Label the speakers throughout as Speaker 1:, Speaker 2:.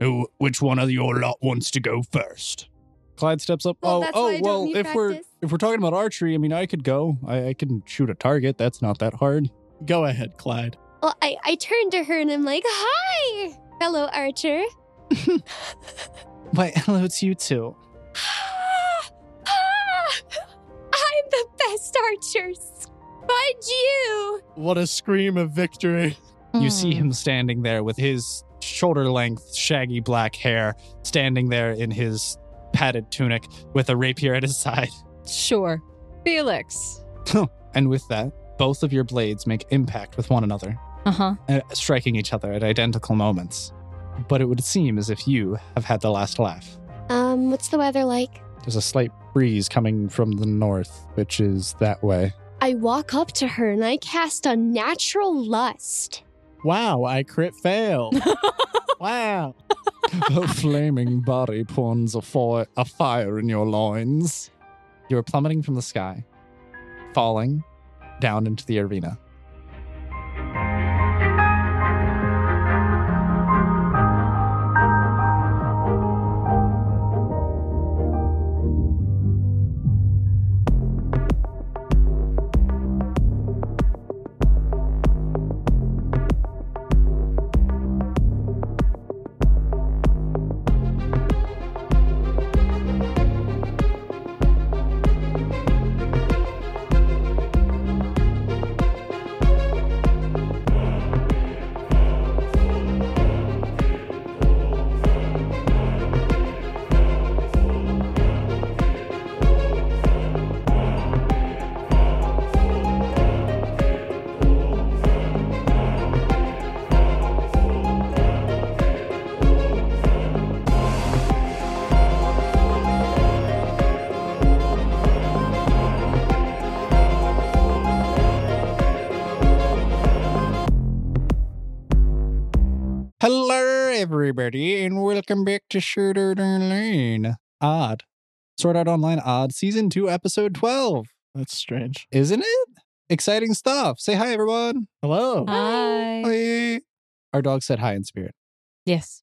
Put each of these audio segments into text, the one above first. Speaker 1: Who, which one of your lot wants to go first?
Speaker 2: Clyde steps up.
Speaker 3: Well,
Speaker 2: oh,
Speaker 3: that's
Speaker 2: oh,
Speaker 3: why I don't
Speaker 2: well,
Speaker 3: need
Speaker 2: if we're
Speaker 3: practice.
Speaker 2: if we're talking about archery, I mean, I could go. I, I can shoot a target. That's not that hard.
Speaker 4: Go ahead, Clyde.
Speaker 3: Well, I, I turned to her and I'm like, Hi, fellow archer.
Speaker 4: Why, hello, it's you two.
Speaker 3: Ah, ah, I'm the best archer. Fudge you.
Speaker 4: What a scream of victory.
Speaker 2: You see
Speaker 3: Hmm.
Speaker 2: him standing there with his shoulder length, shaggy black hair, standing there in his padded tunic with a rapier at his side.
Speaker 5: Sure. Felix.
Speaker 2: And with that, both of your blades make impact with one another,
Speaker 5: Uh huh.
Speaker 2: uh, striking each other at identical moments. But it would seem as if you have had the last laugh.
Speaker 3: Um, what's the weather like?
Speaker 2: There's a slight breeze coming from the north, which is that way.
Speaker 3: I walk up to her and I cast unnatural lust.
Speaker 4: Wow, I crit fail. wow.
Speaker 2: a flaming body pawns a, fi- a fire in your loins. You are plummeting from the sky, falling down into the arena. Hello, everybody, and welcome back to Shooter Lane. Odd. Sword Art Online Odd, Season 2, Episode 12.
Speaker 4: That's strange.
Speaker 2: Isn't it? Exciting stuff. Say hi, everyone.
Speaker 4: Hello.
Speaker 5: Hi.
Speaker 2: Hi. Our dog said hi in spirit.
Speaker 5: Yes.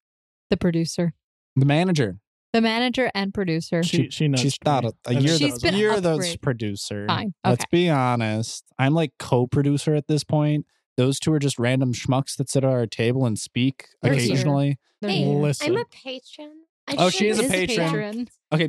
Speaker 5: The producer,
Speaker 2: The manager.
Speaker 5: the manager, and producer.
Speaker 4: She, she knows.
Speaker 2: She's not a, a year
Speaker 5: She's
Speaker 2: the,
Speaker 5: been
Speaker 2: year the
Speaker 5: upgrade-
Speaker 2: producer.
Speaker 5: Fine.
Speaker 2: Let's
Speaker 5: Okay.
Speaker 2: be honest. I'm like co-producer at this point. Those two are just random schmucks that sit at our table and speak
Speaker 5: They're here.
Speaker 2: occasionally.
Speaker 5: They're
Speaker 3: Hey,
Speaker 5: here.
Speaker 4: Listen.
Speaker 3: I'm a patron. I
Speaker 2: Oh,
Speaker 3: just
Speaker 2: she is a
Speaker 3: wanted to
Speaker 2: patron.
Speaker 3: back.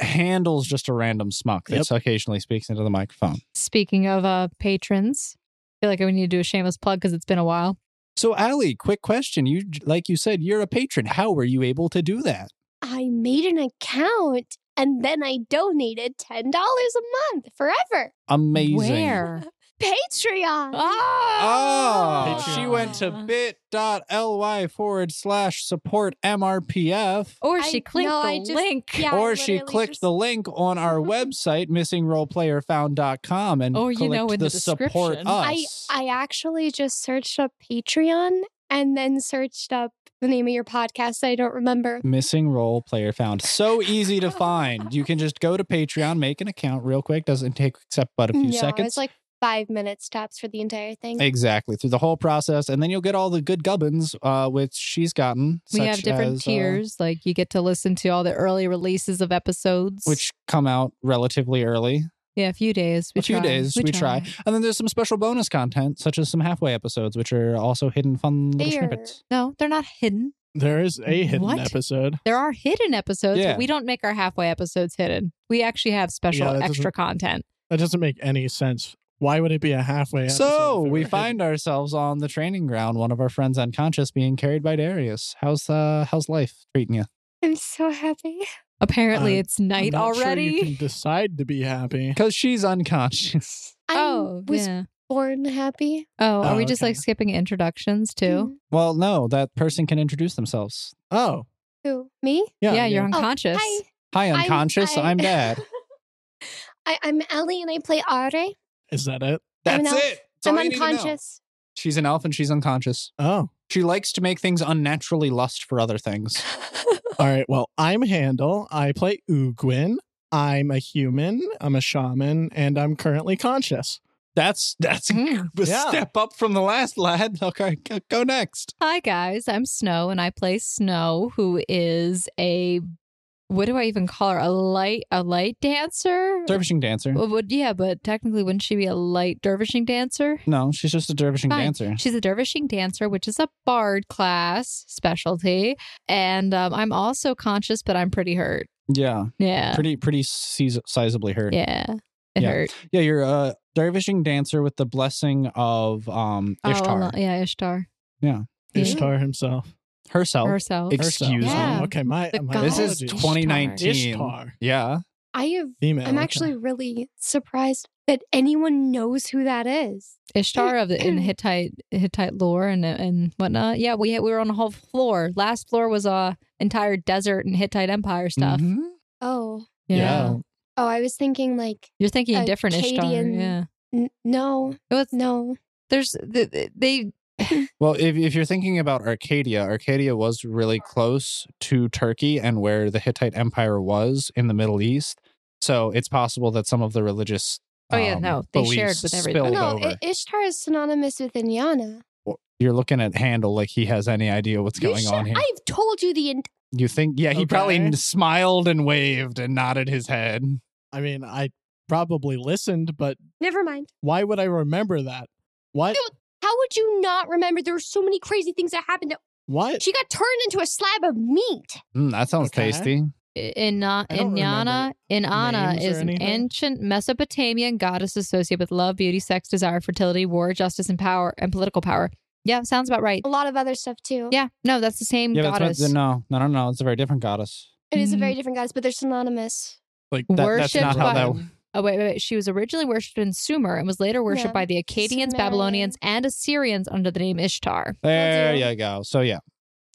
Speaker 2: Handles just a random smuck that
Speaker 4: Yep.
Speaker 2: occasionally speaks into the microphone.
Speaker 5: Speaking of uh, patrons, I feel like we need to do a shameless plug because it's been a while.
Speaker 2: So, Ali, quick question. You like you said, you're a patron. How were you able to do that?
Speaker 3: I made an account and then I donated $10 a month forever.
Speaker 2: Amazing.
Speaker 5: Where?
Speaker 3: Patreon.
Speaker 5: Ah!
Speaker 2: Oh,
Speaker 4: Patreon.
Speaker 2: she went to bit.ly forward slash support MRPF.
Speaker 5: Or
Speaker 3: I-
Speaker 5: she clicked
Speaker 3: no,
Speaker 5: the
Speaker 3: I just-
Speaker 5: link.
Speaker 3: Yeah, I
Speaker 2: or she
Speaker 3: literally
Speaker 2: clicked
Speaker 3: just-
Speaker 2: the link on our website missingroleplayerfound.com and
Speaker 5: Or, you know,
Speaker 2: clicked
Speaker 5: in the
Speaker 2: support
Speaker 5: description.
Speaker 3: I
Speaker 2: us.
Speaker 3: I actually just searched up Patreon and then searched up the name of your podcast. I don't remember.
Speaker 2: Missing role player found. So easy to find. You can just go to Patreon, make an account real quick. Doesn't take except but a few
Speaker 3: no,
Speaker 2: seconds.
Speaker 3: it's like five minutes tops for the entire thing.
Speaker 2: exactly through the whole process, and then you'll get all the good gubbins, uh, which she's gotten.
Speaker 5: We
Speaker 2: such
Speaker 5: have different
Speaker 2: as, uh,
Speaker 5: tiers. like you get to listen to all the early releases of episodes,
Speaker 2: which come out relatively early.
Speaker 5: yeah, a few days. We
Speaker 2: a few
Speaker 5: try.
Speaker 2: days, we try. And then there's some special bonus content, such as some halfway episodes, which are also hidden fun little
Speaker 3: There.
Speaker 2: snippets.
Speaker 5: No, they're not hidden.
Speaker 4: There is a hidden
Speaker 5: What?
Speaker 4: episode.
Speaker 5: There are hidden episodes,
Speaker 2: Yeah.
Speaker 5: but we don't make our halfway episodes hidden. We actually have special
Speaker 4: Yeah, that
Speaker 5: extra content.
Speaker 4: That doesn't make any sense. Why would it be a halfway episode?
Speaker 2: So
Speaker 4: if it
Speaker 2: we
Speaker 4: were
Speaker 2: find ourselves on the training ground. One of our friends unconscious, being carried by Darius. How's uh, how's life treating you?
Speaker 3: I'm so happy.
Speaker 5: Apparently,
Speaker 4: Uh,
Speaker 5: it's
Speaker 4: hidden? I'm
Speaker 5: night
Speaker 4: not sure
Speaker 5: already.
Speaker 4: you can decide to be happy.
Speaker 2: Because she's unconscious.
Speaker 3: I
Speaker 5: oh,
Speaker 3: was
Speaker 5: yeah.
Speaker 3: born happy.
Speaker 5: Oh, are
Speaker 4: Oh,
Speaker 5: we just like
Speaker 4: okay.
Speaker 5: skipping introductions too?
Speaker 3: Mm.
Speaker 2: Well, no, that person can introduce themselves.
Speaker 4: Oh,
Speaker 3: Who? Me?
Speaker 4: yeah.
Speaker 5: Yeah, you're
Speaker 3: Oh,
Speaker 5: unconscious.
Speaker 3: Hi.
Speaker 2: Hi,
Speaker 3: I'm-
Speaker 2: unconscious. I'm,
Speaker 3: I-
Speaker 2: dad.
Speaker 3: I, I'm Ellie and I play Are.
Speaker 4: Is that it?
Speaker 3: I'm
Speaker 2: That's
Speaker 3: an elf.
Speaker 2: it. That's
Speaker 3: I'm
Speaker 2: all you need to know.
Speaker 3: unconscious.
Speaker 2: She's an elf and she's unconscious.
Speaker 4: Oh,
Speaker 2: She likes to make things unnaturally lust for other things.
Speaker 4: all right. Well, I'm Handel. I play Ugwin. I'm a human. I'm a shaman, and I'm currently conscious.
Speaker 2: That's that's
Speaker 3: Hmm.
Speaker 5: Mm.
Speaker 2: a
Speaker 4: Yeah.
Speaker 2: step up from the last lad. Okay, go, go next.
Speaker 5: Hi guys, I'm Snow and I play Snow, who is a what do I even call her? A light a light dancer?
Speaker 2: Dervishing dancer.
Speaker 5: Well, would- yeah, but technically wouldn't she be a light dervishing dancer?
Speaker 2: No, she's just a dervishing
Speaker 5: Fine.
Speaker 2: dancer.
Speaker 5: She's a dervishing dancer, which is a bard class specialty. And um, I'm also conscious, but I'm pretty hurt.
Speaker 2: Yeah,
Speaker 5: Yeah.
Speaker 2: pretty pretty siz- sizably hurt.
Speaker 5: Uh. yeah. It
Speaker 2: Yeah.
Speaker 5: hurt.
Speaker 2: Yeah, you're a dervishing dancer with the blessing of um
Speaker 5: Oh,
Speaker 2: Ishtar
Speaker 5: well, yeah, Ishtar.
Speaker 2: Yeah.
Speaker 5: Yeah.
Speaker 4: Ishtar himself.
Speaker 2: herself.
Speaker 5: Herself.
Speaker 2: Excuse
Speaker 4: Herself.
Speaker 5: Yeah.
Speaker 4: Okay, my,
Speaker 5: The
Speaker 4: my
Speaker 5: god
Speaker 2: this is
Speaker 5: Ishtar.
Speaker 4: apologies.
Speaker 2: 2019.
Speaker 4: Ishtar.
Speaker 2: Yeah,
Speaker 3: I have.
Speaker 4: Female.
Speaker 3: I'm
Speaker 4: okay.
Speaker 3: actually really surprised that anyone knows who that is.
Speaker 5: Ishtar of the in Hittite Hittite lore and and whatnot. Yeah, we had, we were on a whole floor. Last floor was uh, entire desert and Hittite Empire stuff.
Speaker 2: Mhm.
Speaker 3: Oh,
Speaker 5: Yeah.
Speaker 4: Yeah.
Speaker 3: oh, I was thinking like,
Speaker 5: You're thinking
Speaker 3: A
Speaker 5: different Ishtar.
Speaker 3: Cadian-
Speaker 5: Yeah.
Speaker 3: n- no,
Speaker 5: It was,
Speaker 3: no.
Speaker 5: there's the, the- they
Speaker 2: Well, if if you're thinking about Arcadia, Arcadia was really close to Turkey and where the Hittite Empire was in the Middle East. So it's possible that some of the religious
Speaker 5: Oh, yeah,
Speaker 2: um,
Speaker 5: no, they shared
Speaker 2: beliefs
Speaker 5: with everything.
Speaker 2: spilled
Speaker 3: no,
Speaker 2: over.
Speaker 3: I- Ishtar is synonymous with Inyana.
Speaker 2: you're looking at Handel like he has any idea what's
Speaker 3: You
Speaker 2: going
Speaker 3: should-
Speaker 2: on here.
Speaker 3: I've told you the. In-
Speaker 2: You think? Yeah, he probably
Speaker 4: Okay.
Speaker 2: n- smiled and waved and nodded his head.
Speaker 4: I mean, I probably listened, but
Speaker 3: Never mind.
Speaker 4: why would I remember that? What?
Speaker 3: How would you not remember? There were so many crazy things that happened.
Speaker 4: What?
Speaker 3: She got turned into a slab of meat.
Speaker 2: Mm, that sounds
Speaker 4: Okay.
Speaker 2: tasty.
Speaker 5: in
Speaker 4: I don't
Speaker 5: Inanna Inanna
Speaker 4: names or
Speaker 5: is an
Speaker 4: anything.
Speaker 5: ancient Mesopotamian goddess associated with love, beauty, sex, desire, fertility, war, justice, and power and political power. Yeah, sounds about right.
Speaker 3: A lot of other stuff too.
Speaker 5: Yeah, no, that's the same
Speaker 2: Oh. Yeah,
Speaker 5: goddess.
Speaker 2: that's what, no, no, no, no. It's a very different goddess.
Speaker 3: It is a
Speaker 2: Mm-hmm.
Speaker 3: very different goddess, but they're synonymous.
Speaker 2: Like that, that's
Speaker 5: Worshipped
Speaker 2: not how
Speaker 5: by-
Speaker 2: that.
Speaker 5: Oh wait, wait, wait. She was originally worshipped in Sumer and was later worshipped
Speaker 3: Yeah.
Speaker 5: by the Akkadians,
Speaker 3: Sumerian.
Speaker 5: Babylonians, and Assyrians under the name Ishtar.
Speaker 2: There
Speaker 3: do.
Speaker 2: you go. So yeah,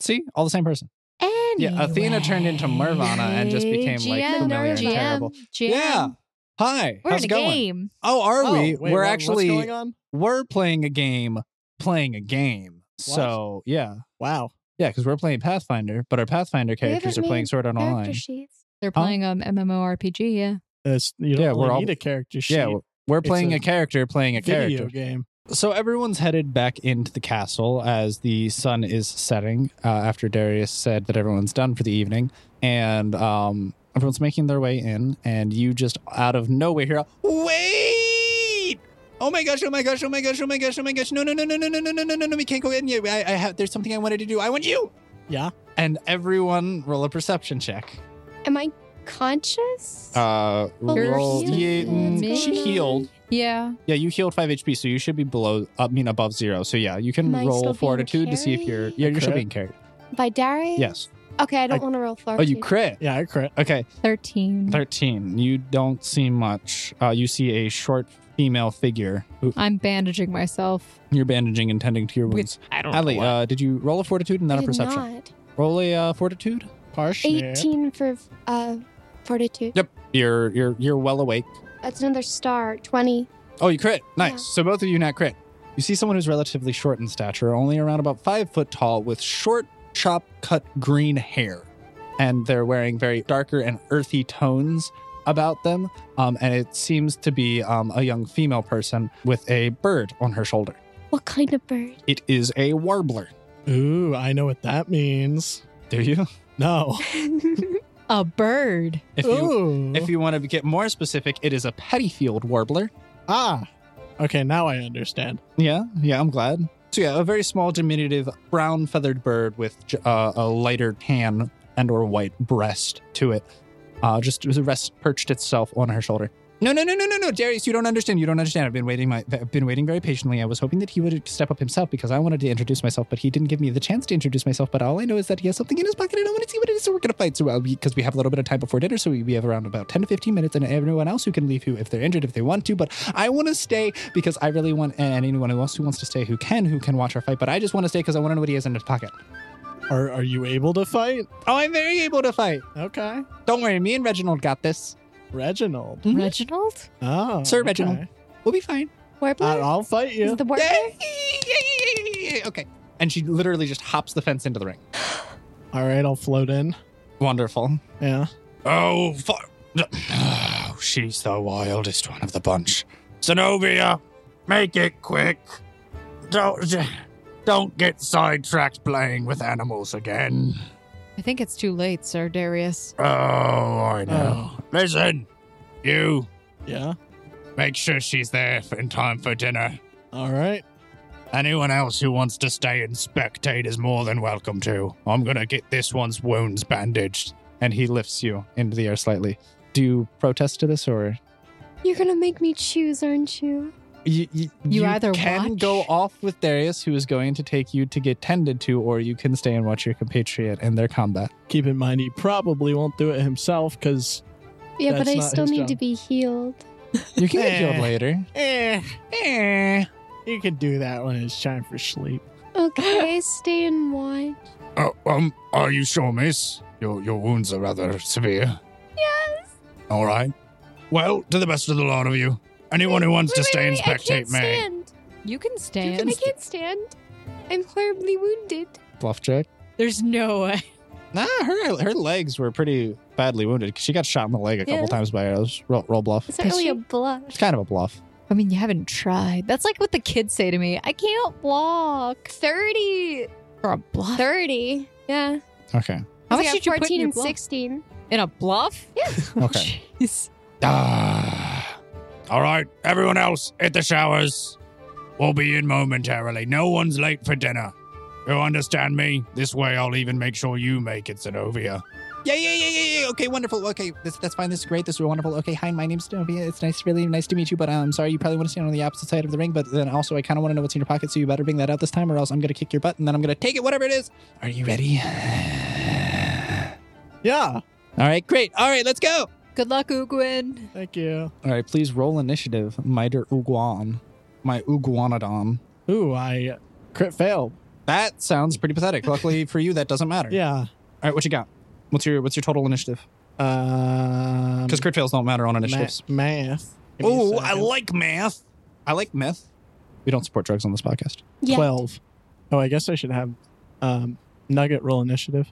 Speaker 2: see, all the same person. Yeah, Athena turned into
Speaker 5: Anyway.
Speaker 2: Nirvana and just became, like,
Speaker 5: GM,
Speaker 3: familiar and
Speaker 5: GM,
Speaker 2: terrible.
Speaker 5: GM.
Speaker 2: Yeah. Hi,
Speaker 5: We're
Speaker 2: how's
Speaker 5: in a
Speaker 2: it going?
Speaker 5: game.
Speaker 2: Oh, are
Speaker 4: Oh,
Speaker 2: we?
Speaker 4: wait,
Speaker 2: we're
Speaker 4: what-
Speaker 2: actually
Speaker 4: What's going on?
Speaker 2: we're playing a game, playing a game. So yeah,
Speaker 4: Wow.
Speaker 2: yeah, because we're playing Pathfinder, but our Pathfinder characters are
Speaker 3: haven't
Speaker 2: playing
Speaker 3: made
Speaker 2: Sword Art
Speaker 3: Character
Speaker 2: Online.
Speaker 3: sheets.
Speaker 5: They're playing um MMORPG, yeah.
Speaker 4: It's, you don't
Speaker 2: Yeah,
Speaker 4: really
Speaker 2: we're all-
Speaker 4: need a character sheet.
Speaker 2: Yeah, we're- we're
Speaker 4: It's
Speaker 2: playing
Speaker 4: a
Speaker 2: a, character playing a
Speaker 4: video
Speaker 2: character.
Speaker 4: game.
Speaker 2: So everyone's headed back into the castle as the sun is setting. Uh, after Darius said that everyone's done for the evening, and um, everyone's making their way in, and you just out of nowhere hear, a, "Wait! Oh my gosh! Oh my gosh! Oh my gosh! Oh my gosh! Oh my gosh! No! No! No! No! No! No! No! No! No! No! No! We can't go in yet. I, I have. There's something I wanted to do. I want you."
Speaker 4: Yeah.
Speaker 2: And everyone roll a perception check.
Speaker 3: Am I conscious?
Speaker 2: Uh,
Speaker 3: You're
Speaker 2: roll.
Speaker 3: healing.
Speaker 2: Yeah, mm,
Speaker 5: What's
Speaker 2: she
Speaker 5: going
Speaker 2: healed.
Speaker 5: Yeah.
Speaker 2: Yeah, you healed five HP, so you should be below. I mean, above zero. So yeah, you can
Speaker 3: Am I still
Speaker 2: roll
Speaker 3: being
Speaker 2: fortitude to see if you're.
Speaker 3: carried?
Speaker 2: Yeah, you're still
Speaker 4: Crit?
Speaker 2: being carried.
Speaker 3: By Darius?
Speaker 2: Yes.
Speaker 3: Okay, I don't
Speaker 2: I-
Speaker 3: want to roll
Speaker 2: Oh, you
Speaker 3: fortitude.
Speaker 2: crit.
Speaker 4: Yeah, I crit.
Speaker 2: Okay,
Speaker 5: Thirteen.
Speaker 2: thirteen. You don't see much. Uh, you see a short female figure. Who,
Speaker 5: I'm bandaging myself.
Speaker 2: you're bandaging and tending to your
Speaker 5: With-
Speaker 2: wounds.
Speaker 5: I don't
Speaker 2: Ali, uh, did you roll a fortitude and
Speaker 3: I
Speaker 2: then a
Speaker 3: did
Speaker 2: perception?
Speaker 3: not.
Speaker 2: Roll a uh, fortitude.
Speaker 4: Partially.
Speaker 3: 18 for uh, fortitude.
Speaker 2: Yep. You're you're you're well awake.
Speaker 3: That's another star. 20.
Speaker 2: Oh, you crit. Nice.
Speaker 3: Yeah.
Speaker 2: So both of you not crit. You see someone who's relatively short in stature, only around about five foot tall, with short, chop cut green hair. And they're wearing very darker and earthy tones about them. Um, and it seems to be um, a young female person with a bird on her shoulder.
Speaker 3: What kind of bird?
Speaker 2: It is a warbler.
Speaker 4: Ooh, I know what that means.
Speaker 2: Do you?
Speaker 4: No.
Speaker 5: A bird.
Speaker 2: If you,
Speaker 4: Ooh.
Speaker 2: if you want to get more specific, it is a pettyfield warbler.
Speaker 4: ah. Okay, now I understand.
Speaker 2: Yeah, yeah, I'm glad. So yeah, a very small, diminutive brown feathered bird with j- uh, a lighter tan and or white breast to it. Uh, just was rest perched itself on her shoulder. No, no, no, no, no, no, Darius, you don't understand. You don't understand. I've been waiting. My, I've been waiting very patiently. I was hoping that he would step up himself because I wanted to introduce myself, but he didn't give me the chance to introduce myself. But all I know is that he has something in his pocket, and I want to see what it is. So we're gonna fight. So well, because we have a little bit of time before dinner, so we, we have around about ten to fifteen minutes, and everyone else who can leave who if they're injured if they want to. But I want to stay because I really want, and anyone else who wants to stay who can who can watch our fight. But I just want to stay because I want to know what he has in his pocket.
Speaker 4: Are are you able to fight?
Speaker 2: Oh, I'm very able to fight.
Speaker 4: Okay.
Speaker 2: Don't worry, me and Reginald got this.
Speaker 4: Reginald.
Speaker 5: Mm-hmm.
Speaker 2: Mhm.
Speaker 5: Reginald?
Speaker 4: Oh.
Speaker 2: Sir
Speaker 4: okay.
Speaker 2: Reginald. We'll be fine.
Speaker 4: I,
Speaker 3: Warbler?
Speaker 4: will fight
Speaker 3: Is
Speaker 4: you.
Speaker 3: the warbler?
Speaker 2: Okay. And she literally just hops the fence into the ring.
Speaker 4: All right, I'll float in.
Speaker 2: Wonderful.
Speaker 4: Yeah.
Speaker 1: Oh, fu- oh, she's the wildest one of the bunch. Zenobia, Make it quick. Don't don't get sidetracked playing with animals again.
Speaker 5: I think it's too late, Sir Darius.
Speaker 1: Oh, I know. Listen, you
Speaker 4: Yeah.
Speaker 1: make sure she's there in time for dinner.
Speaker 4: All right.
Speaker 1: Anyone else who wants to stay and spectate is more than welcome to. I'm gonna get this one's wounds bandaged.
Speaker 2: And he lifts you into the air slightly. Do you protest to this or
Speaker 3: You're gonna make me choose, aren't you?
Speaker 2: you, you,
Speaker 5: You either
Speaker 2: can
Speaker 5: watch-
Speaker 2: go off with Darius, who is going to take you to get tended to, or you can stay and watch your compatriot in their combat.
Speaker 4: Keep in mind, he probably won't do it himself because
Speaker 3: Yeah, but
Speaker 4: That's
Speaker 3: I
Speaker 4: not
Speaker 3: still
Speaker 4: his
Speaker 3: need
Speaker 4: job.
Speaker 3: to be healed.
Speaker 2: You can get healed
Speaker 4: Eh.
Speaker 2: later.
Speaker 4: eh, you can do that when it's time for sleep.
Speaker 3: Okay, stay and watch.
Speaker 1: Uh, um, are you sure, miss? Your your wounds are rather severe.
Speaker 3: Yes.
Speaker 1: All right. Well, to the best of the lot of you. Anyone who wants to
Speaker 3: Wait,
Speaker 1: stay
Speaker 3: wait,
Speaker 1: and
Speaker 3: wait, I can't
Speaker 1: spectate may.
Speaker 3: stand.
Speaker 5: You can
Speaker 3: I
Speaker 5: stand.
Speaker 3: can't stand. I'm horribly wounded.
Speaker 2: Bluffjack.
Speaker 5: There's no way.
Speaker 2: Nah, her her legs were pretty badly wounded. 'cause She got shot in the leg a couple
Speaker 3: Yeah.
Speaker 2: times by arrows. Roll, roll bluff.
Speaker 3: It's not
Speaker 5: Does
Speaker 3: really
Speaker 5: she-
Speaker 3: a bluff.
Speaker 2: It's kind of a bluff.
Speaker 5: I mean, you haven't tried. That's like what the kids say to me. I can't walk
Speaker 3: 30.
Speaker 5: for a bluff.
Speaker 3: 30. Yeah.
Speaker 2: Okay.
Speaker 3: I
Speaker 5: How much
Speaker 3: got
Speaker 5: did you
Speaker 3: 14
Speaker 5: put in your
Speaker 3: and
Speaker 5: bluff?
Speaker 3: 16.
Speaker 5: In a bluff?
Speaker 2: Okay.
Speaker 5: Oh, jeez.
Speaker 1: Ah. All right, everyone else, hit the showers. We'll be in momentarily. No one's late for dinner. You understand me? This way, I'll even make sure you make it, Zenovia.
Speaker 2: yeah, yeah, yeah, yeah, yeah. Okay, wonderful. Okay, this, that's fine. This is great. This is wonderful. Okay, hi, my name's Novia. It's nice, really nice to meet you. But uh, I'm sorry, you probably want to stand on the opposite side of the ring. But then also, I kind of want to know what's in your pocket, so you better bring that out this time, or else I'm gonna kick your butt, and then I'm gonna take it, whatever it is. Are you ready?
Speaker 4: Yeah.
Speaker 2: All right, great. All right, let's go.
Speaker 5: Good luck, Ugwin.
Speaker 4: Thank you.
Speaker 2: All right, please roll initiative, Miter Uguan, my Uguanodon.
Speaker 4: Ooh, I crit fail.
Speaker 2: That sounds pretty pathetic. Luckily for you, that doesn't matter.
Speaker 4: Yeah.
Speaker 2: All right, what you got? What's your what's your total initiative?
Speaker 4: Um,
Speaker 2: Because crit fails don't matter on initiatives.
Speaker 4: ma- math. Give me a
Speaker 1: Oh, I
Speaker 4: second.
Speaker 1: like math.
Speaker 2: I like myth. We don't support drugs on this podcast.
Speaker 3: Yeah.
Speaker 4: 12. Oh, I guess I should have um, Nugget roll initiative.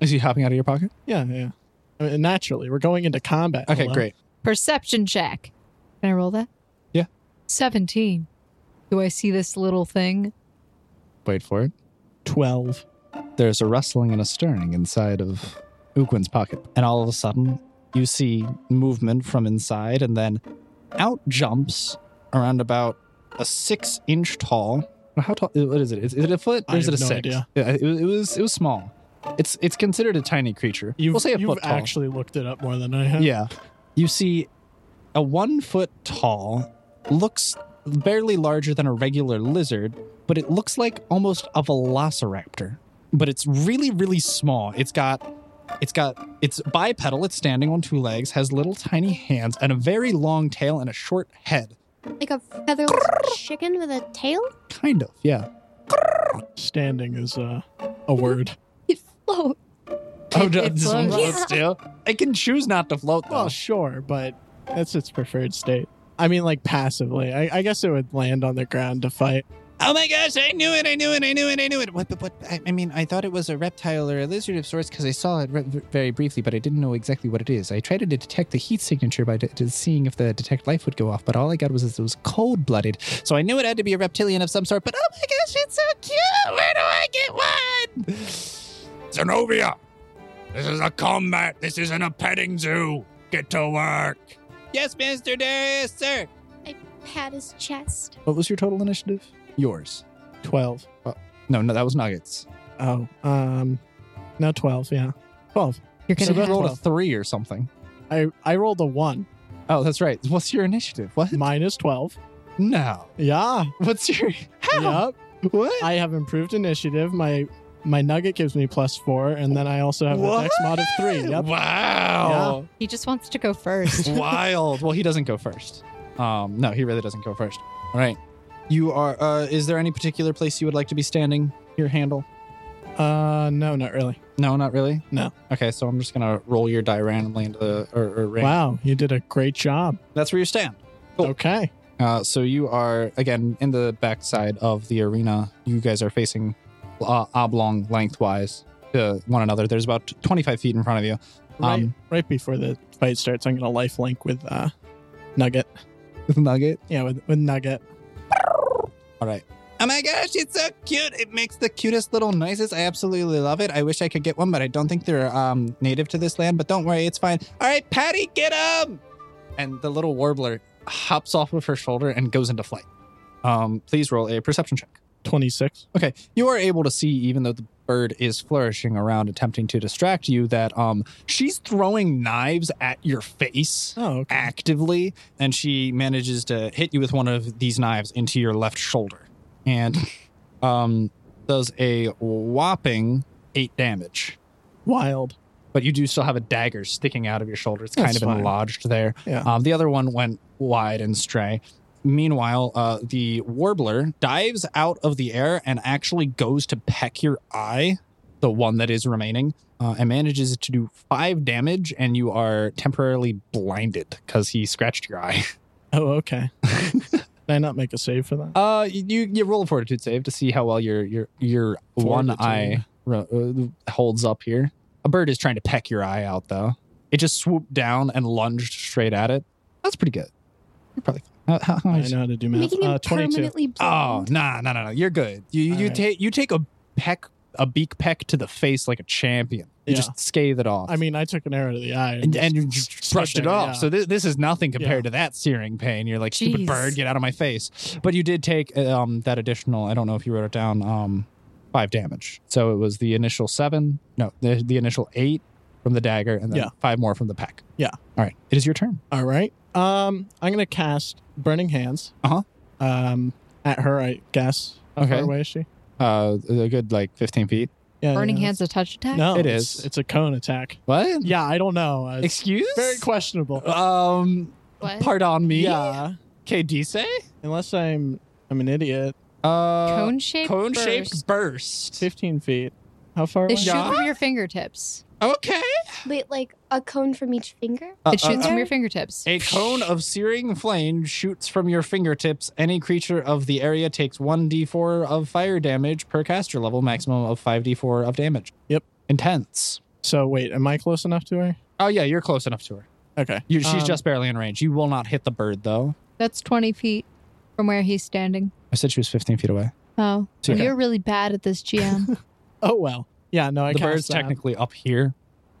Speaker 2: Is he hopping out of your pocket?
Speaker 4: Yeah, yeah. I mean, naturally, we're going into combat.
Speaker 2: Okay,
Speaker 4: Hello.
Speaker 2: great.
Speaker 5: Perception check. Can I roll that?
Speaker 2: Yeah.
Speaker 5: 17. Do I see this little thing?
Speaker 2: Wait for it.
Speaker 4: 12.
Speaker 2: There's a rustling and a stirring inside of Uquin's pocket. And all of a sudden, you see movement from inside, and then out jumps around about a six inch tall. How tall? What is it? Is, is it a foot or
Speaker 4: I
Speaker 2: is it a
Speaker 4: have no
Speaker 2: six?
Speaker 4: idea.
Speaker 2: Yeah, it, was- it was it was small. It's it's considered a tiny creature.
Speaker 4: You've,
Speaker 2: we'll say a
Speaker 4: you've
Speaker 2: foot tall.
Speaker 4: actually looked it up more than I have.
Speaker 2: yeah. You see a one foot tall, looks barely larger than a regular lizard, but it looks like almost a velociraptor. But it's really, really small. It's got it's got it's bipedal, it's standing on two legs, has little tiny hands, and a very long tail and a short head.
Speaker 3: Like a featherless chicken with a tail?
Speaker 2: Kind of, yeah.
Speaker 4: Standing is uh, a word.
Speaker 3: It floats.
Speaker 2: Oh,
Speaker 5: It-
Speaker 2: no,
Speaker 5: it
Speaker 2: this one
Speaker 5: floats.
Speaker 2: floats too. I can choose not to float though.
Speaker 4: Well, sure, but that's its preferred state. I mean, like passively. I, I guess it would land on the ground to fight.
Speaker 2: Oh my gosh, I knew it, I knew it, I knew it, I knew it. What, but what, I, I mean, I thought it was a reptile or a lizard of sorts because I saw it re- very briefly, but I didn't know exactly what it is. I tried to detect the heat signature by de- de- seeing if the detect life would go off, but all I got was that it was cold blooded. So I knew it had to be a reptilian of some sort, but oh my gosh, it's so cute! Where do I get one?
Speaker 1: Zenovia, this is a combat. This isn't a petting zoo. Get to work.
Speaker 2: Yes, Mr. Darius, sir!
Speaker 3: Pat his chest.
Speaker 2: What was your total initiative? Yours.
Speaker 4: 12.
Speaker 2: No, no, that was Nuggets.
Speaker 4: Oh, um, no, 12. Yeah. 12.
Speaker 5: You're
Speaker 2: So
Speaker 5: going to
Speaker 2: you
Speaker 5: have
Speaker 2: rolled a
Speaker 4: Twelve.
Speaker 2: three or something.
Speaker 4: I, I rolled a one
Speaker 2: Oh, that's right. What's your initiative? What?
Speaker 4: minus 12.
Speaker 2: No.
Speaker 4: Yeah.
Speaker 2: What's your.
Speaker 4: Yep.
Speaker 2: What?
Speaker 4: I have improved initiative. My my nugget gives me plus four, and then I also have a Uh, dex mod of three. Yep.
Speaker 1: Wow.
Speaker 4: Yeah.
Speaker 5: He just wants to go first.
Speaker 2: Wild. Well, he doesn't go first. Um, no, he really doesn't go first. All right. You are. Uh, is there any particular place you would like to be standing? Your handle?
Speaker 4: Uh, no, not really.
Speaker 2: No, not really.
Speaker 4: No.
Speaker 2: Okay, so I'm just gonna roll your die randomly into the or, or ring.
Speaker 4: Wow, you did a great job.
Speaker 2: That's where you stand. Cool.
Speaker 4: Okay.
Speaker 2: Uh, so you are again in the backside of the arena. You guys are facing uh, oblong lengthwise to one another. There's about 25 feet in front of you.
Speaker 4: Right,
Speaker 2: Um,
Speaker 4: right before the fight starts, I'm gonna life link with uh, Nugget.
Speaker 2: With Nugget.
Speaker 4: Yeah, with with Nugget.
Speaker 2: All right. Oh my gosh, it's so cute. It makes the cutest little noises. I absolutely love it. I wish I could get one, but I don't think they're um, native to this land. But don't worry, it's fine. All right, Patty, get him! And the little warbler hops off of her shoulder and goes into flight. Um, please roll a perception check.
Speaker 4: 26.
Speaker 2: Okay, you are able to see, even though the bird is flourishing around, attempting to distract you, that um, she's throwing knives at your face
Speaker 4: Oh, okay.
Speaker 2: actively, and she manages to hit you with one of these knives into your left shoulder, and um, does a whopping eight damage.
Speaker 4: Wild.
Speaker 2: But you do still have a dagger sticking out of your shoulder. It's kind
Speaker 4: That's
Speaker 2: of
Speaker 4: fine.
Speaker 2: enlodged there.
Speaker 4: Yeah.
Speaker 2: Um, the other one went wide and stray. Meanwhile, uh, the warbler dives out of the air and actually goes to peck your eye, the one that is remaining, uh, and manages to do five damage, and you are temporarily blinded because he scratched your eye.
Speaker 4: Oh, okay. Did I not make a save for that?
Speaker 2: Uh, you you roll a fortitude save to see how well your your your one
Speaker 4: Fortitude.
Speaker 2: eye ro- uh, holds up here. A bird is trying to peck your eye out though. It just swooped down and lunged straight at it. That's pretty good. You're probably. How, how, how
Speaker 4: I
Speaker 2: much-
Speaker 4: know how to do math.
Speaker 3: Making him
Speaker 4: Uh, 22.
Speaker 3: permanently
Speaker 2: Oh
Speaker 3: blind.
Speaker 2: nah nah nah nah. You're good. You you,
Speaker 4: All right.
Speaker 2: take you take a peck a beak peck to the face like a champion. You
Speaker 4: Yeah.
Speaker 2: just scathe it off.
Speaker 4: I mean, I took an arrow to the eye.
Speaker 2: and,
Speaker 4: just-
Speaker 2: and you just brushed it
Speaker 4: there,
Speaker 2: off.
Speaker 4: yeah.
Speaker 2: So this, this is nothing compared to that searing pain. You're like, stupid
Speaker 5: Jeez.
Speaker 2: bird, get out of my face. But you did take uh, um, that additional, I don't know if you wrote it down, um, five damage. So it was the initial seven, no, the, the initial eight from the dagger and then
Speaker 4: Yeah.
Speaker 2: five more from the pack.
Speaker 4: Yeah.
Speaker 2: All right. It is your turn.
Speaker 4: All right. Um, I'm gonna cast Burning Hands.
Speaker 2: Uh-huh.
Speaker 4: Um, at her, I guess. How
Speaker 2: Okay.
Speaker 4: far away is she?
Speaker 2: Uh, a good like 15 feet.
Speaker 4: Yeah.
Speaker 5: Burning
Speaker 4: yeah.
Speaker 5: hands a touch attack.
Speaker 4: No,
Speaker 2: It
Speaker 4: it's-
Speaker 2: is.
Speaker 4: It's, a cone attack.
Speaker 2: What?
Speaker 4: Yeah, I don't know. Uh, It's
Speaker 2: Excuse?
Speaker 4: very questionable.
Speaker 2: Um,
Speaker 5: What?
Speaker 2: pardon me.
Speaker 4: Yeah.
Speaker 2: KD say?
Speaker 4: Unless I'm I'm an idiot.
Speaker 2: Uh,
Speaker 5: cone shape.
Speaker 2: cone shaped burst.
Speaker 4: Fifteen feet. How far?
Speaker 5: They
Speaker 4: Away?
Speaker 5: shoot
Speaker 2: Yeah.
Speaker 5: from your fingertips.
Speaker 2: Okay.
Speaker 3: Wait, like a cone from each finger?
Speaker 2: Uh,
Speaker 5: It shoots
Speaker 2: uh,
Speaker 5: from your fingertips.
Speaker 2: A cone of searing flame shoots from your fingertips. Any creature of the area takes 1d4 of fire damage per caster level, maximum of 5d4 of damage.
Speaker 4: Yep.
Speaker 2: Intense.
Speaker 4: So wait, am I close enough to her?
Speaker 2: Oh, yeah, you're close enough to her.
Speaker 4: Okay.
Speaker 2: You, she's
Speaker 4: Um,
Speaker 2: just barely in range. You will not hit the bird, though.
Speaker 5: That's 20 feet from where he's standing.
Speaker 2: I said she was 15 feet away.
Speaker 5: Oh,
Speaker 2: It's okay.
Speaker 5: you're really bad at this, GM.
Speaker 4: Oh well. Yeah. No, I
Speaker 2: the
Speaker 4: cast
Speaker 2: bird's
Speaker 4: that.
Speaker 2: technically up here,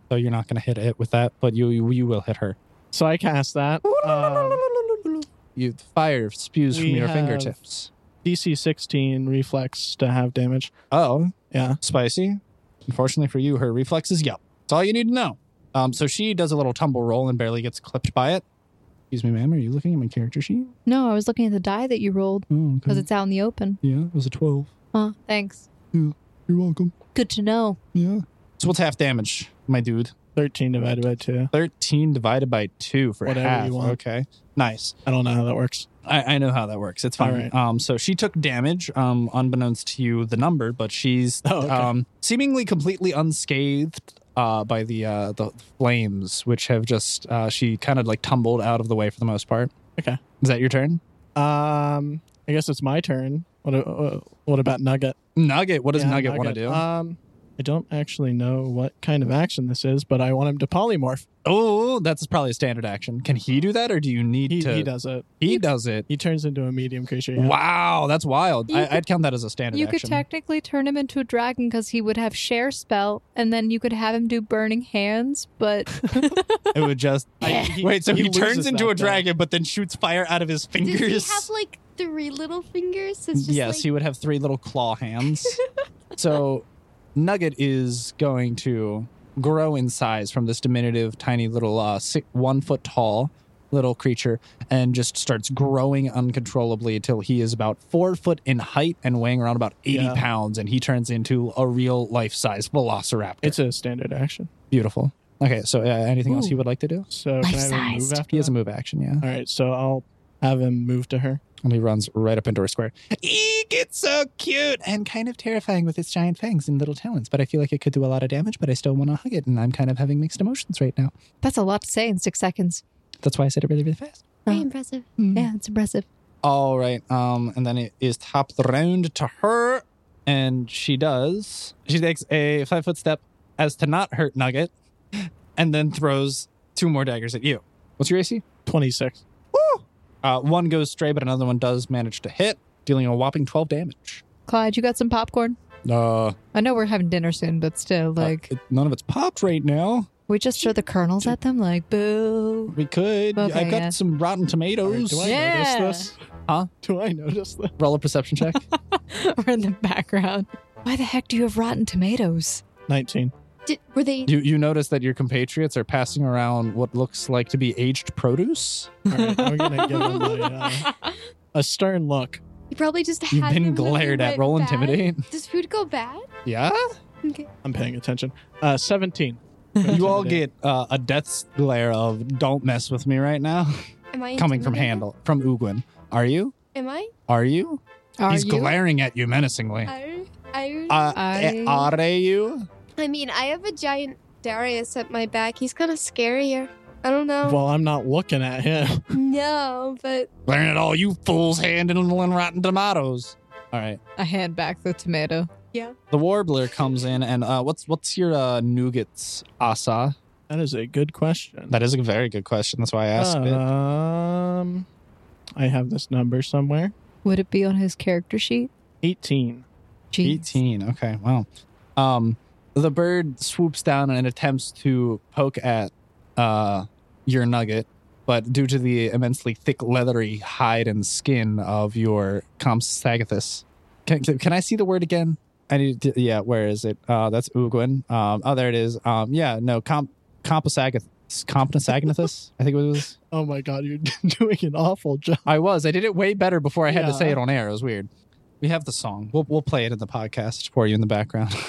Speaker 2: so you're not going to hit it with that, but you you, you will hit her.
Speaker 4: So I cast that. Um,
Speaker 2: you fire spews from
Speaker 4: We
Speaker 2: your
Speaker 4: have-
Speaker 2: fingertips.
Speaker 4: DC 16 reflex to have damage.
Speaker 2: Oh,
Speaker 4: Yeah.
Speaker 2: spicy. Unfortunately for you, her reflex is yelp. That's all you need to know. Um, so she does a little tumble roll and barely gets clipped by it. Excuse me, ma'am. Are you looking at my character sheet?
Speaker 5: no, I was looking at the die that you rolled
Speaker 2: Oh,
Speaker 5: because it's out in the open.
Speaker 2: yeah, it was a twelve.
Speaker 5: Huh, thanks.
Speaker 2: You're welcome.
Speaker 5: Good to know.
Speaker 2: Yeah. So what's half damage, my dude?
Speaker 4: 13 divided by 2.
Speaker 2: Thirteen divided by two for
Speaker 4: Whatever
Speaker 2: half.
Speaker 4: you want.
Speaker 2: Okay. Nice.
Speaker 4: I don't know how that works.
Speaker 2: I, I know how that works. It's
Speaker 4: All
Speaker 2: fine.
Speaker 4: right.
Speaker 2: Um, so she took damage, um, unbeknownst to you, the number, but she's
Speaker 4: Oh, okay.
Speaker 2: um, seemingly completely unscathed uh, by the uh, the flames, which have just uh, she kind of like tumbled out of the way for the most part.
Speaker 4: Okay.
Speaker 2: is that your turn,
Speaker 4: Um I guess it's my turn. What a- uh, what about Nugget?
Speaker 2: Nugget? What does
Speaker 4: Yeah,
Speaker 2: Nugget, want to do?
Speaker 4: Um I don't actually know what kind of action this is, but I want him to polymorph.
Speaker 2: oh, that's probably a standard action. Can he do that, or do you need
Speaker 4: Uh, He,
Speaker 2: to?
Speaker 4: he does it.
Speaker 2: He does it.
Speaker 4: He turns into a medium creature. yeah.
Speaker 2: Wow, that's wild.
Speaker 5: You
Speaker 2: I,
Speaker 5: could-
Speaker 2: I'd count that as a standard
Speaker 5: You could
Speaker 2: action.
Speaker 5: technically turn him into a dragon because he would have share spell, and then you could have him do burning hands. But
Speaker 2: it would just
Speaker 4: I- he-
Speaker 2: wait. So he, turns
Speaker 4: loses
Speaker 2: into
Speaker 4: that,
Speaker 2: a dragon, but then shoots fire out of his fingers.
Speaker 3: Does he have like three little fingers? It's just
Speaker 2: yes,
Speaker 3: like,
Speaker 2: he would have three little claw hands. so Nugget is going to grow in size from this diminutive, tiny little uh, si one foot tall little creature and just starts growing uncontrollably until he is about four foot in height and weighing around about 80
Speaker 4: Yeah.
Speaker 2: pounds. And he turns into a real life size velociraptor.
Speaker 4: It's a standard action.
Speaker 2: beautiful. Okay, so uh, anything else you would like to do?
Speaker 4: So can I have him move
Speaker 5: Life-sized.
Speaker 4: after
Speaker 2: He has a
Speaker 4: that?
Speaker 2: move action, yeah.
Speaker 4: All right, so I'll have him move to her.
Speaker 2: And he runs right up into her square. Eek, it's so cute and kind of terrifying with its giant fangs and little talons, but I feel like it could do a lot of damage, but I still want to hug it, and I'm kind of having mixed emotions right now.
Speaker 5: that's a lot to say in six seconds.
Speaker 2: That's why I said it really, really fast.
Speaker 3: very impressive.
Speaker 2: Hmm.
Speaker 5: Yeah, it's impressive.
Speaker 2: All right. Um, and then it is top of the round to her, and she does. She takes a five foot step as to not hurt Nugget, and then throws two more daggers at you. What's your AC?
Speaker 4: 26.
Speaker 2: Uh, one goes stray, but another one does manage to hit. dealing a whopping 12 damage.
Speaker 5: Clyde, you got some popcorn?
Speaker 2: Uh,
Speaker 5: I know we're having dinner soon, but still, like,
Speaker 2: uh, it- none of it's popped right now.
Speaker 5: we just throw the kernels at them, like, boo.
Speaker 2: We could.
Speaker 5: Okay,
Speaker 2: I've got
Speaker 5: yeah.
Speaker 2: some rotten tomatoes.
Speaker 4: Do I
Speaker 5: Yeah.
Speaker 4: notice this?
Speaker 2: Huh?
Speaker 4: Do I notice this?
Speaker 2: Roll a perception check.
Speaker 5: We're in the background. Why the heck do you have rotten tomatoes?
Speaker 4: 19.
Speaker 3: Did, were they?
Speaker 2: you you notice that your compatriots are passing around what looks like to be aged produce.
Speaker 4: All right, I'm going to give him my, uh, a stern look.
Speaker 3: You probably just
Speaker 2: You've
Speaker 3: had
Speaker 2: been
Speaker 3: them when they
Speaker 2: glared at.
Speaker 3: went
Speaker 2: Roll
Speaker 3: bad.
Speaker 2: intimidate.
Speaker 3: Does food go bad?
Speaker 2: Yeah.
Speaker 3: Okay.
Speaker 4: I'm paying attention. Uh, 17.
Speaker 2: You all
Speaker 4: Intimidate.
Speaker 2: get uh, a death's glare of "Don't mess with me right now"
Speaker 3: Am I
Speaker 2: coming from
Speaker 3: intimidated?
Speaker 2: Handel from Uguin. Are you?
Speaker 3: Am I?
Speaker 2: Are you?
Speaker 5: Are
Speaker 2: He's
Speaker 5: you?
Speaker 2: glaring at you menacingly.
Speaker 3: I, I,
Speaker 2: Uh,
Speaker 5: I-
Speaker 2: eh, are you?
Speaker 3: I mean, I have a giant Darius at my back. He's kind of scarier. I don't know.
Speaker 4: Well, I'm not looking at him.
Speaker 3: No, but
Speaker 2: Glaring at all you fools handling rotten tomatoes. All right.
Speaker 5: I hand back the tomato.
Speaker 2: The warbler comes in and uh, what's what's your uh, nougat's asa?
Speaker 4: That is a good question.
Speaker 2: That is a very good question. That's why I asked it.
Speaker 4: Uh, um, I have this number somewhere.
Speaker 5: Would it be on his character sheet?
Speaker 4: 18.
Speaker 5: Jeez.
Speaker 2: 18 okay wow um the bird swoops down and attempts to poke at uh your nugget but due to the immensely thick leathery hide and skin of your compsognathus can, can, can i see the word again i need to, yeah where is it uh that's uguin um oh there it is um yeah no comp compsognathus compsognathus i think it was
Speaker 4: Oh my god, you're doing an awful job.
Speaker 2: i was i did it way better before i had to say
Speaker 4: Yeah.
Speaker 2: it on air it was weird we have the song we'll, we'll play it in the podcast for you in the background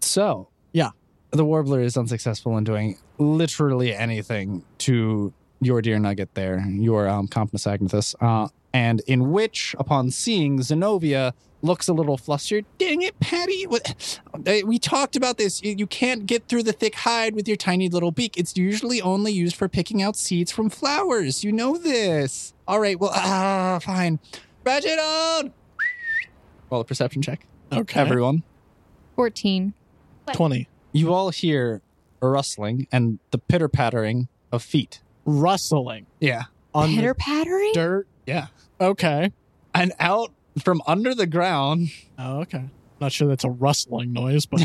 Speaker 2: So,
Speaker 4: Yeah.
Speaker 2: the warbler is unsuccessful in doing literally anything to your dear nugget there, your um, Compnus Agnathus, uh, and in which, upon seeing Zenobia, looks a little flustered. Dang it, Patty! What, eh, we talked about this. You, you can't get through the thick hide with your tiny little beak. It's usually only used for picking out seeds from flowers. You know this. All right. Well, ah, fine. Reginald. Well, a perception check,
Speaker 4: Okay.
Speaker 2: everyone.
Speaker 5: 14.
Speaker 4: 20.
Speaker 2: You all hear a rustling and the pitter pattering of feet.
Speaker 4: Rustling
Speaker 2: Yeah.
Speaker 4: on
Speaker 5: Pitter
Speaker 4: the
Speaker 5: pattering?
Speaker 4: dirt.
Speaker 2: Yeah.
Speaker 4: Okay.
Speaker 2: And out from under the ground,
Speaker 4: Oh, okay. Not sure that's a rustling noise, but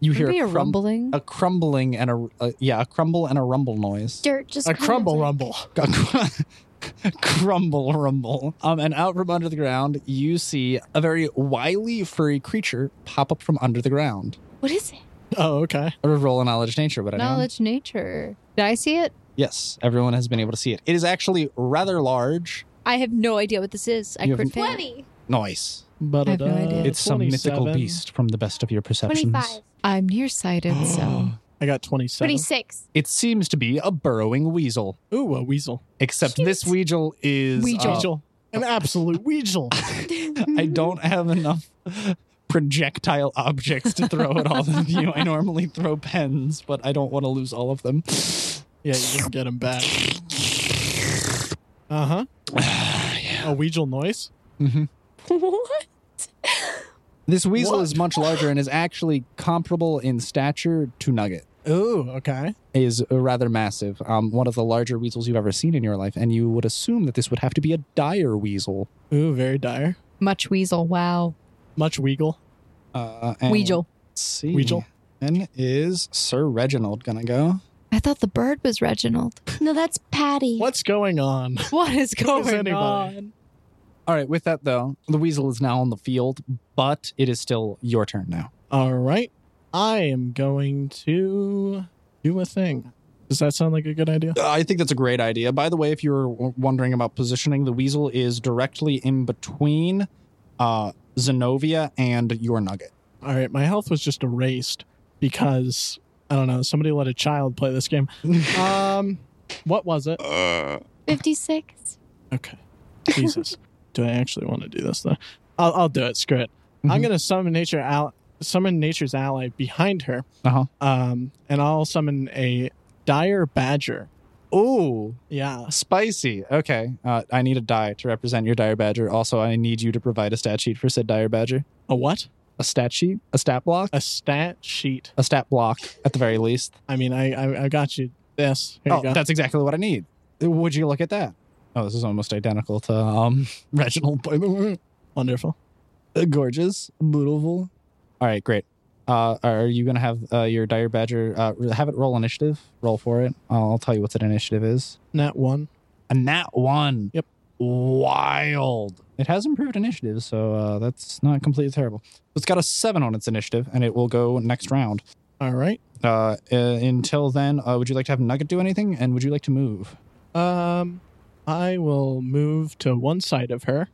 Speaker 2: you
Speaker 5: Would
Speaker 2: hear
Speaker 5: it be a
Speaker 2: crum-
Speaker 5: rumbling?
Speaker 2: a crumbling and a, a yeah, a crumble and a rumble noise.
Speaker 3: dirt just
Speaker 4: a
Speaker 3: kind of
Speaker 4: crumble
Speaker 3: like-
Speaker 4: rumble.
Speaker 2: A cr- crumble rumble. Um and out from under the ground, you see a very wily furry creature pop up from under the ground.
Speaker 3: What is it?
Speaker 4: Oh, okay.
Speaker 2: A roll of knowledge nature, would anyone?
Speaker 5: Knowledge nature. Did I see it?
Speaker 2: Yes, everyone has been able to see it. It is actually rather large.
Speaker 5: I have no idea what this is. I
Speaker 2: You have
Speaker 5: crit fail.
Speaker 3: Twenty.
Speaker 2: Noise.
Speaker 4: But
Speaker 5: I have no idea.
Speaker 2: It's some mythical
Speaker 4: 27.
Speaker 2: beast from the best of your perceptions.
Speaker 3: Twenty-five.
Speaker 5: I'm nearsighted, so.
Speaker 4: I got 27.
Speaker 3: Twenty-six.
Speaker 2: It seems to be a burrowing weasel,
Speaker 4: Ooh, a weasel.
Speaker 2: except
Speaker 3: Cute.
Speaker 2: this weasel is.
Speaker 5: Weasel.
Speaker 2: uh,
Speaker 4: Weasel. An absolute weasel.
Speaker 2: I don't have enough projectile objects to throw at all of you. I normally throw pens, but I don't want to lose all of them.
Speaker 4: Yeah, you can get him back. Uh huh. A weasel noise.
Speaker 2: Mhm.
Speaker 3: what?
Speaker 2: This weasel
Speaker 4: What?
Speaker 2: is much larger and is actually comparable in stature to Nugget.
Speaker 4: Ooh, okay.
Speaker 2: Is uh, rather massive, um, one of the larger weasels you've ever seen in your life, and you would assume that this would have to be a dire weasel.
Speaker 4: Ooh, very dire.
Speaker 5: Much weasel. Wow.
Speaker 4: Much weagle.
Speaker 2: Uh, and
Speaker 5: Weasel.
Speaker 2: let's see.
Speaker 4: Weasel.
Speaker 2: When is Sir Reginald gonna go?
Speaker 5: I thought the bird was Reginald.
Speaker 3: No, that's Patty.
Speaker 4: What's going on?
Speaker 5: What
Speaker 4: What
Speaker 5: is
Speaker 4: is
Speaker 5: going
Speaker 4: anybody?
Speaker 5: on?
Speaker 2: All right, with that though, the weasel is now on the field, but it is still your turn now.
Speaker 4: All right. I am going to do a thing. Does that sound like a good idea?
Speaker 2: I think that's a great idea. By the way, if you're w- wondering about positioning, the weasel is directly in between uh, Zenobia and your nugget.
Speaker 4: All right. My health was just erased because I don't know. Somebody let a child play this game. Um, what was it?
Speaker 3: Fifty-six.
Speaker 4: Okay. Jesus. do I actually want to do this though? I'll, I'll do it. Screw it. I'm
Speaker 2: Mhm.
Speaker 4: gonna summon nature out. Summon nature's ally behind her.
Speaker 2: Uh-huh.
Speaker 4: Um, and I'll summon a dire badger.
Speaker 2: Ooh,
Speaker 4: Yeah.
Speaker 2: spicy. Okay, uh, I need a die to represent your dire badger. Also, I need you to provide a stat sheet for said dire badger.
Speaker 4: A what?
Speaker 2: A stat sheet, a stat block,
Speaker 4: A stat sheet.
Speaker 2: a stat block at the very least.
Speaker 4: I mean, I I, I got you. This. Here
Speaker 2: Oh,
Speaker 4: you go.
Speaker 2: that's exactly what I need. Would you look at that? Oh, this is almost identical to um, Reginald, by the way.
Speaker 4: Wonderful.
Speaker 2: Uh, gorgeous, beautiful. All right, great. Uh, are you gonna have uh, your dire badger uh, have it roll initiative? Roll for it. I'll, I'll tell you what that initiative is.
Speaker 4: Nat one.
Speaker 2: A nat one.
Speaker 4: Yep.
Speaker 2: Wild. It has improved initiative, so uh, that's not completely terrible. It's got a seven on its initiative, and it will go next round.
Speaker 4: All right.
Speaker 2: Uh, uh, until then, uh, would you like to have Nugget do anything, and would you like to move?
Speaker 4: Um, I will move to one side of her,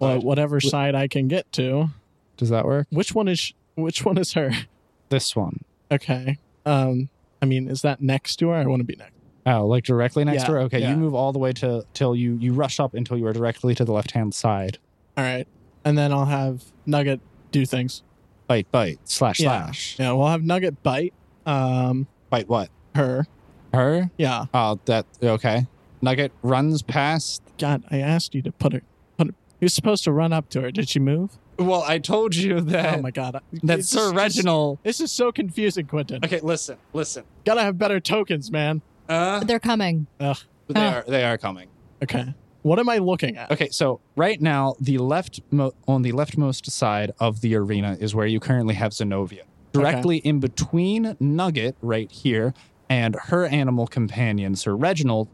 Speaker 4: uh,
Speaker 2: Side.
Speaker 4: whatever side I can get to.
Speaker 2: Does that work?
Speaker 4: Which one is sh- which one is her?
Speaker 2: This one.
Speaker 4: Okay. Um, I mean, is that next to her? I want to be next.
Speaker 2: Oh, like directly next to
Speaker 4: Yeah,
Speaker 2: her. Okay,
Speaker 4: yeah.
Speaker 2: you move all the way to till you you rush up until you are directly to the left hand side.
Speaker 4: All right. And then I'll have Nugget do things.
Speaker 2: Bite, bite, slash,
Speaker 4: Yeah.
Speaker 2: slash.
Speaker 4: Yeah, we'll have Nugget bite um
Speaker 2: Bite what?
Speaker 4: her.
Speaker 2: Her?
Speaker 4: Yeah.
Speaker 2: Oh, that okay. Nugget runs past.
Speaker 4: God, I asked you to put her. Put her. You're supposed to run up to her. Did she move?
Speaker 2: Well, I told you that
Speaker 4: oh my God.
Speaker 2: that
Speaker 4: It's
Speaker 2: Uh, Sir
Speaker 4: just-
Speaker 2: Reginald.
Speaker 4: This is so confusing, Quentin.
Speaker 2: Okay, listen, listen.
Speaker 4: Gotta have better tokens, man.
Speaker 2: Uh,
Speaker 5: They're coming.
Speaker 2: they
Speaker 5: Ah.
Speaker 2: are they are coming.
Speaker 4: Okay. What am I looking at?
Speaker 2: Okay, so right now the left mo- on the leftmost side of the arena is where you currently have Zenobia. Directly in between Nugget right here and her animal companion Sir Reginald,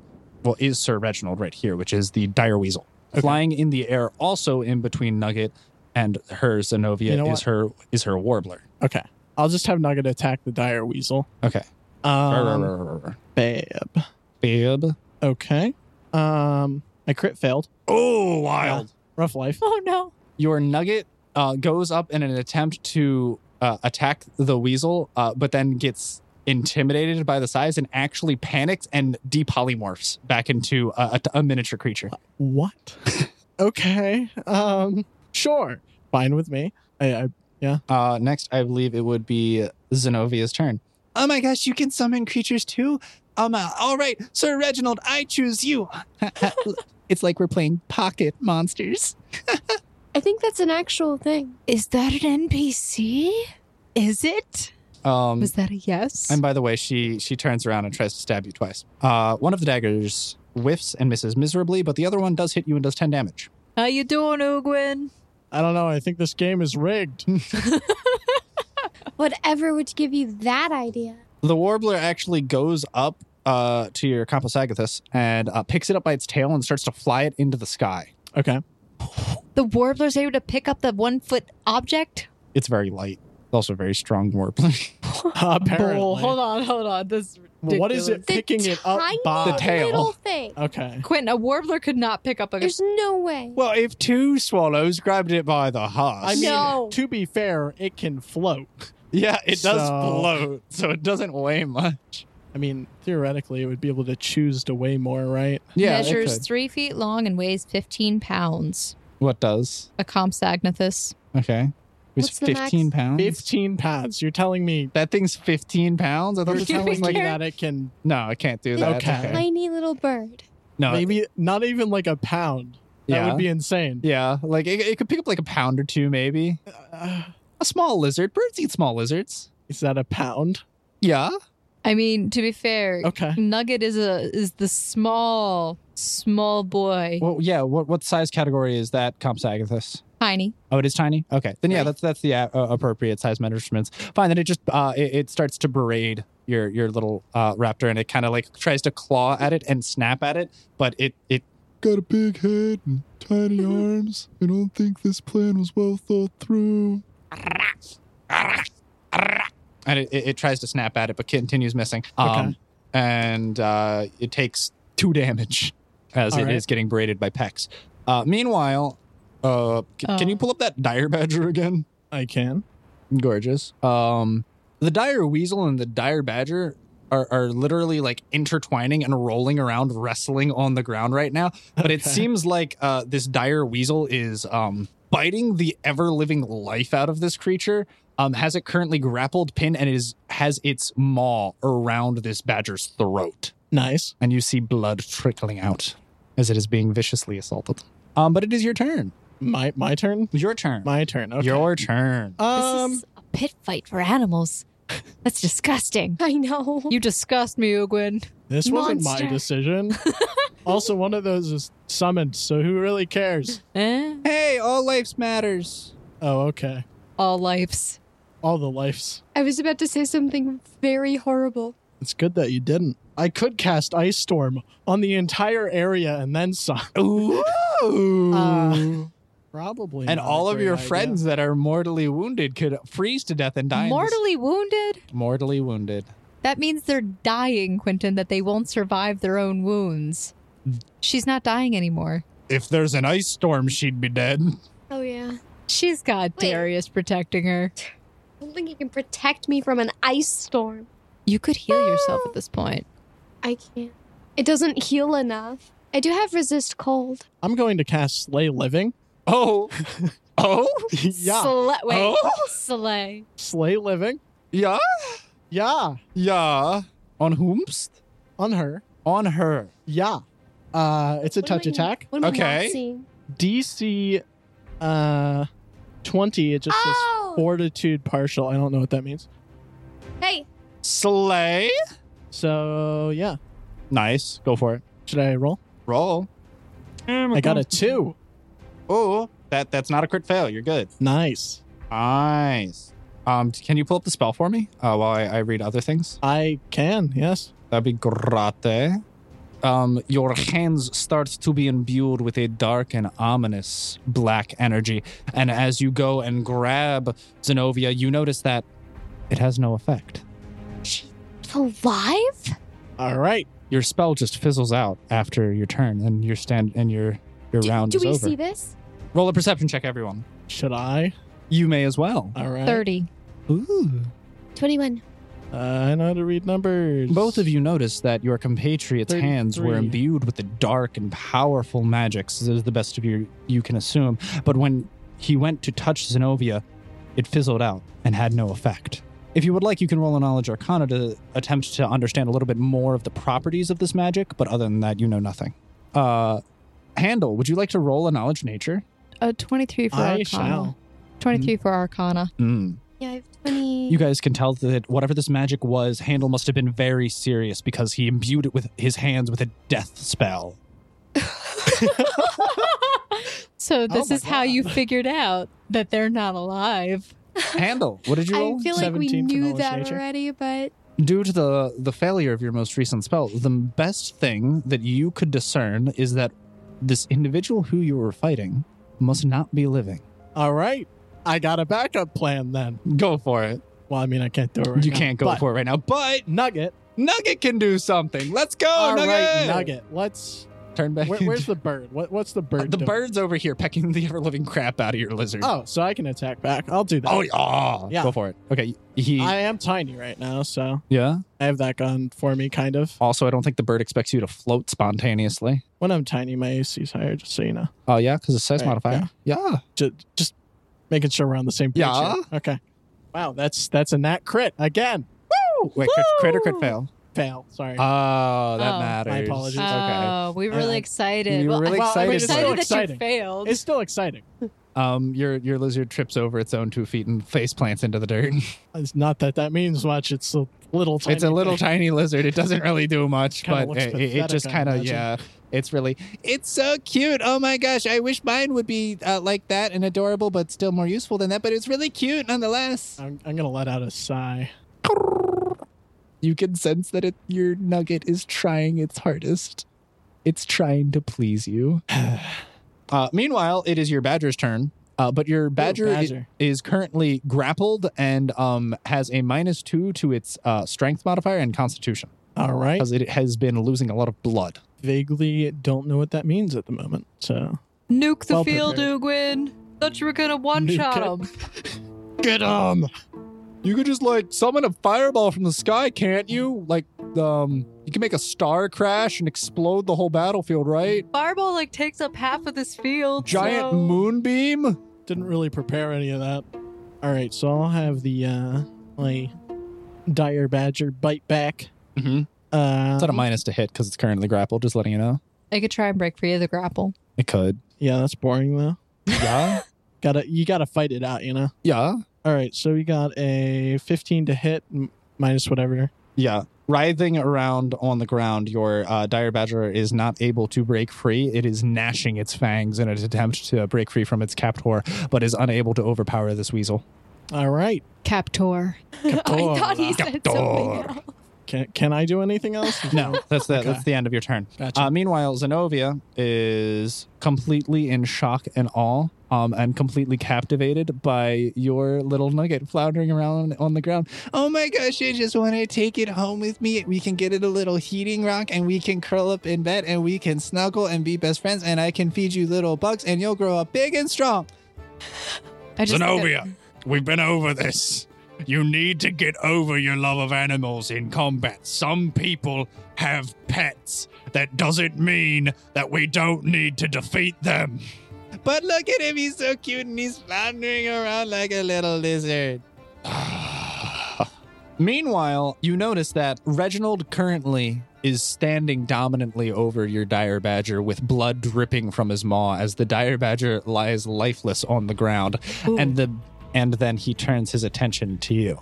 Speaker 2: well is Sir Reginald right here, which is the dire weasel.
Speaker 4: Okay.
Speaker 2: Flying in the air also in between Nugget and her Zenobia
Speaker 4: You know
Speaker 2: is
Speaker 4: what?
Speaker 2: her is her warbler.
Speaker 4: Okay. I'll just have Nugget attack the dire weasel.
Speaker 2: Okay.
Speaker 4: Um,
Speaker 2: Um,
Speaker 4: Bab.
Speaker 2: Babe.
Speaker 4: Okay. Um, I crit failed.
Speaker 1: Oh, wild.
Speaker 4: Rough life.
Speaker 5: Oh no.
Speaker 2: your nugget uh, goes up in an attempt to uh, attack the weasel, uh, but then gets intimidated by the size and actually panics and depolymorphs back into a, a, a miniature creature.
Speaker 4: What? okay. Um, sure. Fine with me. I, I
Speaker 2: Uh, next, I believe it would be Zenovia's turn. Oh my gosh, you can summon creatures too? Um, uh, all right, Sir Reginald, I choose you. it's like we're playing pocket monsters.
Speaker 3: I think that's an actual thing.
Speaker 5: Is that an NPC? Is it?
Speaker 2: Um,
Speaker 5: Was that a yes?
Speaker 2: And by the way, she she turns around and tries to stab you twice. Uh, one of the daggers whiffs and misses miserably, but the other one does hit you and does ten damage.
Speaker 5: How you doing, Ugwin?
Speaker 4: I don't know. I think this game is rigged.
Speaker 3: Whatever would give you that idea.
Speaker 2: The warbler actually goes up uh, to your Compasagathus and uh, picks it up by its tail and starts to fly it into the sky.
Speaker 4: okay.
Speaker 5: The warbler's able to pick up the one foot object?
Speaker 2: It's very light. It's also a very strong warbler.
Speaker 4: Apparently.
Speaker 5: Oh, hold on, hold on. This is
Speaker 4: Well, what is it
Speaker 5: ridiculous.
Speaker 4: picking it up
Speaker 3: tiny
Speaker 4: by?
Speaker 2: The tail.
Speaker 3: little thing.
Speaker 4: Okay.
Speaker 5: Quentin, a warbler could not pick up a
Speaker 3: There's no way.
Speaker 2: well, if two swallows grabbed it by the husk,
Speaker 4: I mean,
Speaker 5: No.
Speaker 4: to be fair, it can float.
Speaker 2: yeah, it does
Speaker 4: So-
Speaker 2: float, so it doesn't weigh much.
Speaker 4: I mean, theoretically, it would be able to choose to weigh more, right?
Speaker 2: Yeah, it
Speaker 5: measures
Speaker 2: could.
Speaker 5: three feet long and weighs fifteen pounds.
Speaker 2: What does?
Speaker 5: A compsognathus.
Speaker 2: Okay, it's
Speaker 3: What's the max?
Speaker 2: fifteen pounds.
Speaker 4: 15 pounds. You're telling me,
Speaker 2: That thing's fifteen pounds. I thought
Speaker 4: you're
Speaker 2: it
Speaker 4: telling
Speaker 2: was
Speaker 4: me
Speaker 2: like
Speaker 5: Karen.
Speaker 4: that it can
Speaker 2: No, I can't do
Speaker 3: It's
Speaker 2: that.
Speaker 4: Okay.
Speaker 3: Tiny little bird.
Speaker 2: No.
Speaker 4: maybe not even like a pound.
Speaker 2: Uh, yeah.
Speaker 4: That would be insane.
Speaker 2: yeah. Like it, it could pick up like a pound or two, maybe.
Speaker 4: Uh,
Speaker 2: A small lizard. Birds eat small lizards.
Speaker 4: is that a pound?
Speaker 2: Yeah.
Speaker 5: I mean, to be fair,
Speaker 4: Okay.
Speaker 5: Nugget is a is the small, small boy.
Speaker 2: Well, yeah. What what size category is that, Compsognathus?
Speaker 5: Tiny.
Speaker 2: Oh, it is tiny. Okay, then yeah,
Speaker 5: Right.
Speaker 2: that's that's the uh, uh, appropriate size measurements. Fine. Then it just uh, it, it starts to berate your your little uh, raptor, and it kind of like tries to claw at it and snap at it, but it it Mm-hmm. got a big head and tiny arms. I don't think this plan was well thought through. And it, it, it tries to snap at it, but continues missing. Um,
Speaker 4: Okay.
Speaker 2: And uh, it takes two damage as it is
Speaker 4: All right.
Speaker 2: getting berated by Pex. Uh, meanwhile, uh, c- can you
Speaker 5: Oh.
Speaker 2: pull up that dire badger again?
Speaker 4: I can.
Speaker 2: Gorgeous. Um, the dire weasel and the dire badger are, are literally like intertwining and rolling around, wrestling on the ground right now. But it
Speaker 4: Okay.
Speaker 2: seems like uh, this dire weasel is um, biting the ever living life out of this creature. Um, has it currently grappled pin and is has its maw around this badger's throat
Speaker 4: Nice.
Speaker 2: and you see blood trickling out as it is being viciously assaulted. Um, but it is your turn.
Speaker 4: My my turn.
Speaker 2: Your turn.
Speaker 4: My turn. Okay.
Speaker 2: Your turn.
Speaker 5: This
Speaker 4: um.
Speaker 5: is a pit fight for animals. That's disgusting.
Speaker 3: I know.
Speaker 5: You disgust me, Ugwin.
Speaker 4: This wasn't my
Speaker 3: Monster.
Speaker 4: decision. also, one of those is summoned, so who really cares?
Speaker 5: Eh?
Speaker 2: Hey, all lives matters.
Speaker 4: Oh, okay.
Speaker 5: All lives.
Speaker 4: All the lives.
Speaker 3: I was about to say something very horrible.
Speaker 4: It's good that you didn't. I could cast Ice Storm on the entire area and then some.
Speaker 2: Ooh.
Speaker 4: Uh, Probably.
Speaker 2: and
Speaker 4: not a
Speaker 2: all of
Speaker 4: great
Speaker 2: your
Speaker 4: idea.
Speaker 2: friends that are mortally wounded could freeze to death and die. in this-
Speaker 5: Mortally wounded?
Speaker 2: mortally wounded.
Speaker 5: That means they're dying, Quentin, that they won't survive their own wounds. She's not dying anymore.
Speaker 1: If there's an ice storm, she'd be dead.
Speaker 3: Oh, yeah.
Speaker 5: She's got
Speaker 3: Wait.
Speaker 5: Darius protecting her.
Speaker 3: I don't think you can protect me from an ice storm.
Speaker 5: You could heal yourself at this point.
Speaker 3: I can't. It doesn't heal enough. I do have resist cold.
Speaker 4: I'm going to cast Slay Living.
Speaker 2: Oh, oh,
Speaker 4: yeah.
Speaker 5: Sla- wait.
Speaker 2: Oh.
Speaker 5: Slay.
Speaker 4: Slay Living.
Speaker 2: yeah,
Speaker 4: Yeah.
Speaker 2: yeah. On whomst?
Speaker 4: On her.
Speaker 2: On her.
Speaker 4: Yeah. Uh, it's a
Speaker 3: What am
Speaker 4: touch
Speaker 3: I-
Speaker 4: attack.
Speaker 3: What am I
Speaker 2: Okay.
Speaker 3: not seeing?
Speaker 4: DC uh, 20. It just
Speaker 3: Oh!
Speaker 4: says Fortitude Partial. I don't know what that means.
Speaker 3: Hey,
Speaker 2: Slay.
Speaker 4: So, yeah.
Speaker 2: Nice. Go for it.
Speaker 4: Should I roll?
Speaker 2: Oh Roll.
Speaker 4: I got a two.
Speaker 2: Oh, that that's not a crit fail. You're good.
Speaker 4: Nice.
Speaker 2: Nice. Um, can you pull up the spell for me uh, while I, I read other things?
Speaker 4: I can, yes.
Speaker 2: That'd be grate. Um, your hands start to be imbued with a dark and ominous black energy. And as you go and grab Zenobia, you notice that it has no effect.
Speaker 3: it's alive?
Speaker 4: All right.
Speaker 2: Your spell just fizzles out after your turn and your stand and your your round
Speaker 3: Do
Speaker 2: is
Speaker 3: we
Speaker 2: over.
Speaker 3: see this?
Speaker 2: Roll a perception check, everyone.
Speaker 4: Should I?
Speaker 2: You may as well.
Speaker 4: All right.
Speaker 5: 30.
Speaker 2: Ooh.
Speaker 3: 21.
Speaker 4: Uh, I know how to read numbers.
Speaker 2: Both of you noticed that your compatriots' hands were
Speaker 4: 33.
Speaker 2: imbued with the dark and powerful magics, as the best of you you can assume. But when he went to touch Zenobia, it fizzled out and had no effect. If you would like, you can roll a knowledge arcana to attempt to understand a little bit more of the properties of this magic, but other than that, you know nothing. Uh, Handle, would you like to roll a knowledge nature?
Speaker 5: Uh, 23 for
Speaker 4: I
Speaker 5: Arcana.
Speaker 4: shall.
Speaker 5: 23 for Arcana.
Speaker 2: Mm.
Speaker 3: Yeah, I have 20.
Speaker 2: You guys can tell that whatever this magic was, Handel must have been very serious because he imbued it with his hands with a death spell.
Speaker 5: So
Speaker 4: Oh
Speaker 5: this
Speaker 4: my
Speaker 5: is how you figured out that they're not alive.
Speaker 2: Handle, what did you roll?
Speaker 3: I feel like we
Speaker 4: 17 for
Speaker 3: knew
Speaker 4: knowledge
Speaker 3: that
Speaker 4: nature.
Speaker 3: already, but
Speaker 2: Due to the the failure of your most recent spell, the best thing that you could discern is that this individual who you were fighting must not be living.
Speaker 4: All right. I got a backup plan then.
Speaker 2: Go for it.
Speaker 4: Well, I mean, I can't do it right
Speaker 2: you
Speaker 4: now,
Speaker 2: can't go
Speaker 4: but
Speaker 2: for it right now, but
Speaker 4: Nugget.
Speaker 2: Nugget can do something. Let's go,
Speaker 4: All
Speaker 2: Nugget.
Speaker 4: right, Nugget. Let's.
Speaker 2: Turn back.
Speaker 4: Where, where's the bird? What, what's the bird?
Speaker 2: the
Speaker 4: doing?
Speaker 2: bird's over here pecking the ever living crap out of your lizard.
Speaker 4: Oh, so I can attack back. I'll do that.
Speaker 2: oh, yeah.
Speaker 4: Yeah.
Speaker 2: Go for it. Okay. He.
Speaker 4: I am tiny right now, so
Speaker 2: yeah.
Speaker 4: I have that gun for me, kind of.
Speaker 2: Also, I don't think the bird expects you to float spontaneously.
Speaker 4: When I'm tiny, my AC's higher, just so you know.
Speaker 2: Oh yeah, because it's size
Speaker 4: Right,
Speaker 2: modifier. yeah.
Speaker 4: Just, just making sure we're on the same page.
Speaker 2: Yeah.
Speaker 4: here. Okay. Wow, that's that's a nat crit again.
Speaker 2: Wait, crit, crit or crit fail?
Speaker 4: Fail. Sorry.
Speaker 2: Oh, that
Speaker 5: Oh.
Speaker 2: matters.
Speaker 4: My apologies. It's
Speaker 5: Oh, we were really
Speaker 4: Uh,
Speaker 5: excited.
Speaker 2: you were
Speaker 5: Well,
Speaker 2: really
Speaker 5: I-
Speaker 2: excited
Speaker 5: We're
Speaker 4: It's
Speaker 5: excited
Speaker 4: still
Speaker 5: that
Speaker 4: exciting.
Speaker 5: you failed.
Speaker 4: It's still exciting.
Speaker 2: Um, your your lizard trips over its own two feet and face plants into the dirt.
Speaker 4: It's not that that means much. It's a little. Tiny
Speaker 2: it's a little
Speaker 4: thing.
Speaker 2: tiny lizard. It doesn't really do much,
Speaker 4: Kinda
Speaker 2: but
Speaker 4: looks
Speaker 2: it, it- it
Speaker 4: pathetic,
Speaker 2: just
Speaker 4: I
Speaker 2: kind of
Speaker 4: imagine.
Speaker 2: yeah. It's really it's so cute. Oh my gosh, I wish mine would be uh, like that and adorable, but still more useful than that. But it's really cute nonetheless.
Speaker 4: I'm, I'm gonna let out a sigh.
Speaker 2: You can sense that it, your nugget is trying its hardest. It's trying to please you. uh, meanwhile, it is your badger's turn. Uh, but your badger, i-
Speaker 4: badger.
Speaker 2: is currently grappled and um, has a minus two to its uh, strength modifier and constitution
Speaker 4: All right.
Speaker 2: because it has been losing a lot of blood.
Speaker 4: Vaguely don't know what that means at the moment. So
Speaker 5: Nuke the
Speaker 4: Well
Speaker 5: field,
Speaker 4: prepared.
Speaker 5: Ugwin. Thought you were gonna one shot
Speaker 4: Nuke
Speaker 5: him.
Speaker 2: Get him! You could just like summon a fireball from the sky, can't you? Like, um, you can make a star crash and explode the whole battlefield, right?
Speaker 5: Fireball like takes up half of this field.
Speaker 2: Giant
Speaker 5: so-
Speaker 2: moonbeam.
Speaker 4: didn't really prepare any of that. All right. So I'll have the uh my dire badger bite back.
Speaker 2: Mm-hmm.
Speaker 4: Uh,
Speaker 2: It's at a minus to hit because it's currently grappled. Just letting you know.
Speaker 5: I could try and break free of the grapple.
Speaker 2: It could.
Speaker 4: yeah, that's boring though.
Speaker 2: Yeah.
Speaker 4: Gotta you gotta fight it out, you know.
Speaker 2: yeah.
Speaker 4: All right, so we got a 15 to hit m- minus whatever.
Speaker 2: Yeah. Writhing around on the ground, your uh, dire badger is not able to break free. It is gnashing its fangs in an attempt to break free from its captor, but is unable to overpower this weasel.
Speaker 4: All right.
Speaker 5: Captor.
Speaker 4: Oh,
Speaker 3: I thought he said something
Speaker 1: Captor.
Speaker 3: else.
Speaker 4: Can can I do anything else?
Speaker 2: No, that's the,
Speaker 4: Okay.
Speaker 2: that's the end of your turn.
Speaker 4: Gotcha.
Speaker 2: Uh, meanwhile, Zenovia is completely in shock and awe um, and completely captivated by your little nugget floundering around on the ground. Oh my gosh, I just want to take it home with me. We can get it a little heating rock and we can curl up in bed and we can snuggle and be best friends and I can feed you little bugs and you'll grow up big and strong.
Speaker 5: I just
Speaker 1: Zenobia, we've been over this. You need to get over your love of animals in combat. Some people have pets. That doesn't mean that we don't need to defeat them.
Speaker 2: But look at him, he's so cute and he's floundering around like a little lizard. Meanwhile, you notice that Reginald currently is standing dominantly over your dire badger with blood dripping from his maw as the dire badger lies lifeless on the ground and the and then he turns his attention to you.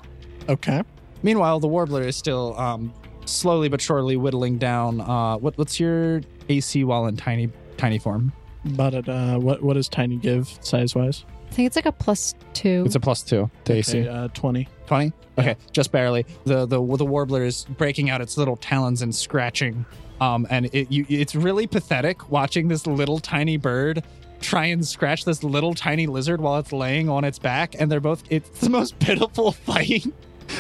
Speaker 4: okay.
Speaker 2: Meanwhile, the warbler is still um, slowly but surely whittling down uh, what what's your AC while in tiny tiny form?
Speaker 4: But uh, what what does Tiny give size wise?
Speaker 5: I think it's like a plus two.
Speaker 2: It's a plus 2 to AC.
Speaker 4: Okay, uh, 20.
Speaker 2: 20 okay just barely the, the the warbler is breaking out its little talons and scratching um and it you, it's really pathetic watching this little tiny bird try and scratch this little tiny lizard while it's laying on its back and they're both it's the most pitiful fight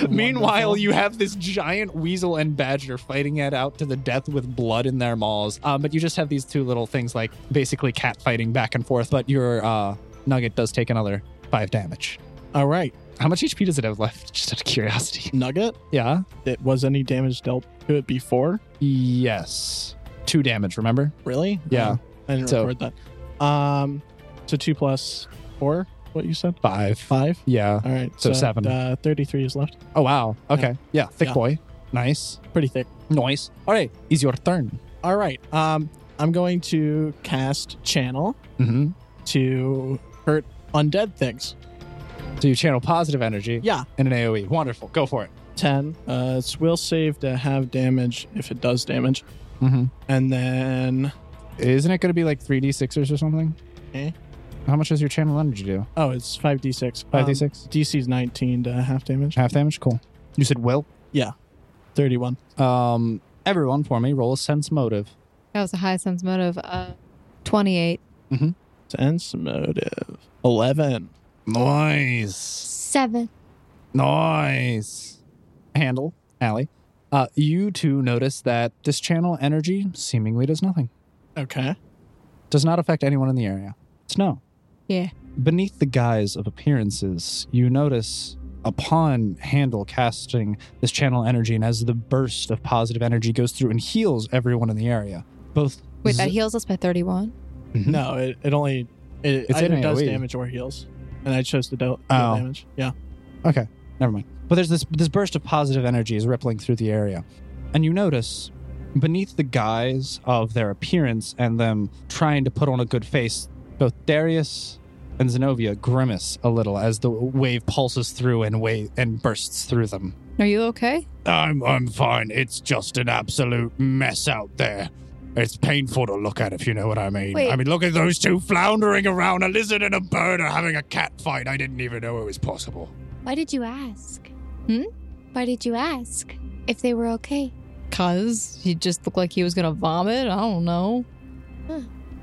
Speaker 2: Meanwhile,
Speaker 4: Wonderful.
Speaker 2: you have this giant weasel and badger fighting it out to the death with blood in their maws. Um, but you just have these two little things like basically cat fighting back and forth. But your uh, nugget does take another five damage.
Speaker 4: All right.
Speaker 2: How much HP does it have left? Just out of curiosity.
Speaker 4: Nugget.
Speaker 2: Yeah.
Speaker 4: It was any damage dealt to it before?
Speaker 2: Yes. Two damage, remember?
Speaker 4: Really?
Speaker 2: Yeah.
Speaker 4: Oh, I didn't
Speaker 2: So-
Speaker 4: record that. Um, so two plus four. What you said?
Speaker 2: Five.
Speaker 4: Five.
Speaker 2: Yeah.
Speaker 4: All right.
Speaker 2: So seven.
Speaker 4: Uh, Thirty-three is left.
Speaker 2: Oh, wow. Okay. Yeah. Thick
Speaker 4: Yeah.
Speaker 2: boy. Nice.
Speaker 4: Pretty thick.
Speaker 2: Nice. All right. Is your turn.
Speaker 4: All right. Um, I'm going to cast channel
Speaker 2: Mm-hmm.
Speaker 4: to hurt undead things.
Speaker 2: So you channel positive energy
Speaker 4: Yeah.
Speaker 2: in an AoE. Wonderful. Go for it.
Speaker 4: Ten. Uh, it's will save to have damage if it does damage,
Speaker 2: Mm-hmm.
Speaker 4: and then
Speaker 2: Isn't it going to be like 3d6s or something?
Speaker 4: Eh?
Speaker 2: How much does your channel energy do?
Speaker 4: oh, it's five d six. Um,
Speaker 2: 5d6?
Speaker 4: DC's nineteen to half damage.
Speaker 2: Half damage? Cool. You said will.
Speaker 4: Thirty-one.
Speaker 2: Um, everyone for me, roll a sense motive.
Speaker 5: that was a high sense motive. Uh, 28.
Speaker 4: Sense motive. Eleven.
Speaker 1: Nice.
Speaker 3: Seven.
Speaker 2: Nice. Handle, Allie. Uh, you two notice that this channel energy seemingly does nothing.
Speaker 4: Okay.
Speaker 2: Does not affect anyone in the area. Snow.
Speaker 5: Yeah.
Speaker 2: Beneath the guise of appearances, you notice upon Handle casting this channel energy, and as the burst of positive energy goes through and heals everyone in the area, both
Speaker 5: Wait,
Speaker 2: Z-
Speaker 5: that heals us by 31.
Speaker 4: No, it, it only it
Speaker 2: Mm-hmm. It's
Speaker 4: either
Speaker 2: in
Speaker 4: does
Speaker 2: AoE.
Speaker 4: damage or heals, and I chose to deal, deal
Speaker 2: Oh.
Speaker 4: damage. Yeah.
Speaker 2: Never mind. But there's this this burst of positive energy is rippling through the area, and you notice beneath the guise of their appearance and them trying to put on a good face, both Darius and Zenobia grimace a little as the wave pulses through and wave and bursts through them.
Speaker 5: Are you okay?
Speaker 1: I'm I'm fine. It's just an absolute mess out there. It's painful to look at if you know what I mean.
Speaker 3: Wait.
Speaker 1: I mean, look at those two floundering around. A lizard and a bird are having a cat fight. I didn't even know it was possible.
Speaker 3: Why did you ask?
Speaker 5: Hmm?
Speaker 3: Why did you ask if they were okay?
Speaker 5: Cuz he just looked like he was going to vomit. I don't know.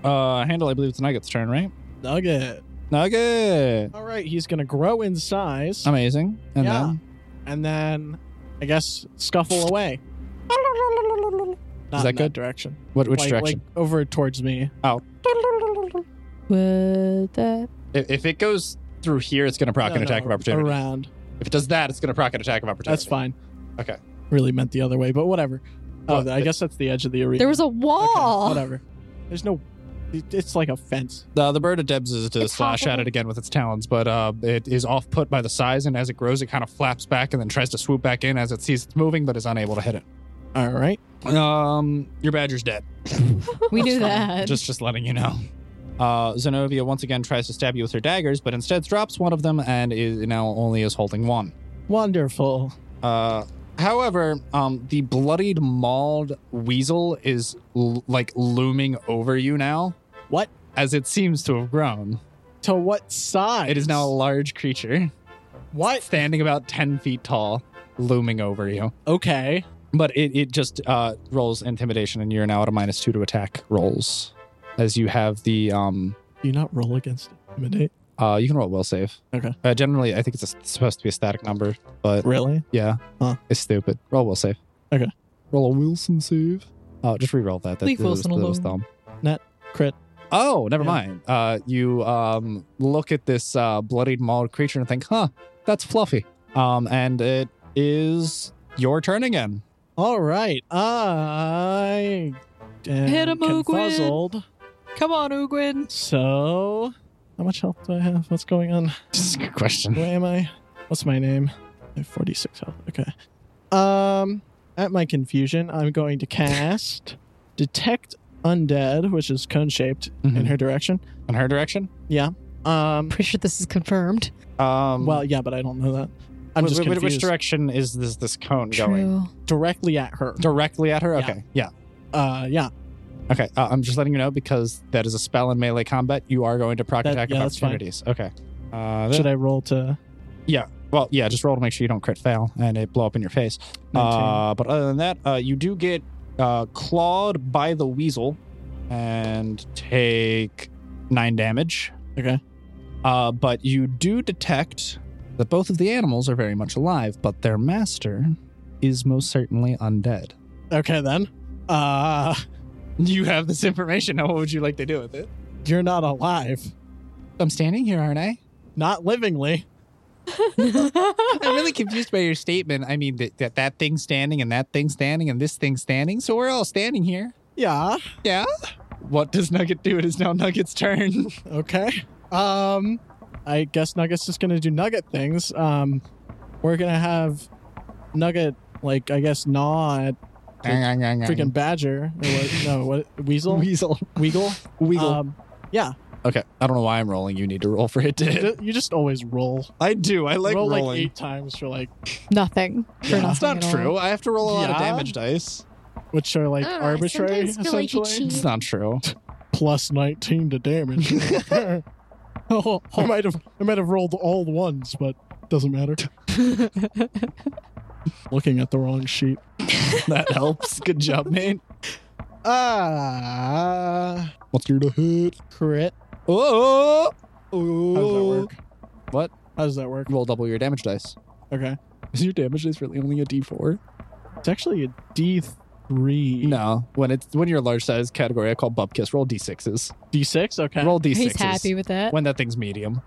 Speaker 2: Uh, handle, I believe it's Nugget's turn, right?
Speaker 4: Nugget.
Speaker 2: Nugget,
Speaker 4: All right, he's gonna grow in size,
Speaker 2: amazing. Um, And
Speaker 4: Yeah.
Speaker 2: then
Speaker 4: and then I guess scuffle away. Not
Speaker 2: that
Speaker 4: in
Speaker 2: good?
Speaker 4: That direction.
Speaker 2: what? Which
Speaker 4: like,
Speaker 2: direction?
Speaker 4: Like over towards me.
Speaker 5: Would that
Speaker 2: if, if it goes through here, it's going to proc
Speaker 4: No,
Speaker 2: an
Speaker 4: no,
Speaker 2: attack of opportunity.
Speaker 4: Around.
Speaker 2: If it does that, it's going to proc an attack of opportunity.
Speaker 4: That's fine.
Speaker 2: Okay.
Speaker 4: Really meant the other way, but whatever.
Speaker 2: What?
Speaker 4: Oh, I guess that's the edge of the arena.
Speaker 5: There was a
Speaker 4: Okay,
Speaker 5: wall.
Speaker 4: whatever. There's no. it- It's like a fence.
Speaker 2: The, the bird attempts is to
Speaker 3: It's
Speaker 2: slash at
Speaker 3: hopping.
Speaker 2: it again with its talons, but uh, it is off put by the size, and as it grows, it kind of flaps back and then tries to swoop back in as it sees it's moving, but is unable to hit
Speaker 4: All right.
Speaker 2: it. Um, your badger's dead.
Speaker 5: we knew that.
Speaker 2: Just just letting you know. Uh, Zenobia once again tries to stab you with her daggers, but instead drops one of them and is now only is holding one.
Speaker 4: Wonderful.
Speaker 2: Uh, however, um, the bloodied, mauled weasel is l- like looming over you now.
Speaker 4: What?
Speaker 2: As it seems to have grown,
Speaker 4: To what size?
Speaker 2: it is now a large creature
Speaker 4: What?
Speaker 2: standing about ten feet tall, looming over you.
Speaker 4: Okay.
Speaker 2: But it, it just uh, rolls intimidation, and you're now at a minus two to attack rolls, as you have the um,
Speaker 4: Do you not roll against intimidate?
Speaker 2: Uh, you can roll a will save.
Speaker 4: Okay.
Speaker 2: Uh, generally, I think it's a, supposed to be a static number, but
Speaker 4: Really?
Speaker 2: yeah,
Speaker 4: Huh.
Speaker 2: it's stupid. Roll will save.
Speaker 4: Okay.
Speaker 2: Roll a Wilson save. Oh, just re-roll that. That,
Speaker 5: Leave
Speaker 2: that was-
Speaker 5: Wilson
Speaker 2: that was
Speaker 5: alone.
Speaker 2: dumb.
Speaker 4: Crit.
Speaker 2: Oh, never
Speaker 4: Yeah.
Speaker 2: mind. Uh, you um look at this uh, bloodied mauled creature and think, huh, that's fluffy. Um, and it is your turn again.
Speaker 4: All right. I am
Speaker 5: Hit 'em, Ogwin.
Speaker 4: confuzzled.
Speaker 5: Come on, Ugwin.
Speaker 4: So, how much health do I have? What's going on?
Speaker 2: Just a good question.
Speaker 4: Where am I? What's my name? I have 46 health. Okay. Um, at my confusion, I'm going to cast Detect Undead, which is cone shaped in
Speaker 2: Mhm.
Speaker 4: her direction.
Speaker 2: In her direction.
Speaker 4: Um,
Speaker 5: Pretty sure this is confirmed.
Speaker 2: Um,
Speaker 4: well, yeah, but I don't know that. I'm
Speaker 2: wh-
Speaker 4: just
Speaker 2: wh- which,
Speaker 4: confused.
Speaker 2: direction is this this cone going?
Speaker 5: True.
Speaker 4: Directly at her.
Speaker 2: Directly at her.
Speaker 4: Yeah.
Speaker 2: Okay. Yeah.
Speaker 4: Uh, yeah,
Speaker 2: Okay, uh, I'm just letting you know because that is a spell in melee combat. You are going to proc
Speaker 4: That-
Speaker 2: attack
Speaker 4: yeah,
Speaker 2: of
Speaker 4: that's fine.
Speaker 2: opportunities. Okay. Uh,
Speaker 4: should
Speaker 2: that-
Speaker 4: I roll to?
Speaker 2: well, yeah, just roll to make sure you don't crit fail and it blow up in your face.
Speaker 4: 19?
Speaker 2: Uh, but other than that, uh, you do get uh, clawed by the weasel and take nine damage.
Speaker 4: Okay.
Speaker 2: Uh, but you do detect that both of the animals are very much alive, but their master is most certainly undead.
Speaker 4: Okay, then. Uh,
Speaker 2: You have this information. Now, what would you like to do with it?
Speaker 4: you're not alive.
Speaker 2: I'm standing here, aren't I?
Speaker 4: Not livingly.
Speaker 2: I'm really confused by your statement. I mean, that, that that thing standing and that thing standing and this thing standing. So we're all standing here.
Speaker 4: Yeah.
Speaker 2: What does Nugget do? It is now Nugget's turn.
Speaker 4: Okay. Um, I guess Nugget's just gonna do Nugget things. Um, we're gonna have Nugget like I guess gnaw at freaking Badger or what, no what Weasel
Speaker 2: weasel.
Speaker 4: Weagle
Speaker 2: Weasel.
Speaker 4: Um, yeah,
Speaker 2: okay. I don't know why I'm rolling. You need to roll for it to hit.
Speaker 4: you you just always roll.
Speaker 2: I do. I like
Speaker 4: roll like
Speaker 2: rolling.
Speaker 4: eight times for like
Speaker 5: Nothing. For
Speaker 4: Yeah.
Speaker 2: That's
Speaker 5: nothing
Speaker 2: not
Speaker 5: at all.
Speaker 2: true. I have to roll a lot of
Speaker 4: Yeah.
Speaker 2: damage dice.
Speaker 4: which are like
Speaker 3: Ah, I
Speaker 4: arbitrary
Speaker 3: sometimes feel like you
Speaker 4: essentially.
Speaker 3: cheat.
Speaker 2: It's not true.
Speaker 4: Plus nineteen to damage. oh, I might have I might have rolled all ones, but doesn't matter. Looking at the wrong sheet.
Speaker 2: that helps. Good job, mate.
Speaker 4: Ah,
Speaker 2: What's your to hit?
Speaker 4: crit.
Speaker 2: Oh,
Speaker 4: How does that work?
Speaker 2: What?
Speaker 4: How does that work?
Speaker 2: Roll double your damage dice.
Speaker 4: Okay,
Speaker 2: Is your damage dice really only a d4?
Speaker 4: it's actually a D three.
Speaker 2: No, when it's when you're a large size category, I call bub kiss. Roll d6s.
Speaker 4: D six. Okay,
Speaker 2: Roll d6s.
Speaker 5: He's happy with that.
Speaker 2: when that thing's medium.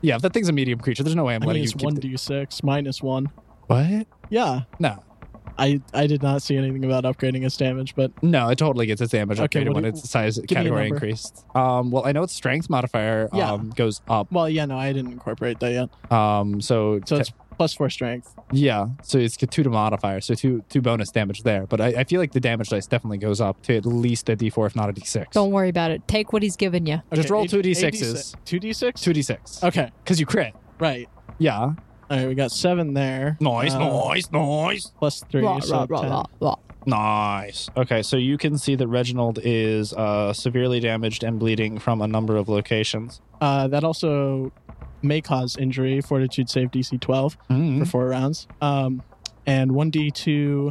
Speaker 2: Yeah, if that thing's a medium creature, there's no way I'm
Speaker 4: Uh, I mean
Speaker 2: letting
Speaker 4: it's
Speaker 2: you
Speaker 4: one
Speaker 2: keep
Speaker 4: D six minus one.
Speaker 2: What?
Speaker 4: Yeah,
Speaker 2: No,
Speaker 4: I I did not see anything about upgrading his damage, but
Speaker 2: no, it totally gets its damage
Speaker 4: Okay,
Speaker 2: upgraded
Speaker 4: what
Speaker 2: when
Speaker 4: do you-
Speaker 2: its size
Speaker 4: me a
Speaker 2: category
Speaker 4: number.
Speaker 2: increased. Um, well, I know its strength modifier
Speaker 4: Yeah.
Speaker 2: um goes up.
Speaker 4: well, yeah, no, I didn't incorporate that yet.
Speaker 2: Um, so,
Speaker 4: So
Speaker 2: te-
Speaker 4: it's plus four strength.
Speaker 2: yeah, so it's got two to modifier, so two two bonus damage there. But I, I feel like the damage dice definitely goes up to at least a d4, if not a d6.
Speaker 5: Don't worry about it. Take what he's given you.
Speaker 2: Just roll two D6s.
Speaker 4: Two D six.
Speaker 2: two d6
Speaker 4: Okay,
Speaker 2: because you crit.
Speaker 4: right.
Speaker 2: Yeah,
Speaker 4: All right, we got seven there.
Speaker 1: Nice,
Speaker 4: Uh,
Speaker 1: nice, nice,
Speaker 4: Plus three.
Speaker 5: Rah,
Speaker 4: so
Speaker 5: rah, rah,
Speaker 4: 10.
Speaker 5: rah, rah.
Speaker 2: Nice. Okay, so you can see that Reginald is uh, severely damaged and bleeding from a number of locations.
Speaker 4: Uh, that also may cause injury. Fortitude save DC twelve.
Speaker 2: Hmm.
Speaker 4: for four rounds. Um, and one D two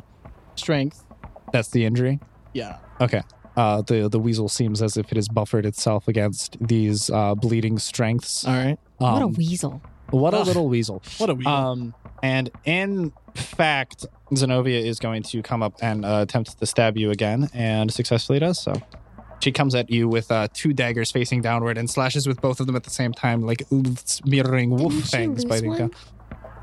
Speaker 4: strength.
Speaker 2: That's the injury.
Speaker 4: Yeah.
Speaker 2: Uh, the the weasel seems as if it has buffered itself against these uh, bleeding strengths.
Speaker 4: All right.
Speaker 5: What a
Speaker 2: Um,
Speaker 5: weasel.
Speaker 2: what a
Speaker 4: Ugh.
Speaker 2: little weasel.
Speaker 4: What a weird.
Speaker 2: Um, and in fact, Zenobia is going to come up and uh, attempt to stab you again, and successfully does so. She comes at you with uh, two daggers facing downward and slashes with both of them at the same time, like mirroring wolf
Speaker 3: Didn't she
Speaker 2: fangs
Speaker 3: lose
Speaker 2: biting
Speaker 3: one?
Speaker 2: down.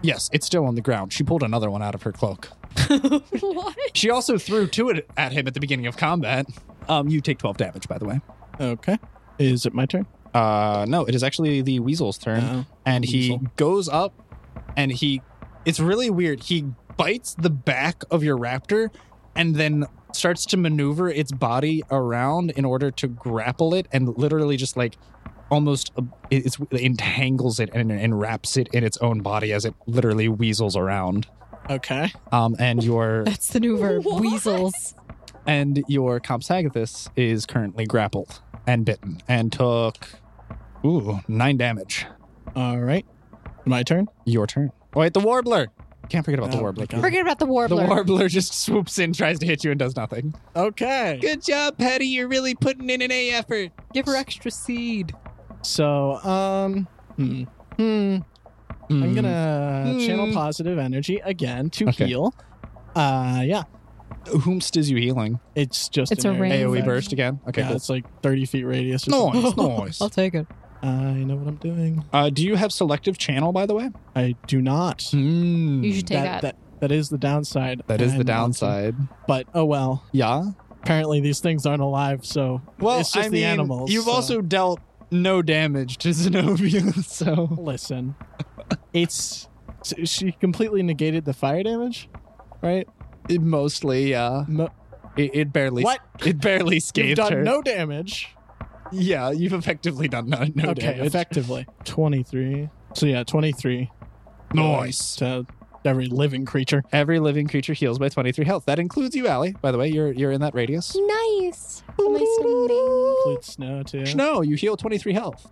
Speaker 2: Yes, it's still on the ground. She pulled another one out of her cloak.
Speaker 5: what?
Speaker 2: She also threw two at- at him at the beginning of combat. Um, you take 12 damage, by the way.
Speaker 4: okay. Is it my turn?
Speaker 2: Uh, no, it is actually the weasel's turn
Speaker 4: No.
Speaker 2: and he
Speaker 4: Uh, Weasel.
Speaker 2: goes up and he it's really weird he bites the back of your raptor and then starts to maneuver its body around in order to grapple it and literally just like almost uh, it- it's, it entangles it and, and wraps it in its own body as it literally weasels around.
Speaker 4: Okay.
Speaker 2: Um, and your
Speaker 5: That's the new verb.
Speaker 6: What?
Speaker 5: Weasels.
Speaker 2: and your Compsognathus is currently grappled and bitten and took ooh nine damage.
Speaker 4: All right. My turn.
Speaker 2: Your turn. Oh, Wait, the warbler. Can't forget about the
Speaker 4: Oh,
Speaker 2: warbler.
Speaker 4: my God.
Speaker 5: Forget about the
Speaker 2: The
Speaker 5: warbler.
Speaker 2: warbler just swoops in, tries to hit you, and does nothing.
Speaker 4: Okay.
Speaker 2: Good job, Patty. You're really putting in an A effort.
Speaker 5: Give her extra seed.
Speaker 4: So, um, hmm. Hmm. I'm gonna
Speaker 2: Hmm.
Speaker 4: channel positive energy again to
Speaker 2: Okay.
Speaker 4: heal. Uh, yeah.
Speaker 2: Whomst is you healing?
Speaker 4: It's just
Speaker 5: It's
Speaker 4: an
Speaker 5: a
Speaker 4: area
Speaker 5: range.
Speaker 2: AoE
Speaker 4: effect.
Speaker 2: burst again. E Okay,
Speaker 4: yeah,
Speaker 2: cool.
Speaker 4: it's like 30 feet radius. Or something.
Speaker 2: Nice, nice.
Speaker 5: I'll take it.
Speaker 4: I know what I'm doing.
Speaker 2: Uh, do you have selective channel, by the way?
Speaker 4: I do not.
Speaker 2: Mm,
Speaker 5: Hmm. You should take
Speaker 4: That,
Speaker 5: that.
Speaker 4: that that is the downside.
Speaker 2: that is the
Speaker 4: I'm lost.
Speaker 2: downside.
Speaker 4: But oh well.
Speaker 2: Yeah.
Speaker 4: Apparently these things aren't alive, so
Speaker 2: Well,
Speaker 4: it's just
Speaker 2: I
Speaker 4: the
Speaker 2: mean,
Speaker 4: animals.
Speaker 2: you've
Speaker 4: so-
Speaker 2: also dealt no damage to Zenobia, so
Speaker 4: listen. it's so she completely negated the fire damage, right?
Speaker 2: it mostly, yeah,
Speaker 4: Mo-
Speaker 2: it, it barely,
Speaker 4: What?
Speaker 2: it barely
Speaker 4: You've
Speaker 2: scathed
Speaker 4: done
Speaker 2: her.
Speaker 4: no damage.
Speaker 2: yeah, you've effectively done no, no
Speaker 4: okay,
Speaker 2: damage.
Speaker 4: effectively. 23. So yeah, 23
Speaker 1: Nice.
Speaker 4: to every living creature.
Speaker 2: Every living creature heals by twenty-three health. That includes you, Allie. By the way, you're you're in that radius.
Speaker 3: Nice. Am I still moving?
Speaker 4: Includes snow too.
Speaker 2: No, you heal twenty-three health.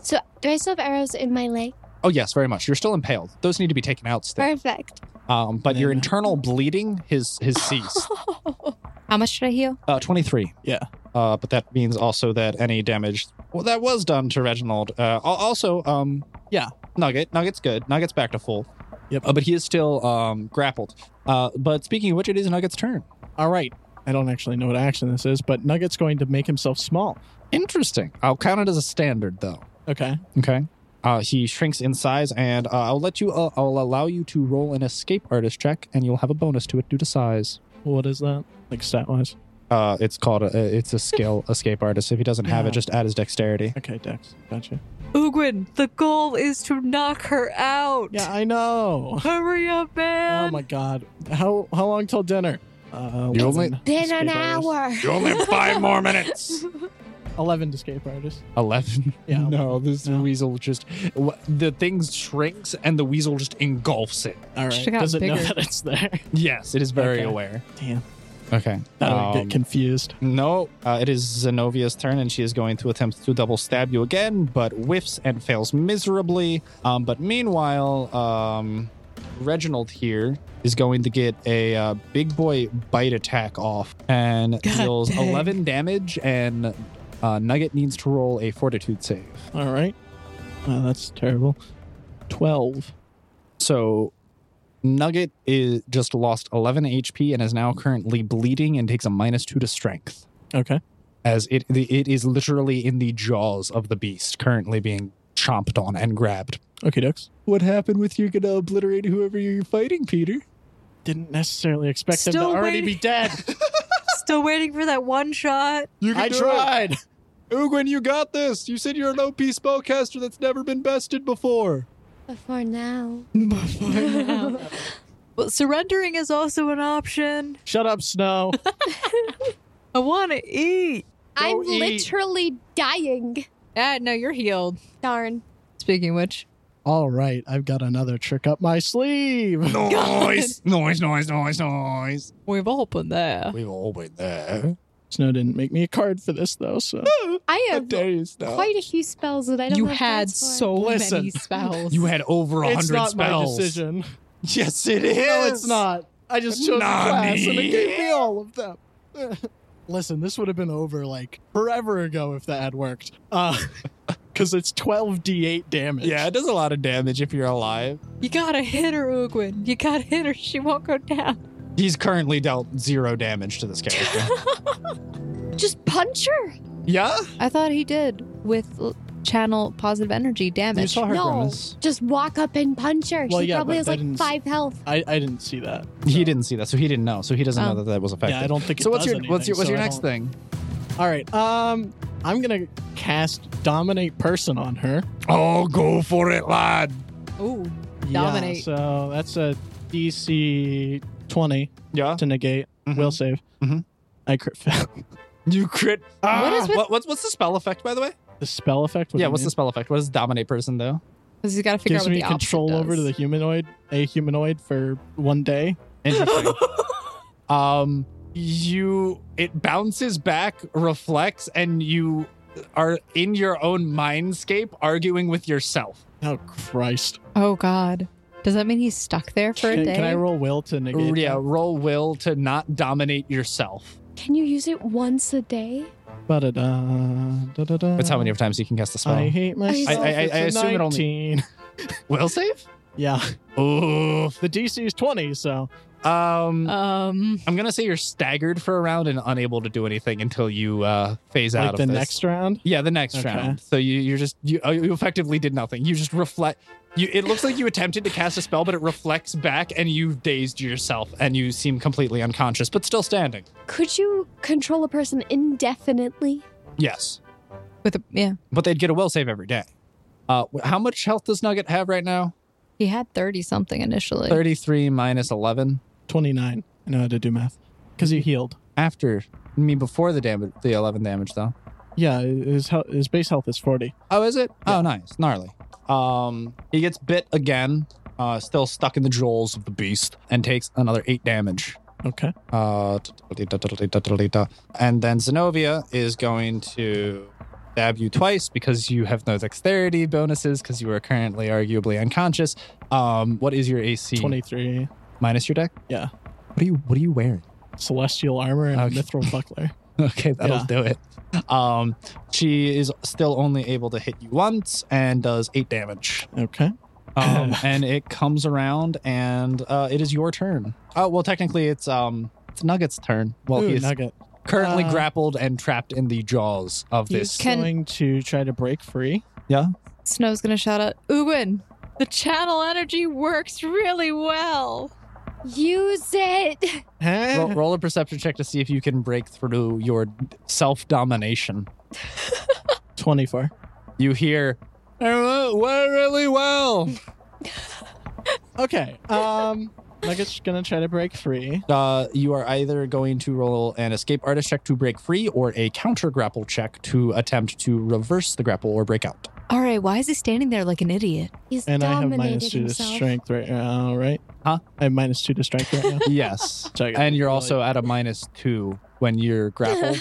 Speaker 3: So, do I still have arrows in my leg?
Speaker 2: Oh yes, very much. You're still impaled. Those need to be taken out still.
Speaker 3: Perfect.
Speaker 2: Um, but your
Speaker 4: Then-
Speaker 2: internal bleeding has has ceased.
Speaker 5: How much should I heal?
Speaker 2: Uh, 23.
Speaker 4: Yeah.
Speaker 2: Uh, but that means also that any damage well, that was done to Reginald. Uh, al- also, um, yeah, Nugget. Nugget's good. Nugget's back to full.
Speaker 4: Yep.
Speaker 2: Uh, but he is still um, grappled. Uh, but speaking of which, it is Nugget's turn.
Speaker 4: All right. I don't actually know what action this is, but Nugget's going to make himself small.
Speaker 2: Interesting. I'll count it as a standard, though.
Speaker 4: Okay.
Speaker 2: Okay. Uh, he shrinks in size, and uh, I'll let you. Uh, I'll allow you to roll an escape artist check, and you'll have a bonus to it due to size.
Speaker 4: What is that? Like stat wise.
Speaker 2: Uh, it's called. A, it's a skill escape artist. If he doesn't have
Speaker 4: Yeah.
Speaker 2: it, just add his dexterity.
Speaker 4: Okay, Dex. Gotcha.
Speaker 5: Ugwin, the goal is to knock her out.
Speaker 4: Yeah, I know.
Speaker 5: Hurry up, man.
Speaker 4: Oh my god. How how long till dinner? Uh,
Speaker 2: You
Speaker 4: 11.
Speaker 2: only-
Speaker 3: Then an
Speaker 4: Escape artist.
Speaker 3: hour.
Speaker 1: You only have five more minutes.
Speaker 4: 11 to escape artist.
Speaker 2: 11.
Speaker 4: Yeah,
Speaker 2: No, this
Speaker 4: No.
Speaker 2: weasel just. wh- The thing shrinks and the weasel just engulfs it.
Speaker 4: All right.
Speaker 5: Should've gotten
Speaker 4: Does it know
Speaker 5: bigger.
Speaker 4: that it's there?
Speaker 2: Yes, it is very
Speaker 4: Okay.
Speaker 2: aware.
Speaker 4: Damn.
Speaker 2: Okay. Um,
Speaker 4: That'll get confused.
Speaker 2: no, uh, it is Zenovia's turn and she is going to attempt to double stab you again, but whiffs and fails miserably. Um, but meanwhile, um, Reginald here is going to get a uh, big boy bite attack off and
Speaker 5: God
Speaker 2: deals
Speaker 5: dang.
Speaker 2: 11 damage, and uh, Nugget needs to roll a fortitude save.
Speaker 4: All right. Wow, that's terrible. 12.
Speaker 2: So Nugget is just lost 11 HP and is now currently bleeding and takes a minus 2 to strength
Speaker 4: Okay.
Speaker 2: as it the, it is literally in the jaws of the beast currently being chomped on and grabbed.
Speaker 4: Okay, Dex.
Speaker 2: What happened with you're going to obliterate whoever you're fighting, Peter?
Speaker 4: Didn't necessarily expect him
Speaker 5: Still
Speaker 4: to already
Speaker 5: waiting.
Speaker 4: be dead.
Speaker 5: Still waiting for that one shot.
Speaker 2: You
Speaker 4: I tried.
Speaker 2: Ugwin, you got this. You said you're an OP spellcaster that's never been bested before.
Speaker 3: Before now.
Speaker 5: Well, surrendering is also an option.
Speaker 4: Shut up, Snow.
Speaker 5: I want to eat.
Speaker 3: I'm
Speaker 2: eat.
Speaker 3: literally dying.
Speaker 5: Ah, no, you're healed.
Speaker 3: Darn.
Speaker 5: Speaking of which,
Speaker 4: All right. I've got another trick up my sleeve.
Speaker 1: Noise, noise, noise, noise, noise.
Speaker 5: we've all been there.
Speaker 1: We've all been there.
Speaker 4: Snow didn't make me a card for this, though, so.
Speaker 3: I
Speaker 2: How
Speaker 3: have
Speaker 2: dare you stop?
Speaker 3: quite a few spells that I don't
Speaker 5: You
Speaker 3: have
Speaker 5: had
Speaker 3: cards for.
Speaker 5: so
Speaker 4: Listen,
Speaker 5: many spells.
Speaker 1: You had over a
Speaker 4: It's
Speaker 1: hundred
Speaker 4: not
Speaker 1: spells.
Speaker 4: my decision.
Speaker 1: Yes, it is.
Speaker 4: No, it's not. I just chose the class and
Speaker 1: Nani?
Speaker 4: it gave me all of them. Listen, this would have been over like forever ago if that had worked. Because it's 12d8 damage.
Speaker 2: Yeah, it does a lot of damage if you're alive.
Speaker 5: You gotta hit her, Ugwin. You gotta hit her. She won't go down.
Speaker 2: He's currently dealt zero damage to this character.
Speaker 3: Just punch her.
Speaker 2: yeah?
Speaker 5: I thought he did with l- channel positive energy damage.
Speaker 2: You saw her
Speaker 3: No.
Speaker 2: grimace.
Speaker 3: Just walk up and punch her.
Speaker 4: Well,
Speaker 3: she
Speaker 4: yeah,
Speaker 3: probably
Speaker 4: but
Speaker 3: has
Speaker 4: that
Speaker 3: like
Speaker 4: didn't-
Speaker 3: five health.
Speaker 4: I, I didn't see that.
Speaker 2: He didn't see that, so he didn't know. So he doesn't
Speaker 5: Oh.
Speaker 2: know that that was affected.
Speaker 4: Yeah, I don't think it
Speaker 2: so what's
Speaker 4: does
Speaker 2: your what's your
Speaker 4: anything,
Speaker 2: what's
Speaker 4: so
Speaker 2: your
Speaker 4: I
Speaker 2: next
Speaker 4: don't-
Speaker 2: thing?
Speaker 4: All right. Um, I'm going to cast Dominate Person on her.
Speaker 1: Oh, go for it, lad.
Speaker 5: Ooh, Dominate.
Speaker 4: Yeah, so that's a DC 20
Speaker 2: Yeah.
Speaker 4: to negate.
Speaker 1: Mm-hmm.
Speaker 4: Will save.
Speaker 2: Mhm.
Speaker 4: I crit fail.
Speaker 2: You crit. Ah!
Speaker 5: What is with-
Speaker 2: what, what's, what's the spell effect, by the way?
Speaker 4: the spell effect. What do
Speaker 2: yeah,
Speaker 4: you
Speaker 2: what's
Speaker 4: mean?
Speaker 2: the spell effect? What does dominate person, though?
Speaker 5: Because he's got to figure
Speaker 4: Gives
Speaker 5: out what
Speaker 4: me
Speaker 5: the opposite
Speaker 4: control over
Speaker 5: does.
Speaker 4: to the humanoid, a humanoid for one day.
Speaker 2: Interesting. um, you it bounces back, reflects, and you are in your own mindscape arguing with yourself.
Speaker 4: Oh Christ!
Speaker 5: Oh God. Does that mean he's stuck there for a
Speaker 4: Can,
Speaker 5: day?
Speaker 4: can I roll will to negate?
Speaker 2: yeah,
Speaker 4: that?
Speaker 2: roll will to not dominate yourself.
Speaker 3: Can you use it once a day?
Speaker 4: Ba-da-da, da-da-da.
Speaker 2: That's how many times you can cast the spell.
Speaker 4: Mm-hmm. I hate myself.
Speaker 3: I- I-
Speaker 4: it's
Speaker 2: I
Speaker 4: a
Speaker 2: assume it only-
Speaker 4: 19.
Speaker 2: will save.
Speaker 4: Yeah,
Speaker 2: Oof.
Speaker 4: the DC is 20, so
Speaker 2: Um,
Speaker 4: Uh,
Speaker 5: Um.
Speaker 2: I'm gonna say you're staggered for a round and unable to do anything until you uh, phase out
Speaker 4: like
Speaker 2: of
Speaker 4: the
Speaker 2: this.
Speaker 4: next round.
Speaker 2: Yeah, the next
Speaker 4: Okay.
Speaker 2: round. So you you're just you uh, you effectively did nothing. You just reflect. You it looks like you attempted to cast a spell, but it reflects back, and you dazed yourself, and you seem completely unconscious, but still standing.
Speaker 3: Could you control a person indefinitely?
Speaker 2: Yes,
Speaker 5: With a, yeah,
Speaker 2: but they'd get a will save every day. Uh, wh- how much health does Nugget have right now?
Speaker 5: he had thirty something initially.
Speaker 2: Thirty-three minus eleven.
Speaker 4: 29. I know how to do math because he healed.
Speaker 2: After, I mean, before the damage, the eleven damage though.
Speaker 4: Yeah, his health, his base health is 40.
Speaker 2: Oh, is it? Oh, nice, gnarly. Um, he gets bit again, uh, still stuck in the jaws of the beast, and takes another eight damage.
Speaker 4: Okay.
Speaker 2: Uh, and then Zenobia is going to stab you twice because you have no dexterity bonuses because you are currently arguably unconscious. Um, what is your AC?
Speaker 4: 23.
Speaker 2: minus your deck.
Speaker 4: Yeah.
Speaker 2: What are you What are you wearing?
Speaker 4: Celestial armor and
Speaker 2: Okay.
Speaker 4: mithril buckler.
Speaker 2: Okay, that'll
Speaker 4: Yeah.
Speaker 2: do it. Um, she is still only able to hit you once and does eight damage.
Speaker 4: Okay.
Speaker 2: Um, and it comes around and uh, it is your turn. Oh well, technically it's um it's Nugget's turn. Well,
Speaker 4: Ooh,
Speaker 2: he is
Speaker 4: nugget.
Speaker 2: currently
Speaker 4: Uh,
Speaker 2: grappled and trapped in the jaws of
Speaker 4: He's
Speaker 2: this.
Speaker 5: Can-
Speaker 4: going to try to break free.
Speaker 5: Snow's gonna shout out, Ugin, the channel energy works really well.
Speaker 3: Use it!
Speaker 4: Huh?
Speaker 2: roll, roll a perception check to see if you can break through your self domination.
Speaker 4: 24.
Speaker 2: You hear, "Uh, well, really well.
Speaker 4: Okay. Um, Nugget's gonna try to break free.
Speaker 2: Uh, you are either going to roll an escape artist check to break free or a counter grapple check to attempt to reverse the grapple or break out.
Speaker 5: All right, why is he standing there like an idiot?
Speaker 3: He's
Speaker 4: And I have
Speaker 3: dominated
Speaker 4: minus two
Speaker 3: himself.
Speaker 4: to strength right now, right?
Speaker 2: Huh?
Speaker 4: I have minus two to strength right now.
Speaker 2: Yes.
Speaker 4: So I get
Speaker 2: and you're
Speaker 4: really-
Speaker 2: also at a minus two when you're grappled.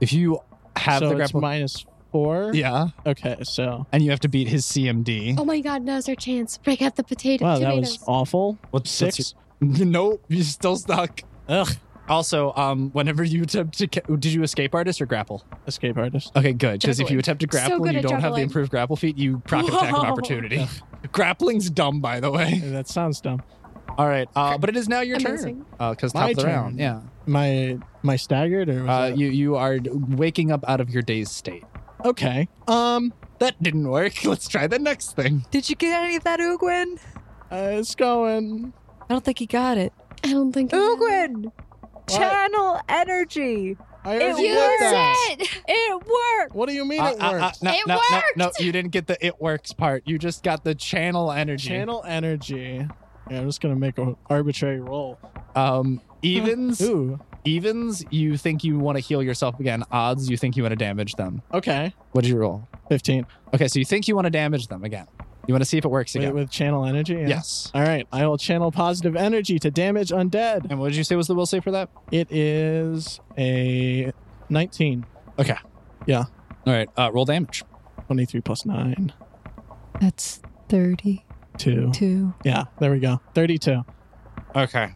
Speaker 2: if you have
Speaker 4: so
Speaker 2: the
Speaker 4: it's
Speaker 2: grapple.
Speaker 4: minus four.
Speaker 2: yeah.
Speaker 4: Okay. So
Speaker 2: And you have to beat his CMD.
Speaker 3: Oh my god, now's our chance. Break out the potato
Speaker 4: wow, that
Speaker 3: tomatoes.
Speaker 4: was awful.
Speaker 2: What's
Speaker 4: Six.
Speaker 2: Nope, you're still stuck.
Speaker 4: Ugh.
Speaker 2: Also, um, whenever you attempt to, ca- did you escape artist or grapple?
Speaker 4: Escape artist.
Speaker 2: Okay, good. Because if you
Speaker 5: Juggling.
Speaker 2: attempt to grapple
Speaker 3: good
Speaker 2: and you
Speaker 3: at
Speaker 2: don't have the
Speaker 3: juggling.
Speaker 2: improved grapple feat, you proc an attack of
Speaker 5: Whoa.
Speaker 2: opportunity. Grappling's dumb, by the way.
Speaker 4: That sounds dumb.
Speaker 2: All right, uh, but it is now your
Speaker 3: Amazing.
Speaker 2: turn. Because top
Speaker 4: My
Speaker 2: of the
Speaker 4: turn.
Speaker 2: round, yeah.
Speaker 4: My my staggered or was
Speaker 2: Uh,
Speaker 4: that-
Speaker 2: you you are waking up out of your dazed state.
Speaker 4: okay. Um,
Speaker 2: That didn't work. Let's try the next thing.
Speaker 5: Did you get any of that, Ugin?
Speaker 4: uh, it's going.
Speaker 5: I don't think he got it.
Speaker 3: I don't think I have it.
Speaker 5: Ugin, channel energy.
Speaker 4: I already
Speaker 5: Use
Speaker 4: did that.
Speaker 3: Use it!
Speaker 5: It worked.
Speaker 4: What do you mean
Speaker 2: Uh,
Speaker 4: it
Speaker 2: uh, uh,
Speaker 4: works?
Speaker 2: no,
Speaker 3: It
Speaker 2: no, no, no,
Speaker 3: worked!
Speaker 2: you didn't get the it works part. You just got the channel energy.
Speaker 4: Channel energy. Yeah, I'm just gonna make an arbitrary roll.
Speaker 2: Um, evens,
Speaker 4: Ooh.
Speaker 2: evens. You think you want to heal yourself again. Odds, you think you want to damage them.
Speaker 4: Okay.
Speaker 2: What did you roll?
Speaker 4: Fifteen.
Speaker 2: Okay, so you think you want to damage them again. You want to see if it works
Speaker 4: Wait,
Speaker 2: again.
Speaker 4: with channel energy. Yeah.
Speaker 2: Yes.
Speaker 4: All right, I will channel positive energy to damage undead.
Speaker 2: And what did you say was the will save for that?
Speaker 4: It is a 19,
Speaker 2: All right, uh, roll damage.
Speaker 4: 23 plus 9,
Speaker 5: That's thirty-two.
Speaker 4: 2. Yeah, there we go. 32.
Speaker 2: Okay.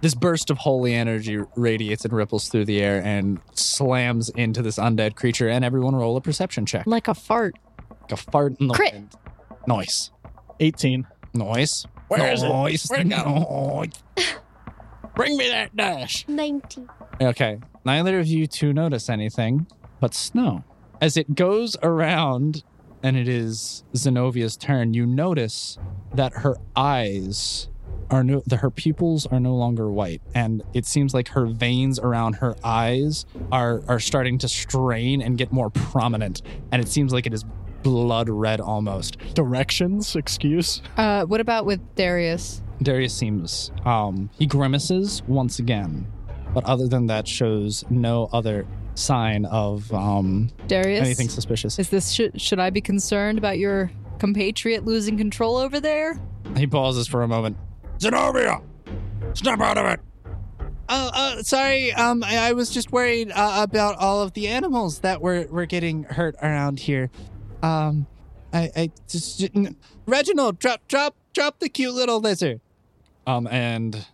Speaker 2: This burst of holy energy radiates and ripples through the air and slams into this undead creature, and everyone roll a perception check.
Speaker 5: Like a fart.
Speaker 2: Like a fart in the
Speaker 3: Crit.
Speaker 2: wind. Noise.
Speaker 4: 18.
Speaker 2: Noise.
Speaker 4: Where is it?
Speaker 2: Noise.
Speaker 4: Where'd it
Speaker 2: Bring me that dash.
Speaker 3: 90.
Speaker 2: Okay. Neither of you two notice anything but snow. As it goes around and it is Zenovia's turn, you notice that her eyes are no that her pupils are no longer white and it seems like her veins around her eyes are are starting to strain and get more prominent and it seems like it is blood red almost.
Speaker 4: Directions, excuse.
Speaker 5: Uh, what about with Darius?
Speaker 2: Darius seems um he grimaces once again But other than that, shows no other sign of um,
Speaker 5: Darius,
Speaker 2: anything suspicious.
Speaker 5: is this should should I be concerned about your compatriot losing control over there?
Speaker 2: He pauses for a moment.
Speaker 1: Zenobia! Snap out of it!
Speaker 2: Oh, uh, sorry. Um, I, I was just worried uh, about all of the animals that were were getting hurt around here. Um, I, I just n- Reginald, drop, drop, drop the cute little lizard. Um, and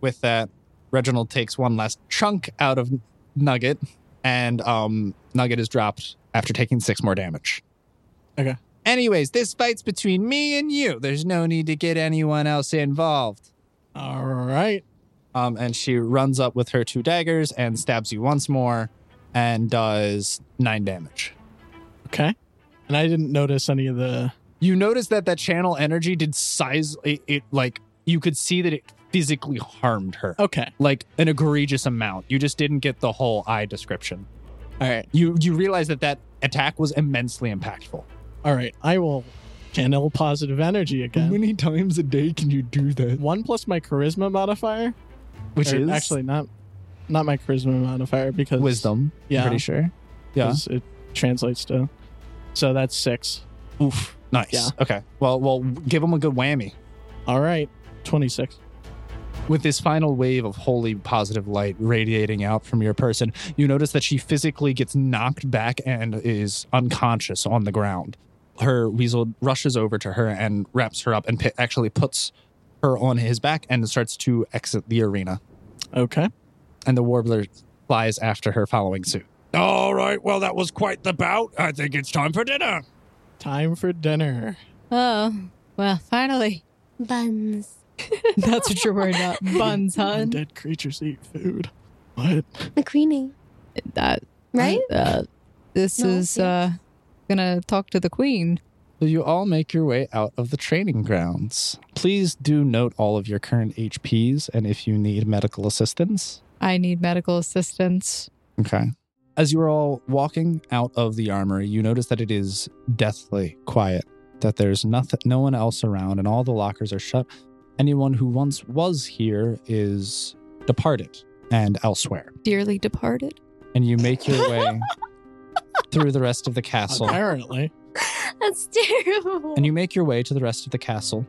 Speaker 2: with that, Reginald takes one last chunk out of Nugget, and um, Nugget is dropped after taking six more damage.
Speaker 4: Okay.
Speaker 2: Anyways, this fight's between me and you. There's no need to get anyone else involved.
Speaker 4: All right.
Speaker 2: Um, and she runs up with her two daggers and stabs you once more and does nine damage.
Speaker 4: Okay. And I didn't notice any of the.
Speaker 2: You notice that that channel energy did size it, it like you could see that it physically harmed her.
Speaker 4: Okay.
Speaker 2: Like an egregious amount. You just didn't get the whole eye description.
Speaker 4: All right.
Speaker 2: You you realize that that attack was immensely impactful.
Speaker 4: All right. I will channel positive energy again.
Speaker 2: many times a day can you do that?
Speaker 4: One plus my charisma modifier.
Speaker 2: Which
Speaker 4: Or
Speaker 2: is
Speaker 4: actually not, not my charisma modifier because
Speaker 2: wisdom.
Speaker 4: Yeah.
Speaker 2: I'm pretty sure. Yeah.
Speaker 4: 'cause It translates to. So that's six.
Speaker 2: Oof. Nice.
Speaker 4: Yeah.
Speaker 2: Okay. Well, well, give him a good whammy.
Speaker 4: All right. Twenty-six.
Speaker 2: With this final wave of holy positive light radiating out from your person, you notice that she physically gets knocked back and is unconscious on the ground. Her weasel rushes over to her and wraps her up and pi actually puts her on his back and starts to exit the arena.
Speaker 4: Okay.
Speaker 2: And the warbler flies after her, following suit.
Speaker 1: All right, well, that was quite the bout. I think it's time for dinner.
Speaker 4: Time for dinner.
Speaker 5: Oh, well, finally.
Speaker 3: Buns.
Speaker 5: That's what you're worried about. Buns, hun.
Speaker 4: Undead creatures eat food. What?
Speaker 3: McQueenie,
Speaker 5: That
Speaker 3: right?
Speaker 5: Uh, this
Speaker 3: No,
Speaker 5: is
Speaker 3: yeah.
Speaker 5: uh, gonna talk to the queen.
Speaker 2: So you all make your way out of the training grounds. Please do note all of your current HPs and if you need medical assistance.
Speaker 5: I need medical assistance.
Speaker 2: Okay. As you are all walking out of the armory, you notice that it is deathly quiet, that there's nothing, no one else around, and all the lockers are shut. Anyone who once was here is departed and elsewhere.
Speaker 5: Dearly departed.
Speaker 2: And you make your way through the rest of the castle.
Speaker 4: Apparently.
Speaker 3: That's terrible.
Speaker 2: And you make your way to the rest of the castle,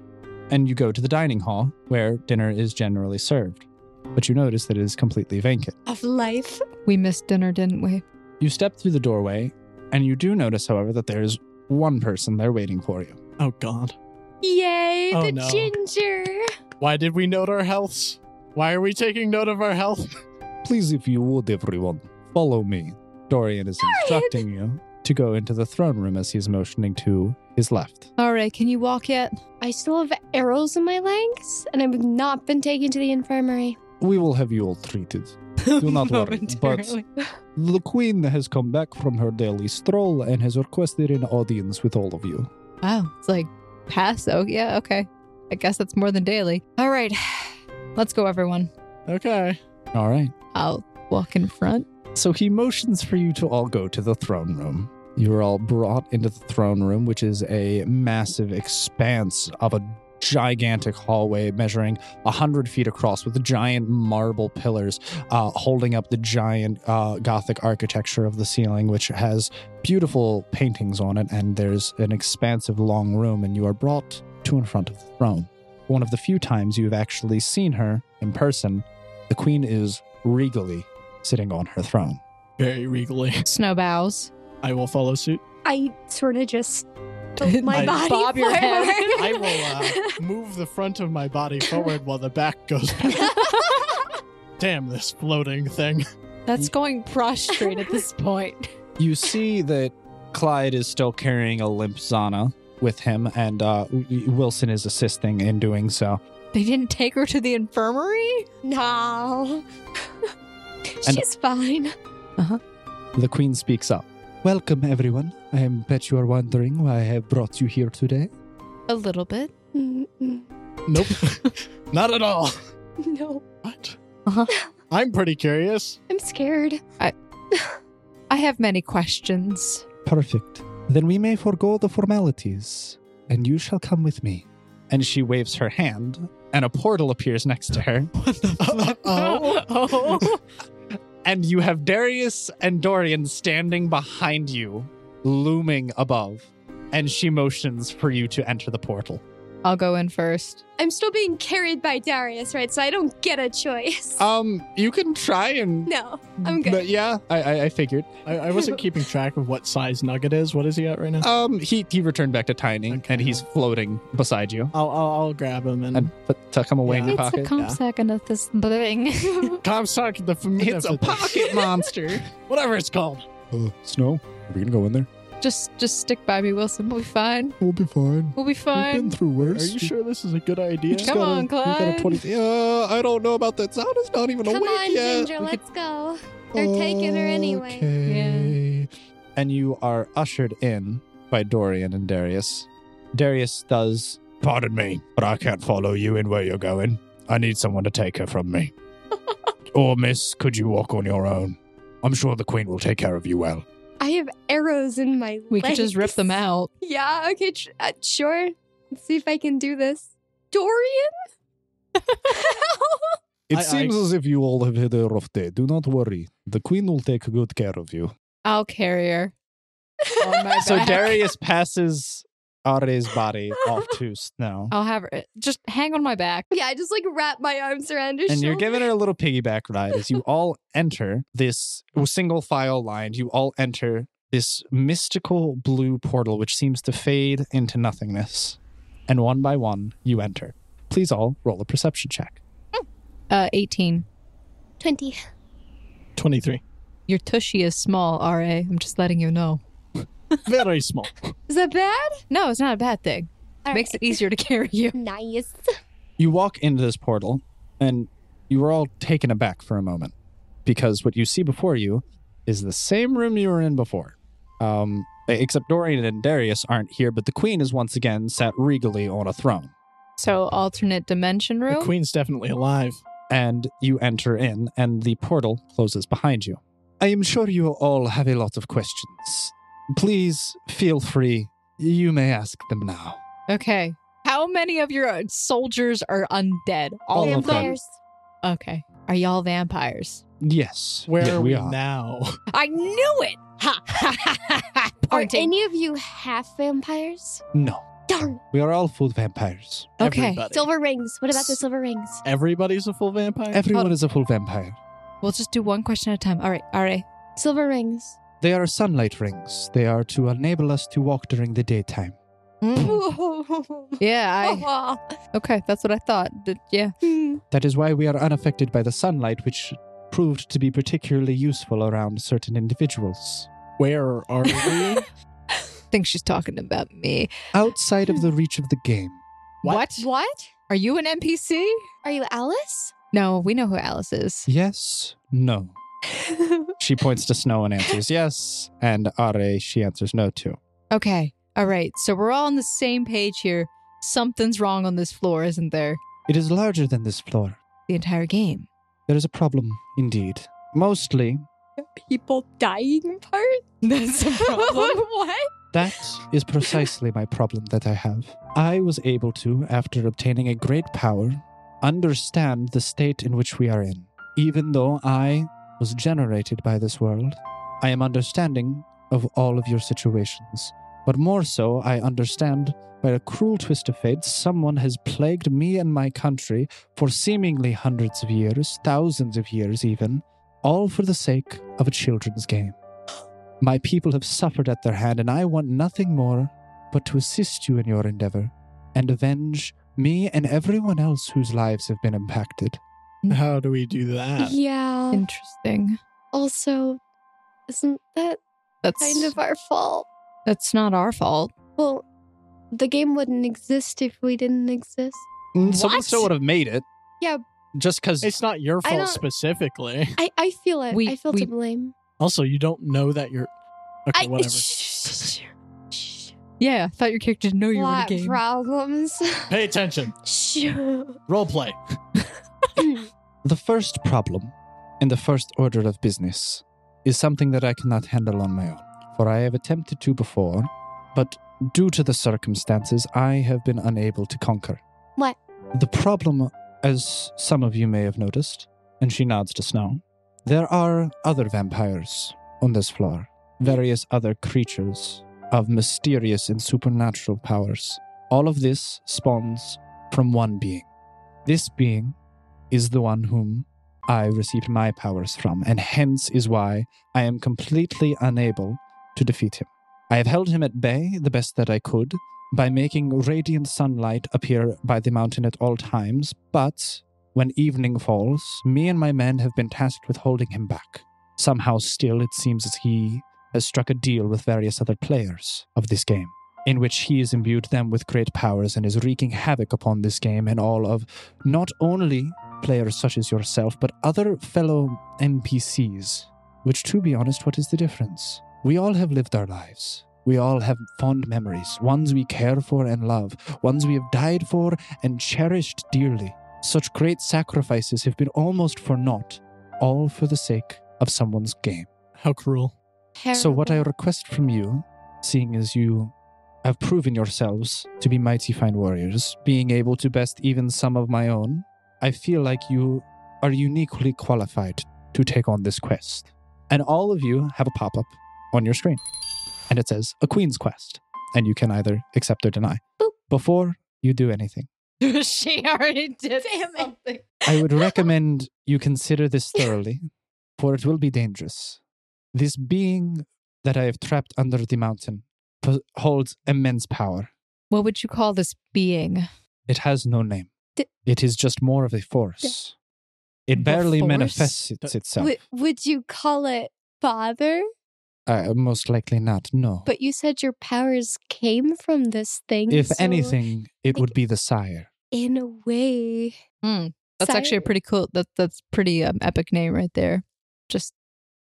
Speaker 2: and you go to the dining hall, where dinner is generally served. But you notice that it is completely vacant.
Speaker 3: of life.
Speaker 5: We missed dinner, didn't we?
Speaker 2: You step through the doorway, and you do notice, however, that there is one person there waiting for you.
Speaker 4: Oh God.
Speaker 3: Yay,
Speaker 4: Oh,
Speaker 3: the
Speaker 4: no.
Speaker 3: ginger.
Speaker 4: Why did we note our healths? Why are we taking note of our health?
Speaker 2: Please, if you would, everyone, follow me. Dorian is instructing you to go into the throne room as he's motioning to his left.
Speaker 5: All right, can you walk yet?
Speaker 3: I still have arrows in my legs, and I've not been taken to the infirmary.
Speaker 2: We will have you all treated. Do not worry, but-
Speaker 5: Momentarily.
Speaker 2: The Queen has come back from her daily stroll and has requested an audience with all of you.
Speaker 5: Wow, it's like pass. Oh, yeah, okay. I guess that's more than daily. All right, let's go, everyone.
Speaker 4: Okay.
Speaker 2: All right.
Speaker 5: I'll walk in front.
Speaker 2: So he motions for you to all go to the throne room. You are all brought into the throne room, which is a massive expanse of a gigantic hallway measuring 100 feet across with giant marble pillars uh, holding up the giant uh, Gothic architecture of the ceiling, which has beautiful paintings on it. And there's an expansive long room, and you are brought to in front of the throne. One of the few times you've actually seen her in person, the queen is regally sitting on her throne.
Speaker 4: Very regally.
Speaker 5: Snow bows.
Speaker 4: I will follow suit.
Speaker 3: I sort of just tilt my
Speaker 4: I
Speaker 3: body
Speaker 5: bob your head.
Speaker 3: forward.
Speaker 4: I will uh, move the front of my body forward while the back goes back. Damn this floating thing.
Speaker 2: Mm.
Speaker 5: That's going prostrate at this point.
Speaker 2: You see that Clyde is still carrying a limp Zana with him, and uh, W- Wilson is assisting in doing so.
Speaker 5: They didn't take her to the infirmary?
Speaker 3: no. She's fine.
Speaker 2: The Queen speaks up. Welcome, everyone. I bet you are wondering why I have brought you here today.
Speaker 5: A little bit.
Speaker 3: Mm-mm.
Speaker 4: Nope. Not at all.
Speaker 3: No,
Speaker 4: What?
Speaker 5: Uh-huh.
Speaker 4: I'm pretty curious.
Speaker 3: I'm scared.
Speaker 5: I have many questions.
Speaker 2: Perfect. Then we may forego the formalities, and you shall come with me. And she waves her hand, and a portal appears next to her.
Speaker 4: Oh,
Speaker 5: oh.
Speaker 2: And you have Darius and Dorian standing behind you, looming above. And she motions for you to enter the portal.
Speaker 5: I'll go in first.
Speaker 3: I'm still being carried by Darius, right? So I don't get a choice.
Speaker 2: Um, you can try and.
Speaker 3: no, I'm good.
Speaker 2: But yeah, I, I, I figured.
Speaker 4: I, I wasn't keeping track of what size Nugget is. What is he at right now?
Speaker 2: Um, he he returned back to Tiny,
Speaker 4: Okay.
Speaker 2: and he's floating beside you.
Speaker 4: I'll, I'll, I'll grab him and,
Speaker 2: And put, tuck him away in
Speaker 4: Yeah.
Speaker 2: your
Speaker 5: It's a
Speaker 2: pocket.
Speaker 5: comp
Speaker 4: yeah.
Speaker 5: second of this thing.
Speaker 4: Comstock the familiar.
Speaker 2: it's a pocket monster.
Speaker 4: whatever it's called.
Speaker 1: Uh, Snow, are we gonna go in there?
Speaker 5: just just stick by me, Wilson. We'll be fine.
Speaker 1: We'll be fine.
Speaker 5: We'll be fine.
Speaker 1: through
Speaker 4: Are you sure this is a good idea?
Speaker 5: Come on, Clyde.
Speaker 1: Yeah, I don't know about that sound. It's not even
Speaker 3: Come on, Ginger, let's go. They're taking her anyway.
Speaker 1: Okay.
Speaker 2: and you are ushered in by Dorian and Darius. Darius does.
Speaker 1: Pardon me, but I can't follow you in where you're going. I need someone to take her from me. or, miss, could you walk on your own? I'm sure the queen will take care of you well.
Speaker 3: I have arrows in my
Speaker 5: We could just rip them
Speaker 3: legs.
Speaker 5: out.
Speaker 3: Yeah, okay, tr- uh, sure. Let's see if I can do this. Dorian?
Speaker 4: It I- seems I-
Speaker 1: as if you all have had a rough day. Do not worry. The queen will take good care of you.
Speaker 5: I'll carry her. On my
Speaker 2: So
Speaker 5: back.
Speaker 2: Darius passes Are's body off to Snow.
Speaker 5: I'll have her. Just hang on my back.
Speaker 3: yeah, I just like wrap my arms around her
Speaker 2: and you're
Speaker 3: shoulder.
Speaker 2: giving her a little piggyback ride as you all enter this single file line. You all enter this mystical blue portal, which seems to fade into nothingness. And one by one, you enter. Please all roll a perception check.
Speaker 5: Uh, 18.
Speaker 3: 20.
Speaker 4: 23.
Speaker 5: Your tushy is small, RA. I'm just letting you know.
Speaker 4: Very small.
Speaker 3: Is that bad?
Speaker 5: No, it's not a bad thing.
Speaker 3: All
Speaker 5: Makes
Speaker 3: right.
Speaker 5: it easier to carry you.
Speaker 3: Nice.
Speaker 2: You walk into this portal, and you are all taken aback for a moment because what you see before you is the same room you were in before. Um, except Dorian and Darius aren't here, but the queen is once again sat regally on a throne.
Speaker 5: So alternate dimension
Speaker 4: The
Speaker 5: room.
Speaker 4: queen's definitely alive.
Speaker 2: and you enter in, and the portal closes behind you. I am sure you all have a lot of questions. Please feel free. You may ask them now.
Speaker 5: okay. How many of your uh, soldiers are undead? All,
Speaker 2: All
Speaker 5: of
Speaker 2: of them.
Speaker 5: them. Okay. Are y'all vampires?
Speaker 2: Yes.
Speaker 4: Where
Speaker 2: yeah,
Speaker 4: are we,
Speaker 2: are.
Speaker 4: now?
Speaker 5: I knew it. Ha ha ha ha.
Speaker 3: Are
Speaker 5: Pointing.
Speaker 3: any of you half vampires?
Speaker 2: No,
Speaker 3: Darn.
Speaker 2: we are all full vampires.
Speaker 5: Okay.
Speaker 4: Everybody.
Speaker 3: Silver rings. What about the silver rings?
Speaker 4: Everybody's a full vampire?
Speaker 2: Everyone is a full vampire.
Speaker 5: We'll just do one question at a time. All right. All right.
Speaker 3: Silver rings.
Speaker 2: They are sunlight rings. They are to enable us to walk during the daytime.
Speaker 5: Mm.
Speaker 3: Oh,
Speaker 5: Yeah. I, okay. That's what I thought. Th- Yeah.
Speaker 3: Hmm.
Speaker 2: That is why we are unaffected by the sunlight, which proved to be particularly useful around certain individuals.
Speaker 4: Where are we?
Speaker 5: think she's talking about me.
Speaker 2: Outside of the reach of the game.
Speaker 5: What?
Speaker 3: What?
Speaker 5: Are you an NPC?
Speaker 3: Are you Alice?
Speaker 5: No, we know who Alice is.
Speaker 2: Yes, no. She points to Snow and answers yes, and Are she answers no to.
Speaker 5: Okay. All right. So we're all on the same page here. Something's wrong on this floor, isn't there?
Speaker 2: It is larger than this floor.
Speaker 5: The entire game.
Speaker 2: There is a problem, indeed. Mostly,
Speaker 3: People dying part?
Speaker 5: That's a problem.
Speaker 3: what?
Speaker 2: that is precisely my problem that I have. I was able to, after obtaining a great power, understand the state in which we are in. Even though I was generated by this world, I am understanding of all of your situations. But more so, I understand by a cruel twist of fate, someone has plagued me and my country for seemingly hundreds of years, thousands of years even, all for the sake of a children's game. My people have suffered at their hand, and I want nothing more but to assist you in your endeavor and avenge me and everyone else whose lives have been impacted.
Speaker 4: How do we do that?
Speaker 3: Yeah.
Speaker 5: Interesting.
Speaker 3: also, isn't that
Speaker 5: That's
Speaker 3: kind of our fault?
Speaker 5: that's not our fault.
Speaker 3: Well, the game wouldn't exist if we didn't exist.
Speaker 2: Mm, Someone
Speaker 5: What?
Speaker 2: still would have made it.
Speaker 3: Yeah.
Speaker 2: Just because
Speaker 4: It's not your
Speaker 3: I
Speaker 4: fault
Speaker 3: don't-
Speaker 4: specifically.
Speaker 3: I, I feel it.
Speaker 5: We-
Speaker 3: I feel
Speaker 5: we-
Speaker 3: to blame.
Speaker 4: Also, you don't know that you're. Okay,
Speaker 3: I,
Speaker 4: whatever.
Speaker 3: Shh, shh, shh.
Speaker 5: Yeah, I thought your character didn't know you were in a
Speaker 3: Lot
Speaker 5: game.
Speaker 3: problems.
Speaker 4: Pay attention.
Speaker 3: Shh.
Speaker 4: Role play.
Speaker 2: The first problem in the first order of business is something that I cannot handle on my own, for I have attempted to before, but due to the circumstances, I have been unable to conquer.
Speaker 3: What?
Speaker 2: The problem, as some of you may have noticed, and she nods to Snow, there are other vampires on this floor, various other creatures of mysterious and supernatural powers. All of this spawns from one being. This being is the one whom I received my powers from, and hence is why I am completely unable to defeat him. I have held him at bay the best that I could by making radiant sunlight appear by the mountain at all times, but when evening falls, me and my men have been tasked with holding him back. Somehow, still, it seems as he has struck a deal with various other players of this game, in which he has imbued them with great powers and is wreaking havoc upon this game and all of not only players such as yourself, but other fellow NPCs. Which, to be honest, what is the difference? We all have lived our lives. We all have fond memories, ones we care for and love, ones we have died for and cherished dearly. Such great sacrifices have been almost for naught, all for the sake of someone's game.
Speaker 4: How cruel.
Speaker 2: So, what I
Speaker 3: Terrible.
Speaker 2: request from you, seeing as you have proven yourselves to be mighty fine warriors, being able to best even some of my own, I feel like you are uniquely qualified to take on this quest. And all of you have a pop up on your screen, and it says a queen's quest, and you can either accept or deny.
Speaker 5: Boop.
Speaker 2: Before you do anything,
Speaker 5: she already did
Speaker 3: Damn it.
Speaker 5: something.
Speaker 2: I would recommend you consider this thoroughly, for it will be dangerous. This being that I have trapped under the mountain pos- holds immense power.
Speaker 5: What would you call this being?
Speaker 2: It has no name.
Speaker 3: D-
Speaker 2: It is just more of a force. It
Speaker 5: The
Speaker 2: barely
Speaker 5: force?
Speaker 2: manifests it- itself.
Speaker 3: Would- would you call it father?
Speaker 2: Uh, most likely not, no.
Speaker 3: But you said your powers came from this thing.
Speaker 2: if
Speaker 3: so
Speaker 2: anything, it
Speaker 3: I-
Speaker 2: would be the sire.
Speaker 3: in a way,
Speaker 5: Hmm, that's
Speaker 3: Sire-
Speaker 5: actually a pretty cool. That that's pretty um, epic name right there. Just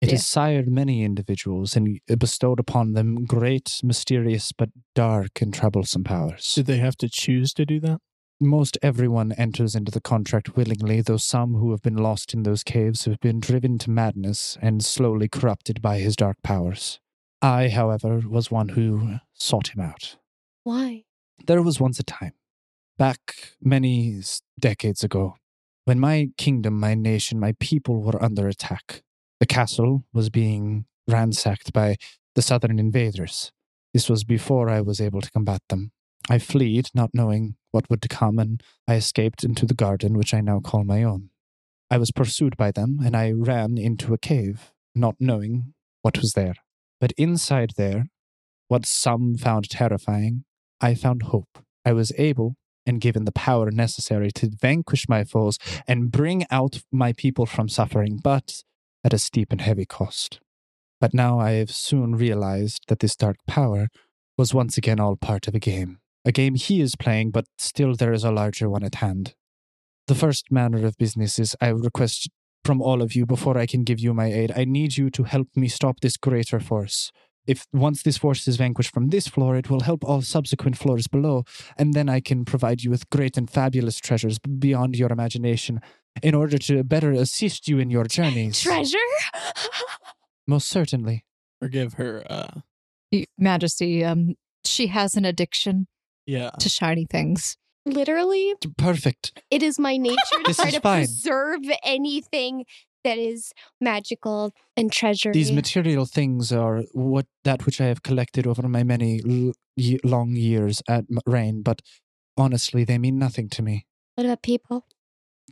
Speaker 2: It
Speaker 5: Yeah.
Speaker 2: has sired many individuals and uh, bestowed upon them great, mysterious, but dark and troublesome powers.
Speaker 4: Did they have to choose to do that?
Speaker 2: Most everyone enters into the contract willingly, though some who have been lost in those caves have been driven to madness and slowly corrupted by his dark powers. I, however, was one who sought him out.
Speaker 3: why?
Speaker 2: There was once a time, back many s- decades ago, when my kingdom, my nation, my people were under attack. The castle was being ransacked by the southern invaders. This was before I was able to combat them. I fled, not knowing what would come, and I escaped into the garden, which I now call my own. I was pursued by them, and I ran into a cave, not knowing what was there. But inside there, what some found terrifying, I found hope. I was able and given the power necessary to vanquish my foes and bring out my people from suffering, but at a steep and heavy cost. But now I have soon realized that this dark power was once again all part of a game. A game he is playing, but still there is a larger one at hand. The first manner of business is I request from all of you before I can give you my aid, I need you to help me stop this greater force if once this force is vanquished from this floor, it will help all subsequent floors below, and then I can provide you with great and fabulous treasures b- beyond your imagination in order to better assist you in your journeys.
Speaker 3: Treasure?
Speaker 2: Most certainly.
Speaker 4: Forgive her. Uh,
Speaker 5: Y- Majesty. Um, she has an addiction
Speaker 4: yeah.
Speaker 5: to shiny things.
Speaker 3: Literally,
Speaker 2: T- Perfect.
Speaker 3: it is my nature to
Speaker 2: This
Speaker 3: try
Speaker 2: is
Speaker 3: to
Speaker 2: fine.
Speaker 3: preserve anything that is magical and treasure.
Speaker 2: These material things are what that which I have collected over my many l- ye- long years at M- Rain, but honestly, they mean nothing to me.
Speaker 3: what about people?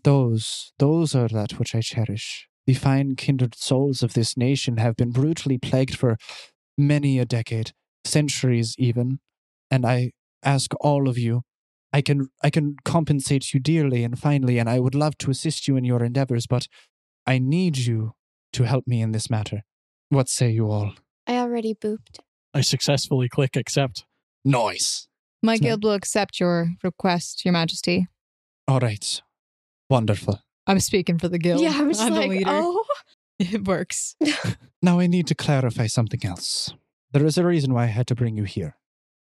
Speaker 2: Those, those are that which I cherish. The fine kindred souls of this nation have been brutally plagued for many a decade, centuries even, and I ask all of you, I can, I can compensate you dearly and finely, and I would love to assist you in your endeavors, but I need you to help me in this matter. What say you all?
Speaker 3: I already booped.
Speaker 4: I successfully click accept.
Speaker 2: Noise.
Speaker 5: My
Speaker 2: Snow-
Speaker 5: guild will accept your request, Your Majesty.
Speaker 2: All right. Wonderful.
Speaker 5: I'm speaking for the guild.
Speaker 3: yeah, I'm just
Speaker 5: I'm
Speaker 3: like,
Speaker 5: the leader.
Speaker 3: oh,
Speaker 5: It works.
Speaker 2: Now I need to clarify something else. There is a reason why I had to bring you here,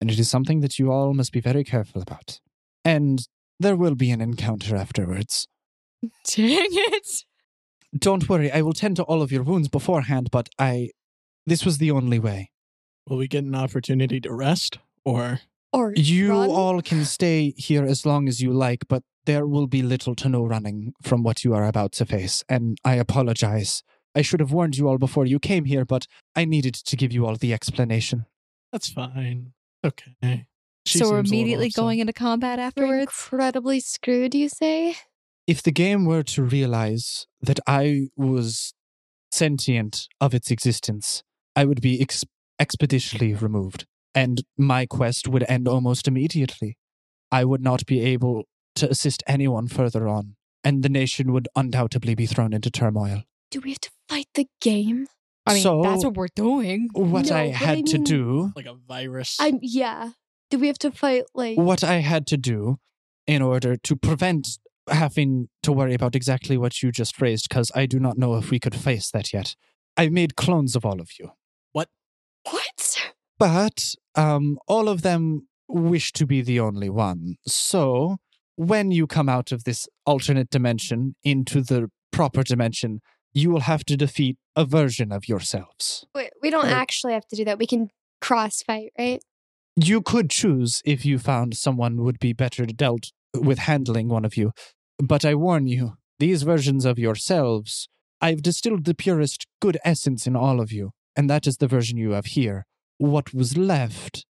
Speaker 2: and it is something that you all must be very careful about. And there will be an encounter afterwards.
Speaker 5: Dang it.
Speaker 2: Don't worry, I will tend to all of your wounds beforehand, but I. This was the only way.
Speaker 4: Will we get an opportunity to rest? Or
Speaker 3: or
Speaker 2: You
Speaker 3: run?
Speaker 2: all can stay here as long as you like, but There will be little to no running from what you are about to face, and I apologize. I should have warned you all before you came here, but I needed to give you all the explanation.
Speaker 4: That's fine. Okay. She seems a
Speaker 5: so we're
Speaker 4: little
Speaker 5: immediately
Speaker 4: upset.
Speaker 5: going into combat
Speaker 3: We're
Speaker 5: afterwards.
Speaker 3: incredibly screwed, you say?
Speaker 2: If the game were to realize that I was sentient of its existence, I would be ex- expeditiously removed, and my quest would end almost immediately. I would not be able to assist anyone further on, and the nation would undoubtedly be thrown into turmoil.
Speaker 3: Do we have to fight the game?
Speaker 5: I mean,
Speaker 2: so-
Speaker 5: that's what we're doing.
Speaker 2: What
Speaker 3: No,
Speaker 2: I
Speaker 3: but I
Speaker 2: had to
Speaker 3: mean-
Speaker 2: do
Speaker 4: like a virus.
Speaker 3: I'm yeah. Do we have to fight like
Speaker 2: what I had to do in order to prevent having to worry about exactly what you just phrased, because I do not know if we could face that yet. I made clones of all of you,
Speaker 3: what?
Speaker 2: but um, all of them wish to be the only one. So when you come out of this alternate dimension into the proper dimension, you will have to defeat a version of yourselves.
Speaker 3: Wait, we don't
Speaker 2: Right.
Speaker 3: actually have to do that. We can cross fight, right?
Speaker 2: you could choose if you found someone would be better dealt with handling one of you. But I warn you, these versions of yourselves, I've distilled the purest good essence in all of you, and that is the version you have here. What was left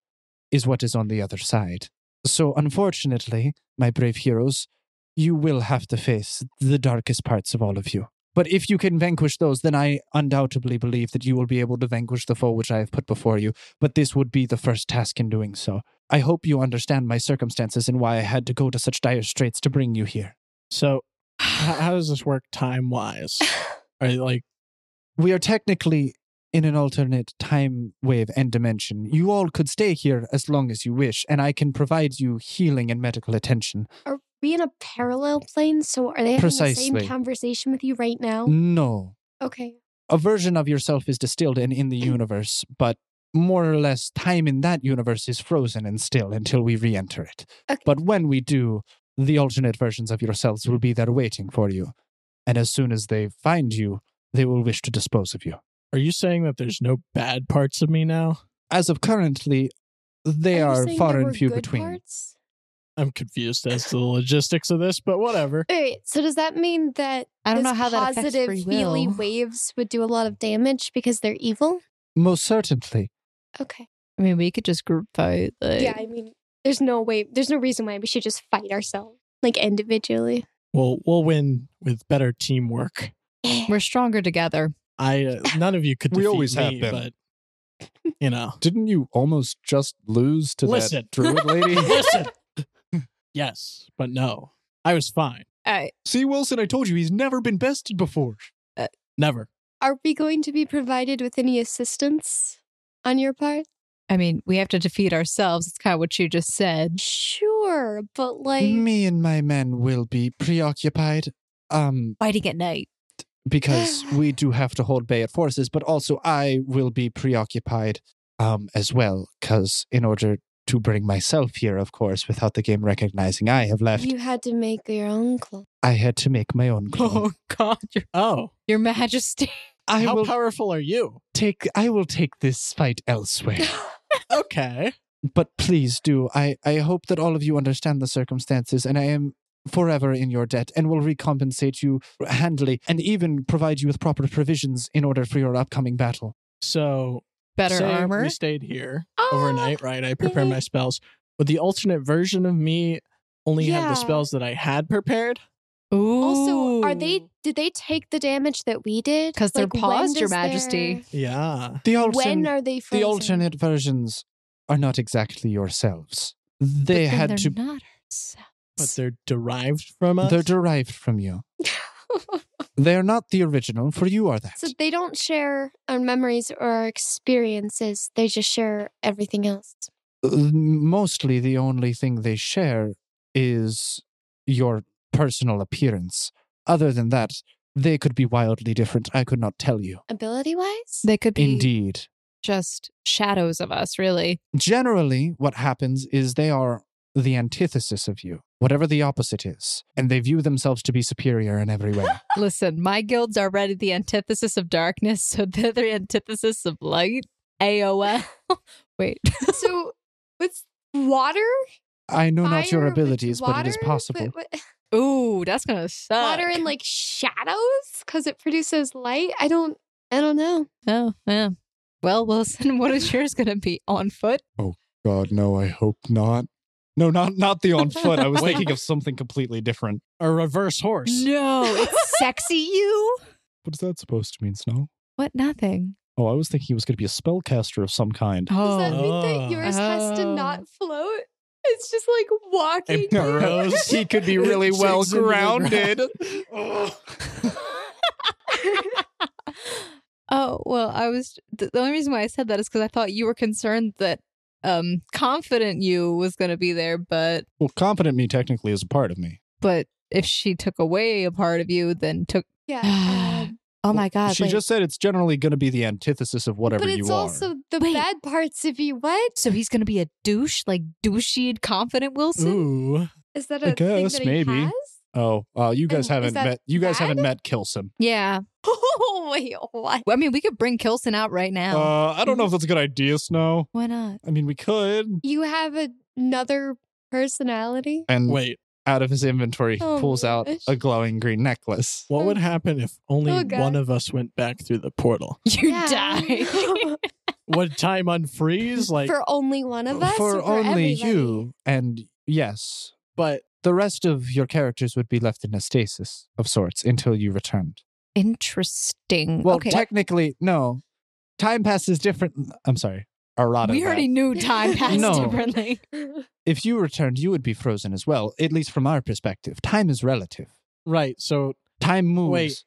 Speaker 2: is what is on the other side. So, unfortunately, my brave heroes, you will have to face the darkest parts of all of you. But if you can vanquish those, then I undoubtedly believe that you will be able to vanquish the foe which I have put before you but this would be the first task in doing so. I hope you understand my circumstances and why I had to go to such dire straits to bring you here.
Speaker 4: so how, how does this work time wise? Are you like
Speaker 2: We are technically in an alternate time wave and dimension. You all could stay here as long as you wish, and I can provide you healing and medical attention.
Speaker 3: Are we in a parallel plane? So are they having the
Speaker 2: Precisely.
Speaker 3: same conversation with you right now?
Speaker 2: No.
Speaker 3: Okay.
Speaker 2: A version of yourself is distilled and in the universe, but more or less time in that universe is frozen and still until we re enter it.
Speaker 3: Okay.
Speaker 2: But when we do, the alternate versions of yourselves will be there waiting for you. And as soon as they find you, they will wish to dispose of you.
Speaker 4: are you saying that there's no bad parts of me now?
Speaker 2: As of currently, they
Speaker 3: you
Speaker 2: are,
Speaker 3: saying
Speaker 2: far
Speaker 3: there were
Speaker 2: and few
Speaker 3: good
Speaker 2: between.
Speaker 3: parts?
Speaker 4: I'm confused as to the logistics of this, but whatever.
Speaker 3: Wait, wait, so does that mean that
Speaker 5: I don't know
Speaker 3: those
Speaker 5: how that affects
Speaker 3: positive
Speaker 5: free
Speaker 3: Healy
Speaker 5: will.
Speaker 3: waves would do a lot of damage because they're evil?
Speaker 2: Most certainly.
Speaker 3: Okay.
Speaker 5: I mean, we could just group fight. Like,
Speaker 3: yeah, I mean, there's no way, there's no reason why we should just fight ourselves like individually.
Speaker 4: We'll we'll win with better teamwork.
Speaker 3: Eh.
Speaker 5: we're stronger together.
Speaker 4: I uh, none of you could.
Speaker 2: We
Speaker 4: defeat
Speaker 2: always have
Speaker 4: me,
Speaker 2: been.
Speaker 4: But you know,
Speaker 6: Didn't you almost just lose to
Speaker 4: Listen.
Speaker 6: that druid lady?
Speaker 4: listen. yes, but no. I was fine.
Speaker 5: I,
Speaker 6: See, Wilson, I told you he's never been bested before.
Speaker 4: Never.
Speaker 3: Are we going to be provided with any assistance on your part?
Speaker 5: I mean, we have to defeat ourselves. It's kind of what you just said.
Speaker 3: Sure, but like,
Speaker 2: Me and my men will be preoccupied. Um,
Speaker 5: Fighting at night.
Speaker 2: because we do have to hold bay at forces, but also I will be preoccupied um, as well, because in order to bring myself here, of course, without the game recognizing I have left,
Speaker 3: you had to make your own clone.
Speaker 2: I had to make my own clone.
Speaker 5: Oh, God, Your,
Speaker 4: Oh,
Speaker 5: your Majesty.
Speaker 2: I
Speaker 4: how
Speaker 2: will
Speaker 4: powerful are you?
Speaker 2: take I will take this fight elsewhere.
Speaker 4: Okay.
Speaker 2: but please do. I, I hope that all of you understand the circumstances, and I am forever in your debt and will recompensate you handily and even provide you with proper provisions in order for your upcoming battle.
Speaker 4: So
Speaker 5: Better
Speaker 4: say
Speaker 5: armor.
Speaker 4: We stayed here
Speaker 3: Ah,
Speaker 4: overnight, right? I prepare
Speaker 3: yay.
Speaker 4: my spells. Would the alternate version of me only have
Speaker 3: Yeah.
Speaker 4: the spells that I had prepared?
Speaker 5: Ooh.
Speaker 3: Also, are they? Did they take the damage that we did?
Speaker 5: 'Cause they're
Speaker 3: when
Speaker 5: paused, Your
Speaker 3: does their-
Speaker 5: Majesty.
Speaker 4: Yeah.
Speaker 2: The
Speaker 3: when
Speaker 2: alternate
Speaker 3: are they?
Speaker 2: the
Speaker 3: Frozen?
Speaker 2: alternate versions are not exactly yourselves.
Speaker 5: But
Speaker 2: They
Speaker 5: then
Speaker 2: had
Speaker 5: they're
Speaker 2: to.
Speaker 5: Not ourselves.
Speaker 4: But they're derived from us.
Speaker 2: They're derived from you. They are not the original, for you are that.
Speaker 3: so they don't share our memories or our experiences. They just share everything else.
Speaker 2: Uh, Mostly, the only thing they share is your personal appearance. Other than that, they could be wildly different. I could not tell you.
Speaker 3: Ability wise,
Speaker 5: They could be
Speaker 2: Indeed.
Speaker 5: just shadows of us, really.
Speaker 2: Generally, what happens is they are the antithesis of you, whatever the opposite is, and they view themselves to be superior in every way.
Speaker 5: Listen, my guild's already the antithesis of darkness, so they're the antithesis of light. AOL. Wait.
Speaker 3: so with water,
Speaker 2: I know not your
Speaker 3: fire with
Speaker 2: abilities, but it is
Speaker 3: water?
Speaker 2: possible.
Speaker 3: But what-
Speaker 5: Ooh, that's gonna suck.
Speaker 3: Water in like shadows because it produces light. I don't. I don't know.
Speaker 5: Oh, yeah. Well, Wilson, what is yours gonna be? On foot?
Speaker 6: God, no, I hope not.
Speaker 2: No, not not the on foot. I was thinking of something completely different.
Speaker 4: A reverse horse.
Speaker 5: No, it's sexy you.
Speaker 6: What's that supposed to mean, Snow?
Speaker 5: What? Nothing.
Speaker 2: Oh, I was thinking it was going to be a spellcaster of some kind.
Speaker 3: Does that mean
Speaker 4: Oh.
Speaker 3: that yours has to
Speaker 5: Oh.
Speaker 3: not float? It's just like walking.
Speaker 4: It burrows.
Speaker 2: he could be really
Speaker 4: Shakes
Speaker 2: well
Speaker 4: into the ground.
Speaker 2: grounded.
Speaker 5: oh well, I was. th- The only reason why I said that is because I thought you were concerned that um confident you was gonna be there, but
Speaker 2: well, competent me technically is a part of me.
Speaker 5: but if she took away a part of you, then took.
Speaker 3: yeah. um,
Speaker 5: oh my god!
Speaker 2: she
Speaker 5: like-
Speaker 2: just said it's generally going to be the antithesis of whatever
Speaker 3: but
Speaker 2: you
Speaker 3: it's
Speaker 2: are.
Speaker 3: also the
Speaker 5: Wait.
Speaker 3: bad parts of you. What
Speaker 5: So he's gonna be a douche, like douchey, confident Wilson.
Speaker 4: Ooh.
Speaker 3: is that
Speaker 2: I
Speaker 3: a thing
Speaker 2: guess,
Speaker 3: that
Speaker 2: maybe.
Speaker 3: he has?
Speaker 2: oh, uh, you guys
Speaker 3: And is
Speaker 2: haven't
Speaker 3: that
Speaker 2: met. You guys
Speaker 3: bad?
Speaker 2: haven't met Kilson.
Speaker 5: Yeah.
Speaker 3: Oh wait, what?
Speaker 5: Well, I mean, we could bring Kilson out right now.
Speaker 2: Uh, I don't know if that's a good idea, Snow.
Speaker 5: Why not?
Speaker 2: I mean, we could.
Speaker 3: You have another personality.
Speaker 2: And
Speaker 4: Wait,
Speaker 2: out of his inventory, he
Speaker 3: Oh
Speaker 2: pulls
Speaker 3: my
Speaker 2: out
Speaker 3: gosh.
Speaker 2: a glowing green necklace.
Speaker 4: what would happen if only
Speaker 3: Oh, God.
Speaker 4: one of us went back through the portal?
Speaker 5: You
Speaker 3: Yeah.
Speaker 5: die.
Speaker 4: Would time unfreeze? Like,
Speaker 3: for only one of us.
Speaker 2: for
Speaker 3: or
Speaker 2: only
Speaker 3: everybody?
Speaker 2: you. And yes,
Speaker 4: but
Speaker 2: the rest of your characters would be left in a stasis of sorts until you returned.
Speaker 5: Interesting.
Speaker 2: Well,
Speaker 5: okay.
Speaker 2: technically, no. Time passes different. I'm sorry. Errata.
Speaker 5: we
Speaker 2: that.
Speaker 5: already knew time passed
Speaker 2: No.
Speaker 5: differently.
Speaker 2: if you returned, you would be frozen as well, at least from our perspective. Time is relative.
Speaker 4: Right. So
Speaker 2: Time moves.
Speaker 4: Wait.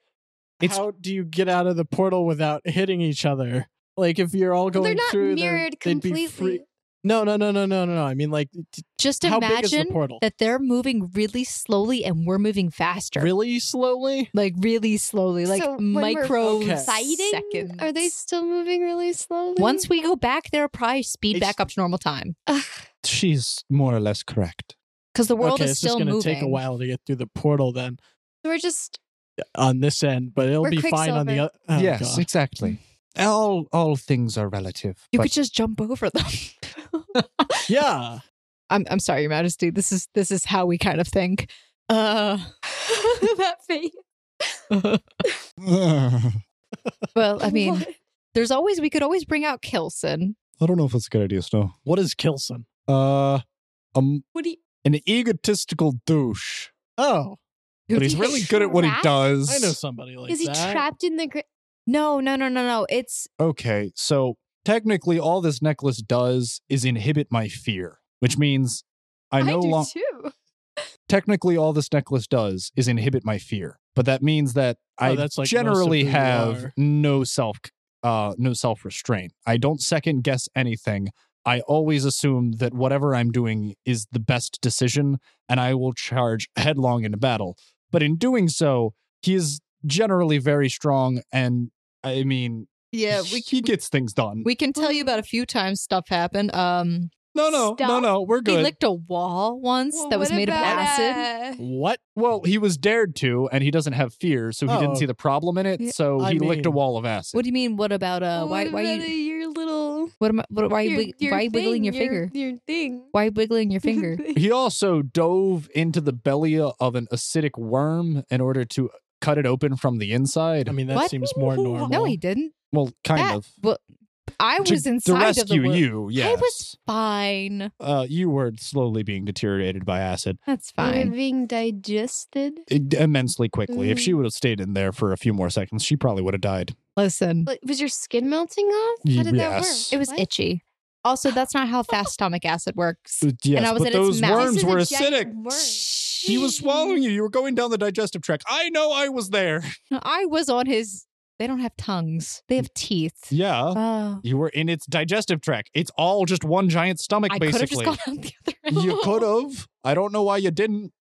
Speaker 2: It's-
Speaker 4: how do you get out of the portal without hitting each other? Like if you're all going
Speaker 3: They're not
Speaker 4: through, they're-
Speaker 3: mirrored
Speaker 4: they'd be
Speaker 3: completely.
Speaker 4: free- No, no, no, no, no, no, no. I mean, like, t-
Speaker 5: Just
Speaker 4: how big is the
Speaker 5: imagine
Speaker 4: portal?
Speaker 5: that they're moving really slowly and we're moving faster.
Speaker 4: Really slowly?
Speaker 5: Like really slowly, like
Speaker 3: so when we're
Speaker 5: micro
Speaker 3: fighting,
Speaker 5: seconds.
Speaker 3: Are they still moving really slowly?
Speaker 5: Once we go back, they'll probably speed
Speaker 4: It's-
Speaker 5: back up to normal time
Speaker 3: Ugh,
Speaker 2: She's more or less correct.
Speaker 5: because the world
Speaker 4: okay,
Speaker 5: is
Speaker 4: it's
Speaker 5: still
Speaker 4: just gonna
Speaker 5: moving.
Speaker 4: take a while to get through the portal then
Speaker 3: we're just
Speaker 4: on this end, but it'll
Speaker 3: We're
Speaker 4: be fine on
Speaker 3: Quicksilver.
Speaker 4: the other. Oh,
Speaker 2: yes,
Speaker 4: God.
Speaker 2: exactly. All all things are relative.
Speaker 5: You
Speaker 2: but
Speaker 5: could just jump over them.
Speaker 4: Yeah.
Speaker 5: I'm I'm sorry, Your Majesty. This is this is how we kind of think. Uh,
Speaker 3: that face.
Speaker 5: well, I mean,
Speaker 3: What?
Speaker 5: there's always we could always bring out Kilson.
Speaker 6: I don't know if it's a good idea, Snow.
Speaker 4: What is Kilson?
Speaker 2: uh, um,
Speaker 3: What do you?
Speaker 2: an egotistical douche,
Speaker 4: Oh,
Speaker 2: but he's
Speaker 3: he
Speaker 2: really good at what he
Speaker 3: trapped?
Speaker 2: does.
Speaker 4: I know somebody like
Speaker 3: Is he
Speaker 4: that.
Speaker 3: trapped in the? Gra-
Speaker 5: No, no, no, no, no. It's
Speaker 2: Okay, so technically, all this necklace does is inhibit my fear, which means I no
Speaker 3: do
Speaker 2: longer.
Speaker 3: too.
Speaker 2: technically all this necklace does is inhibit my fear but that means that
Speaker 4: Oh,
Speaker 2: i
Speaker 4: that's like most of
Speaker 2: generally
Speaker 4: who you
Speaker 2: have
Speaker 4: are.
Speaker 2: no self uh no self restraint i don't second guess anything i always assume that whatever i'm doing is the best decision and i will charge headlong into battle but in doing so he is generally very strong and i mean
Speaker 5: yeah. We
Speaker 2: he gets things done
Speaker 5: we can tell you about a few times stuff happened. Um,
Speaker 2: no no no
Speaker 3: Stop.
Speaker 2: no we're
Speaker 5: he
Speaker 2: good
Speaker 5: licked a wall once
Speaker 3: Well,
Speaker 5: that was
Speaker 3: what
Speaker 5: made of
Speaker 3: about,
Speaker 5: acid.
Speaker 3: uh,
Speaker 4: What?
Speaker 2: Well, he was dared to, and he doesn't have fear, so he
Speaker 4: Oh.
Speaker 2: didn't see the problem in
Speaker 5: Yeah,
Speaker 2: it. So
Speaker 4: I
Speaker 2: he licked a
Speaker 4: mean-
Speaker 2: wall of acid.
Speaker 5: What do you mean? What about uh? Why?
Speaker 3: what
Speaker 5: Why
Speaker 3: about, uh,
Speaker 5: you?
Speaker 3: your little?
Speaker 5: What am I? What, why?
Speaker 3: your,
Speaker 5: wig-
Speaker 3: your
Speaker 5: why wiggling
Speaker 3: thing,
Speaker 5: your finger?
Speaker 3: Your thing.
Speaker 5: Why wiggling your finger?
Speaker 2: he also dove into the belly of an acidic worm in order to cut it open from the inside.
Speaker 4: I mean, that
Speaker 5: What?
Speaker 4: seems more normal.
Speaker 5: no, he didn't.
Speaker 2: well, kind
Speaker 5: that-
Speaker 2: of.
Speaker 5: Well, I
Speaker 2: To-
Speaker 5: was
Speaker 2: to
Speaker 5: inside
Speaker 2: rescue
Speaker 5: of the worm.
Speaker 2: you,
Speaker 5: I
Speaker 2: yes.
Speaker 5: was fine.
Speaker 2: uh, you were slowly being deteriorated by acid
Speaker 5: That's
Speaker 3: You're
Speaker 5: fine.
Speaker 3: being digested.
Speaker 2: i- immensely quickly. If
Speaker 3: Mm.
Speaker 2: she would have stayed in there for a few more seconds, she probably would have died.
Speaker 5: Listen,
Speaker 3: Like, was your skin melting off? How did
Speaker 2: Yes.
Speaker 3: that work?
Speaker 5: It was
Speaker 3: What?
Speaker 5: itchy. Also, that's not how fast stomach acid works.
Speaker 2: Uh, Yes,
Speaker 5: I was
Speaker 2: but
Speaker 5: in its
Speaker 2: those
Speaker 5: mouth.
Speaker 2: worms
Speaker 3: This is
Speaker 2: were
Speaker 3: a giant
Speaker 2: acidic.
Speaker 3: worm.
Speaker 2: He was swallowing you. You were going down the digestive tract. I know I was there.
Speaker 5: I was on his. They don't have tongues. They have teeth.
Speaker 2: Yeah.
Speaker 5: Oh,
Speaker 2: You were in its digestive tract. It's all just one giant stomach,
Speaker 5: I could have just
Speaker 2: basically.
Speaker 5: gone out the other end.
Speaker 2: you could have. I don't know why you didn't.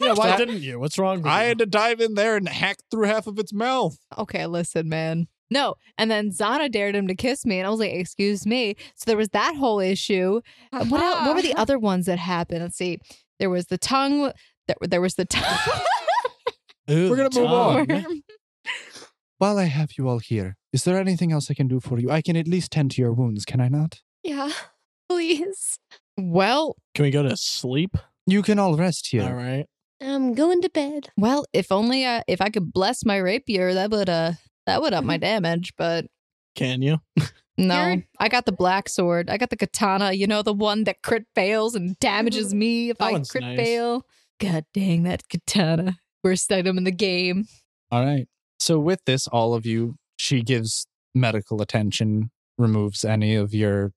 Speaker 4: Yeah, why
Speaker 2: That-
Speaker 4: didn't you? What's wrong with
Speaker 2: I
Speaker 4: you?
Speaker 2: had to dive in there and hack through half of its mouth.
Speaker 5: Okay, listen, man. No. And then Zana dared him to kiss me, and I was like, "Excuse me." So there was that whole issue.
Speaker 3: Uh,
Speaker 5: Uh, What el- What were
Speaker 4: Uh-huh.
Speaker 3: Ah.
Speaker 5: the other ones that happened? Let's see. There was the tongue. There, there was the tongue.
Speaker 4: Ooh,
Speaker 2: We're gonna move on.
Speaker 4: tongue.
Speaker 2: While I have you all here, is there anything else I can do for you? I can at least tend to your wounds, can I not?
Speaker 3: Yeah. Please.
Speaker 5: well,
Speaker 4: Can we go to sleep?
Speaker 2: You can all rest here.
Speaker 4: All right.
Speaker 3: I'm going to Um, bed.
Speaker 5: Well, if only I, if I could bless my rapier, that would uh that would up my damage, but
Speaker 4: Can you?
Speaker 5: no.
Speaker 3: You're-
Speaker 5: I got the black sword. I got the katana, you know, the one that crit fails and damages me if
Speaker 4: That
Speaker 5: I
Speaker 4: one's
Speaker 5: crit
Speaker 4: nice.
Speaker 5: fail. God dang that katana. Worst item in the game.
Speaker 2: All right. So with this, all of you, she gives medical attention, removes any of your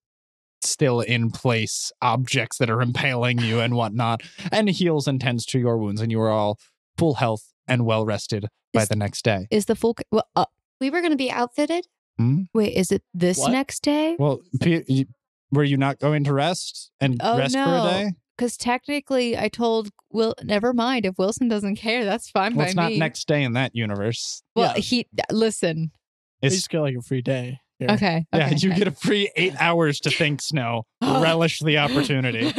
Speaker 2: still in place objects that are impaling you and whatnot, and heals and tends to your wounds, and you are all full health and well rested by
Speaker 5: Is-
Speaker 2: the next day.
Speaker 5: Is the full ca- well, uh,
Speaker 3: We were going to be outfitted.
Speaker 5: wait, is it this
Speaker 4: What?
Speaker 5: next day?
Speaker 2: Well, P- you- were you not going to rest and
Speaker 5: Oh,
Speaker 2: rest for
Speaker 5: no.
Speaker 2: a day?
Speaker 5: Cuz technically I told Will never mind if Wilson doesn't care, that's fine
Speaker 2: Well,
Speaker 5: by
Speaker 2: it's not
Speaker 5: me.
Speaker 2: next day in that universe.
Speaker 5: well,
Speaker 4: Yeah.
Speaker 5: he listen.
Speaker 4: You
Speaker 2: It's
Speaker 4: just get like a free day. here.
Speaker 5: Okay.
Speaker 2: yeah,
Speaker 5: okay,
Speaker 2: you
Speaker 5: okay.
Speaker 2: get a free eight hours to think, Snow. Relish the opportunity.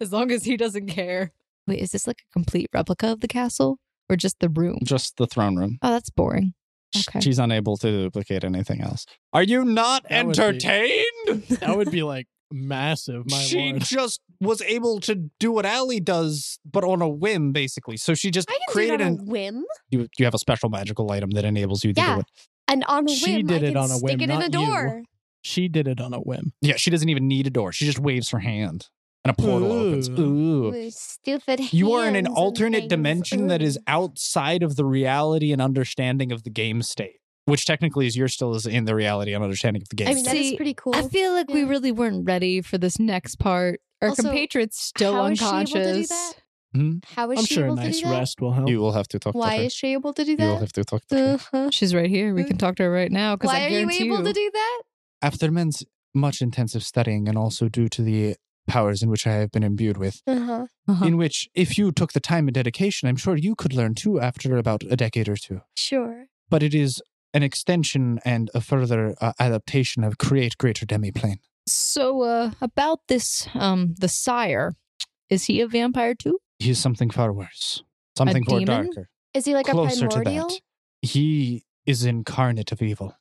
Speaker 5: as long as he doesn't care. Wait, is this like a complete replica of the castle or just the room?
Speaker 2: Just the throne room.
Speaker 5: Oh, that's boring.
Speaker 2: Sh-
Speaker 5: Okay.
Speaker 2: She's unable to duplicate anything else. Are you not
Speaker 4: That would be-
Speaker 2: entertained?
Speaker 4: That would be like massive, my
Speaker 2: she
Speaker 4: lord.
Speaker 2: just was able to do what Allie does, but on a whim, basically. So she just
Speaker 3: I can
Speaker 2: created
Speaker 3: do it on
Speaker 2: an.
Speaker 3: a whim.
Speaker 2: You, you have a special magical item that enables you to
Speaker 3: Yeah.
Speaker 2: do it.
Speaker 3: And on a whim,
Speaker 4: She
Speaker 3: I
Speaker 4: did it
Speaker 3: can
Speaker 4: on a whim,
Speaker 3: stick it in
Speaker 4: not
Speaker 3: a
Speaker 4: you.
Speaker 3: door.
Speaker 4: She did it on a whim.
Speaker 2: Yeah, she doesn't even need a door. She just waves her hand and a portal opens.
Speaker 4: Ooh.
Speaker 2: Ooh.
Speaker 3: With stupid
Speaker 2: You are in an
Speaker 3: hands and
Speaker 2: alternate
Speaker 3: things.
Speaker 2: dimension that is
Speaker 3: Ugh.
Speaker 2: outside of the reality and understanding of the game state, which technically is yours still is in the reality and understanding of the game.
Speaker 3: I mean, that is
Speaker 5: See,
Speaker 3: pretty cool.
Speaker 5: I feel like we
Speaker 3: Yeah.
Speaker 5: really weren't ready for this next part. Our
Speaker 3: Also,
Speaker 5: compatriots still
Speaker 3: how is she able to do
Speaker 5: unconscious.
Speaker 3: that? How is
Speaker 4: I'm
Speaker 3: she
Speaker 4: sure a
Speaker 3: able to
Speaker 4: nice
Speaker 3: do that?
Speaker 4: rest will help.
Speaker 2: you will have to talk
Speaker 3: Why
Speaker 2: to her.
Speaker 3: is she able to do
Speaker 2: you will
Speaker 3: that?
Speaker 2: have to talk to her.
Speaker 3: Uh-huh.
Speaker 5: She's right here. We can talk to her right now because
Speaker 3: Why
Speaker 5: I
Speaker 3: are you
Speaker 5: guarantee
Speaker 3: able to do that?
Speaker 2: After men's much intensive studying and also due to the powers in which I have been imbued with,
Speaker 3: Uh-huh.
Speaker 5: Uh-huh.
Speaker 2: in which if you took the time and dedication, I'm sure you could learn too after about a decade or two.
Speaker 3: Sure.
Speaker 2: But it is an extension and a further uh, adaptation of create greater demiplane.
Speaker 5: So, uh, about this, um, the sire, is he a vampire too?
Speaker 2: He is something far worse, something far
Speaker 5: demon?
Speaker 2: darker.
Speaker 3: Is he like
Speaker 2: closer
Speaker 3: a
Speaker 2: to
Speaker 3: primordial?
Speaker 2: that. He is incarnate of evil.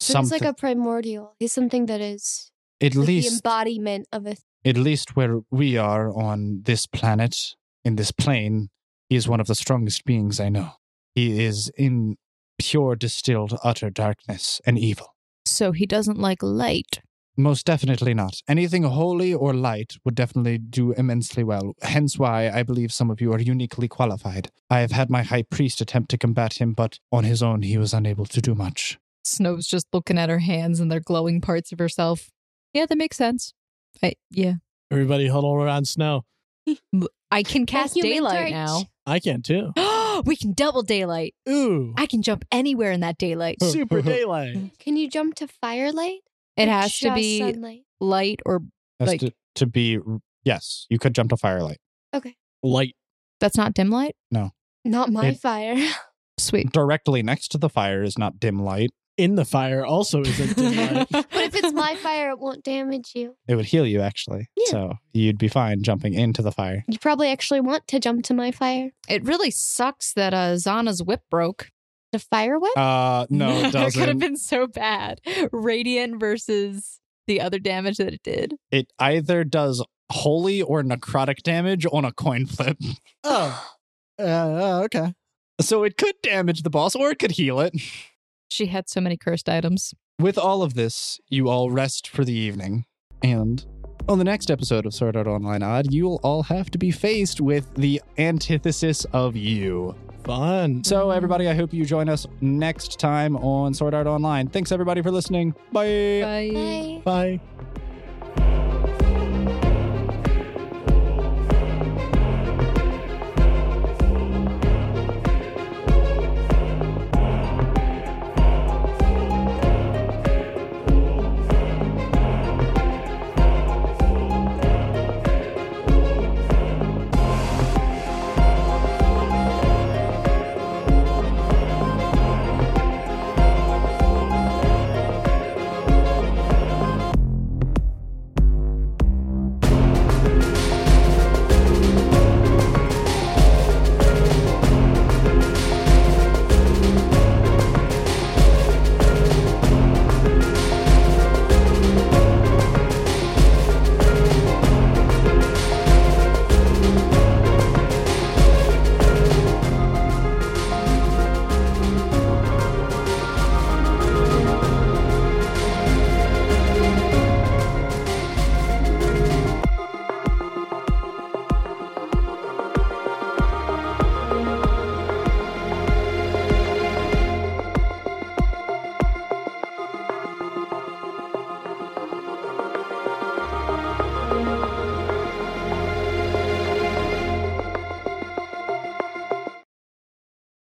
Speaker 3: So he's like a primordial. He's something that is
Speaker 2: at
Speaker 3: like the
Speaker 2: least
Speaker 3: embodiment of a.
Speaker 2: at least where we are on this planet, in this plane, he is one of the strongest beings I know. He is in pure distilled utter darkness and evil.
Speaker 5: So he doesn't like light.
Speaker 2: Most definitely not. Anything holy or light would definitely do immensely well. Hence why I believe some of you are uniquely qualified. I have had my high priest attempt to combat him, but on his own he was unable to do much.
Speaker 5: Snow's just looking at her hands and their glowing parts of herself. Yeah, that makes sense. I, yeah.
Speaker 4: Everybody huddle around snow.
Speaker 5: I can cast
Speaker 3: human
Speaker 5: daylight
Speaker 3: torch.
Speaker 4: I can too.
Speaker 5: now. we can double daylight.
Speaker 4: Ooh.
Speaker 5: I can jump anywhere in that daylight.
Speaker 4: Super daylight.
Speaker 3: Can you jump to firelight?
Speaker 5: It
Speaker 3: Or
Speaker 5: has to
Speaker 3: just
Speaker 5: be
Speaker 3: sunlight.
Speaker 5: light or
Speaker 2: That's
Speaker 5: Like-
Speaker 2: to, to be yes, you could jump to firelight.
Speaker 4: Light.
Speaker 5: that's not dim light.
Speaker 3: Not my
Speaker 2: It-
Speaker 3: fire.
Speaker 5: Sweet.
Speaker 2: Directly next to the fire is not dim light.
Speaker 4: In the fire also isn't daylight.
Speaker 3: but if it's my fire, it won't damage you.
Speaker 2: It would heal you actually.
Speaker 3: Yeah.
Speaker 2: So you'd be fine jumping into the fire.
Speaker 3: You probably actually want to jump to my fire.
Speaker 5: It really sucks that uh, Zana's whip broke.
Speaker 3: The fire whip?
Speaker 2: Uh no, it
Speaker 5: that could
Speaker 2: doesn't.
Speaker 5: have been so bad. Radiant versus the other damage that it did.
Speaker 2: It either does holy or necrotic damage on a coin flip.
Speaker 4: oh. Uh, uh, okay.
Speaker 2: So it could damage the boss or it could heal it.
Speaker 5: She had so many cursed items.
Speaker 2: With all of this, you all rest for the evening. And on the next episode of Sword Art Online Odd, you'll all have to be faced with the antithesis of you.
Speaker 4: Fun.
Speaker 2: So, everybody, I hope you join us next time on Sword Art Online. Thanks, everybody, for listening. Bye.
Speaker 5: Bye.
Speaker 3: Bye.
Speaker 4: Bye.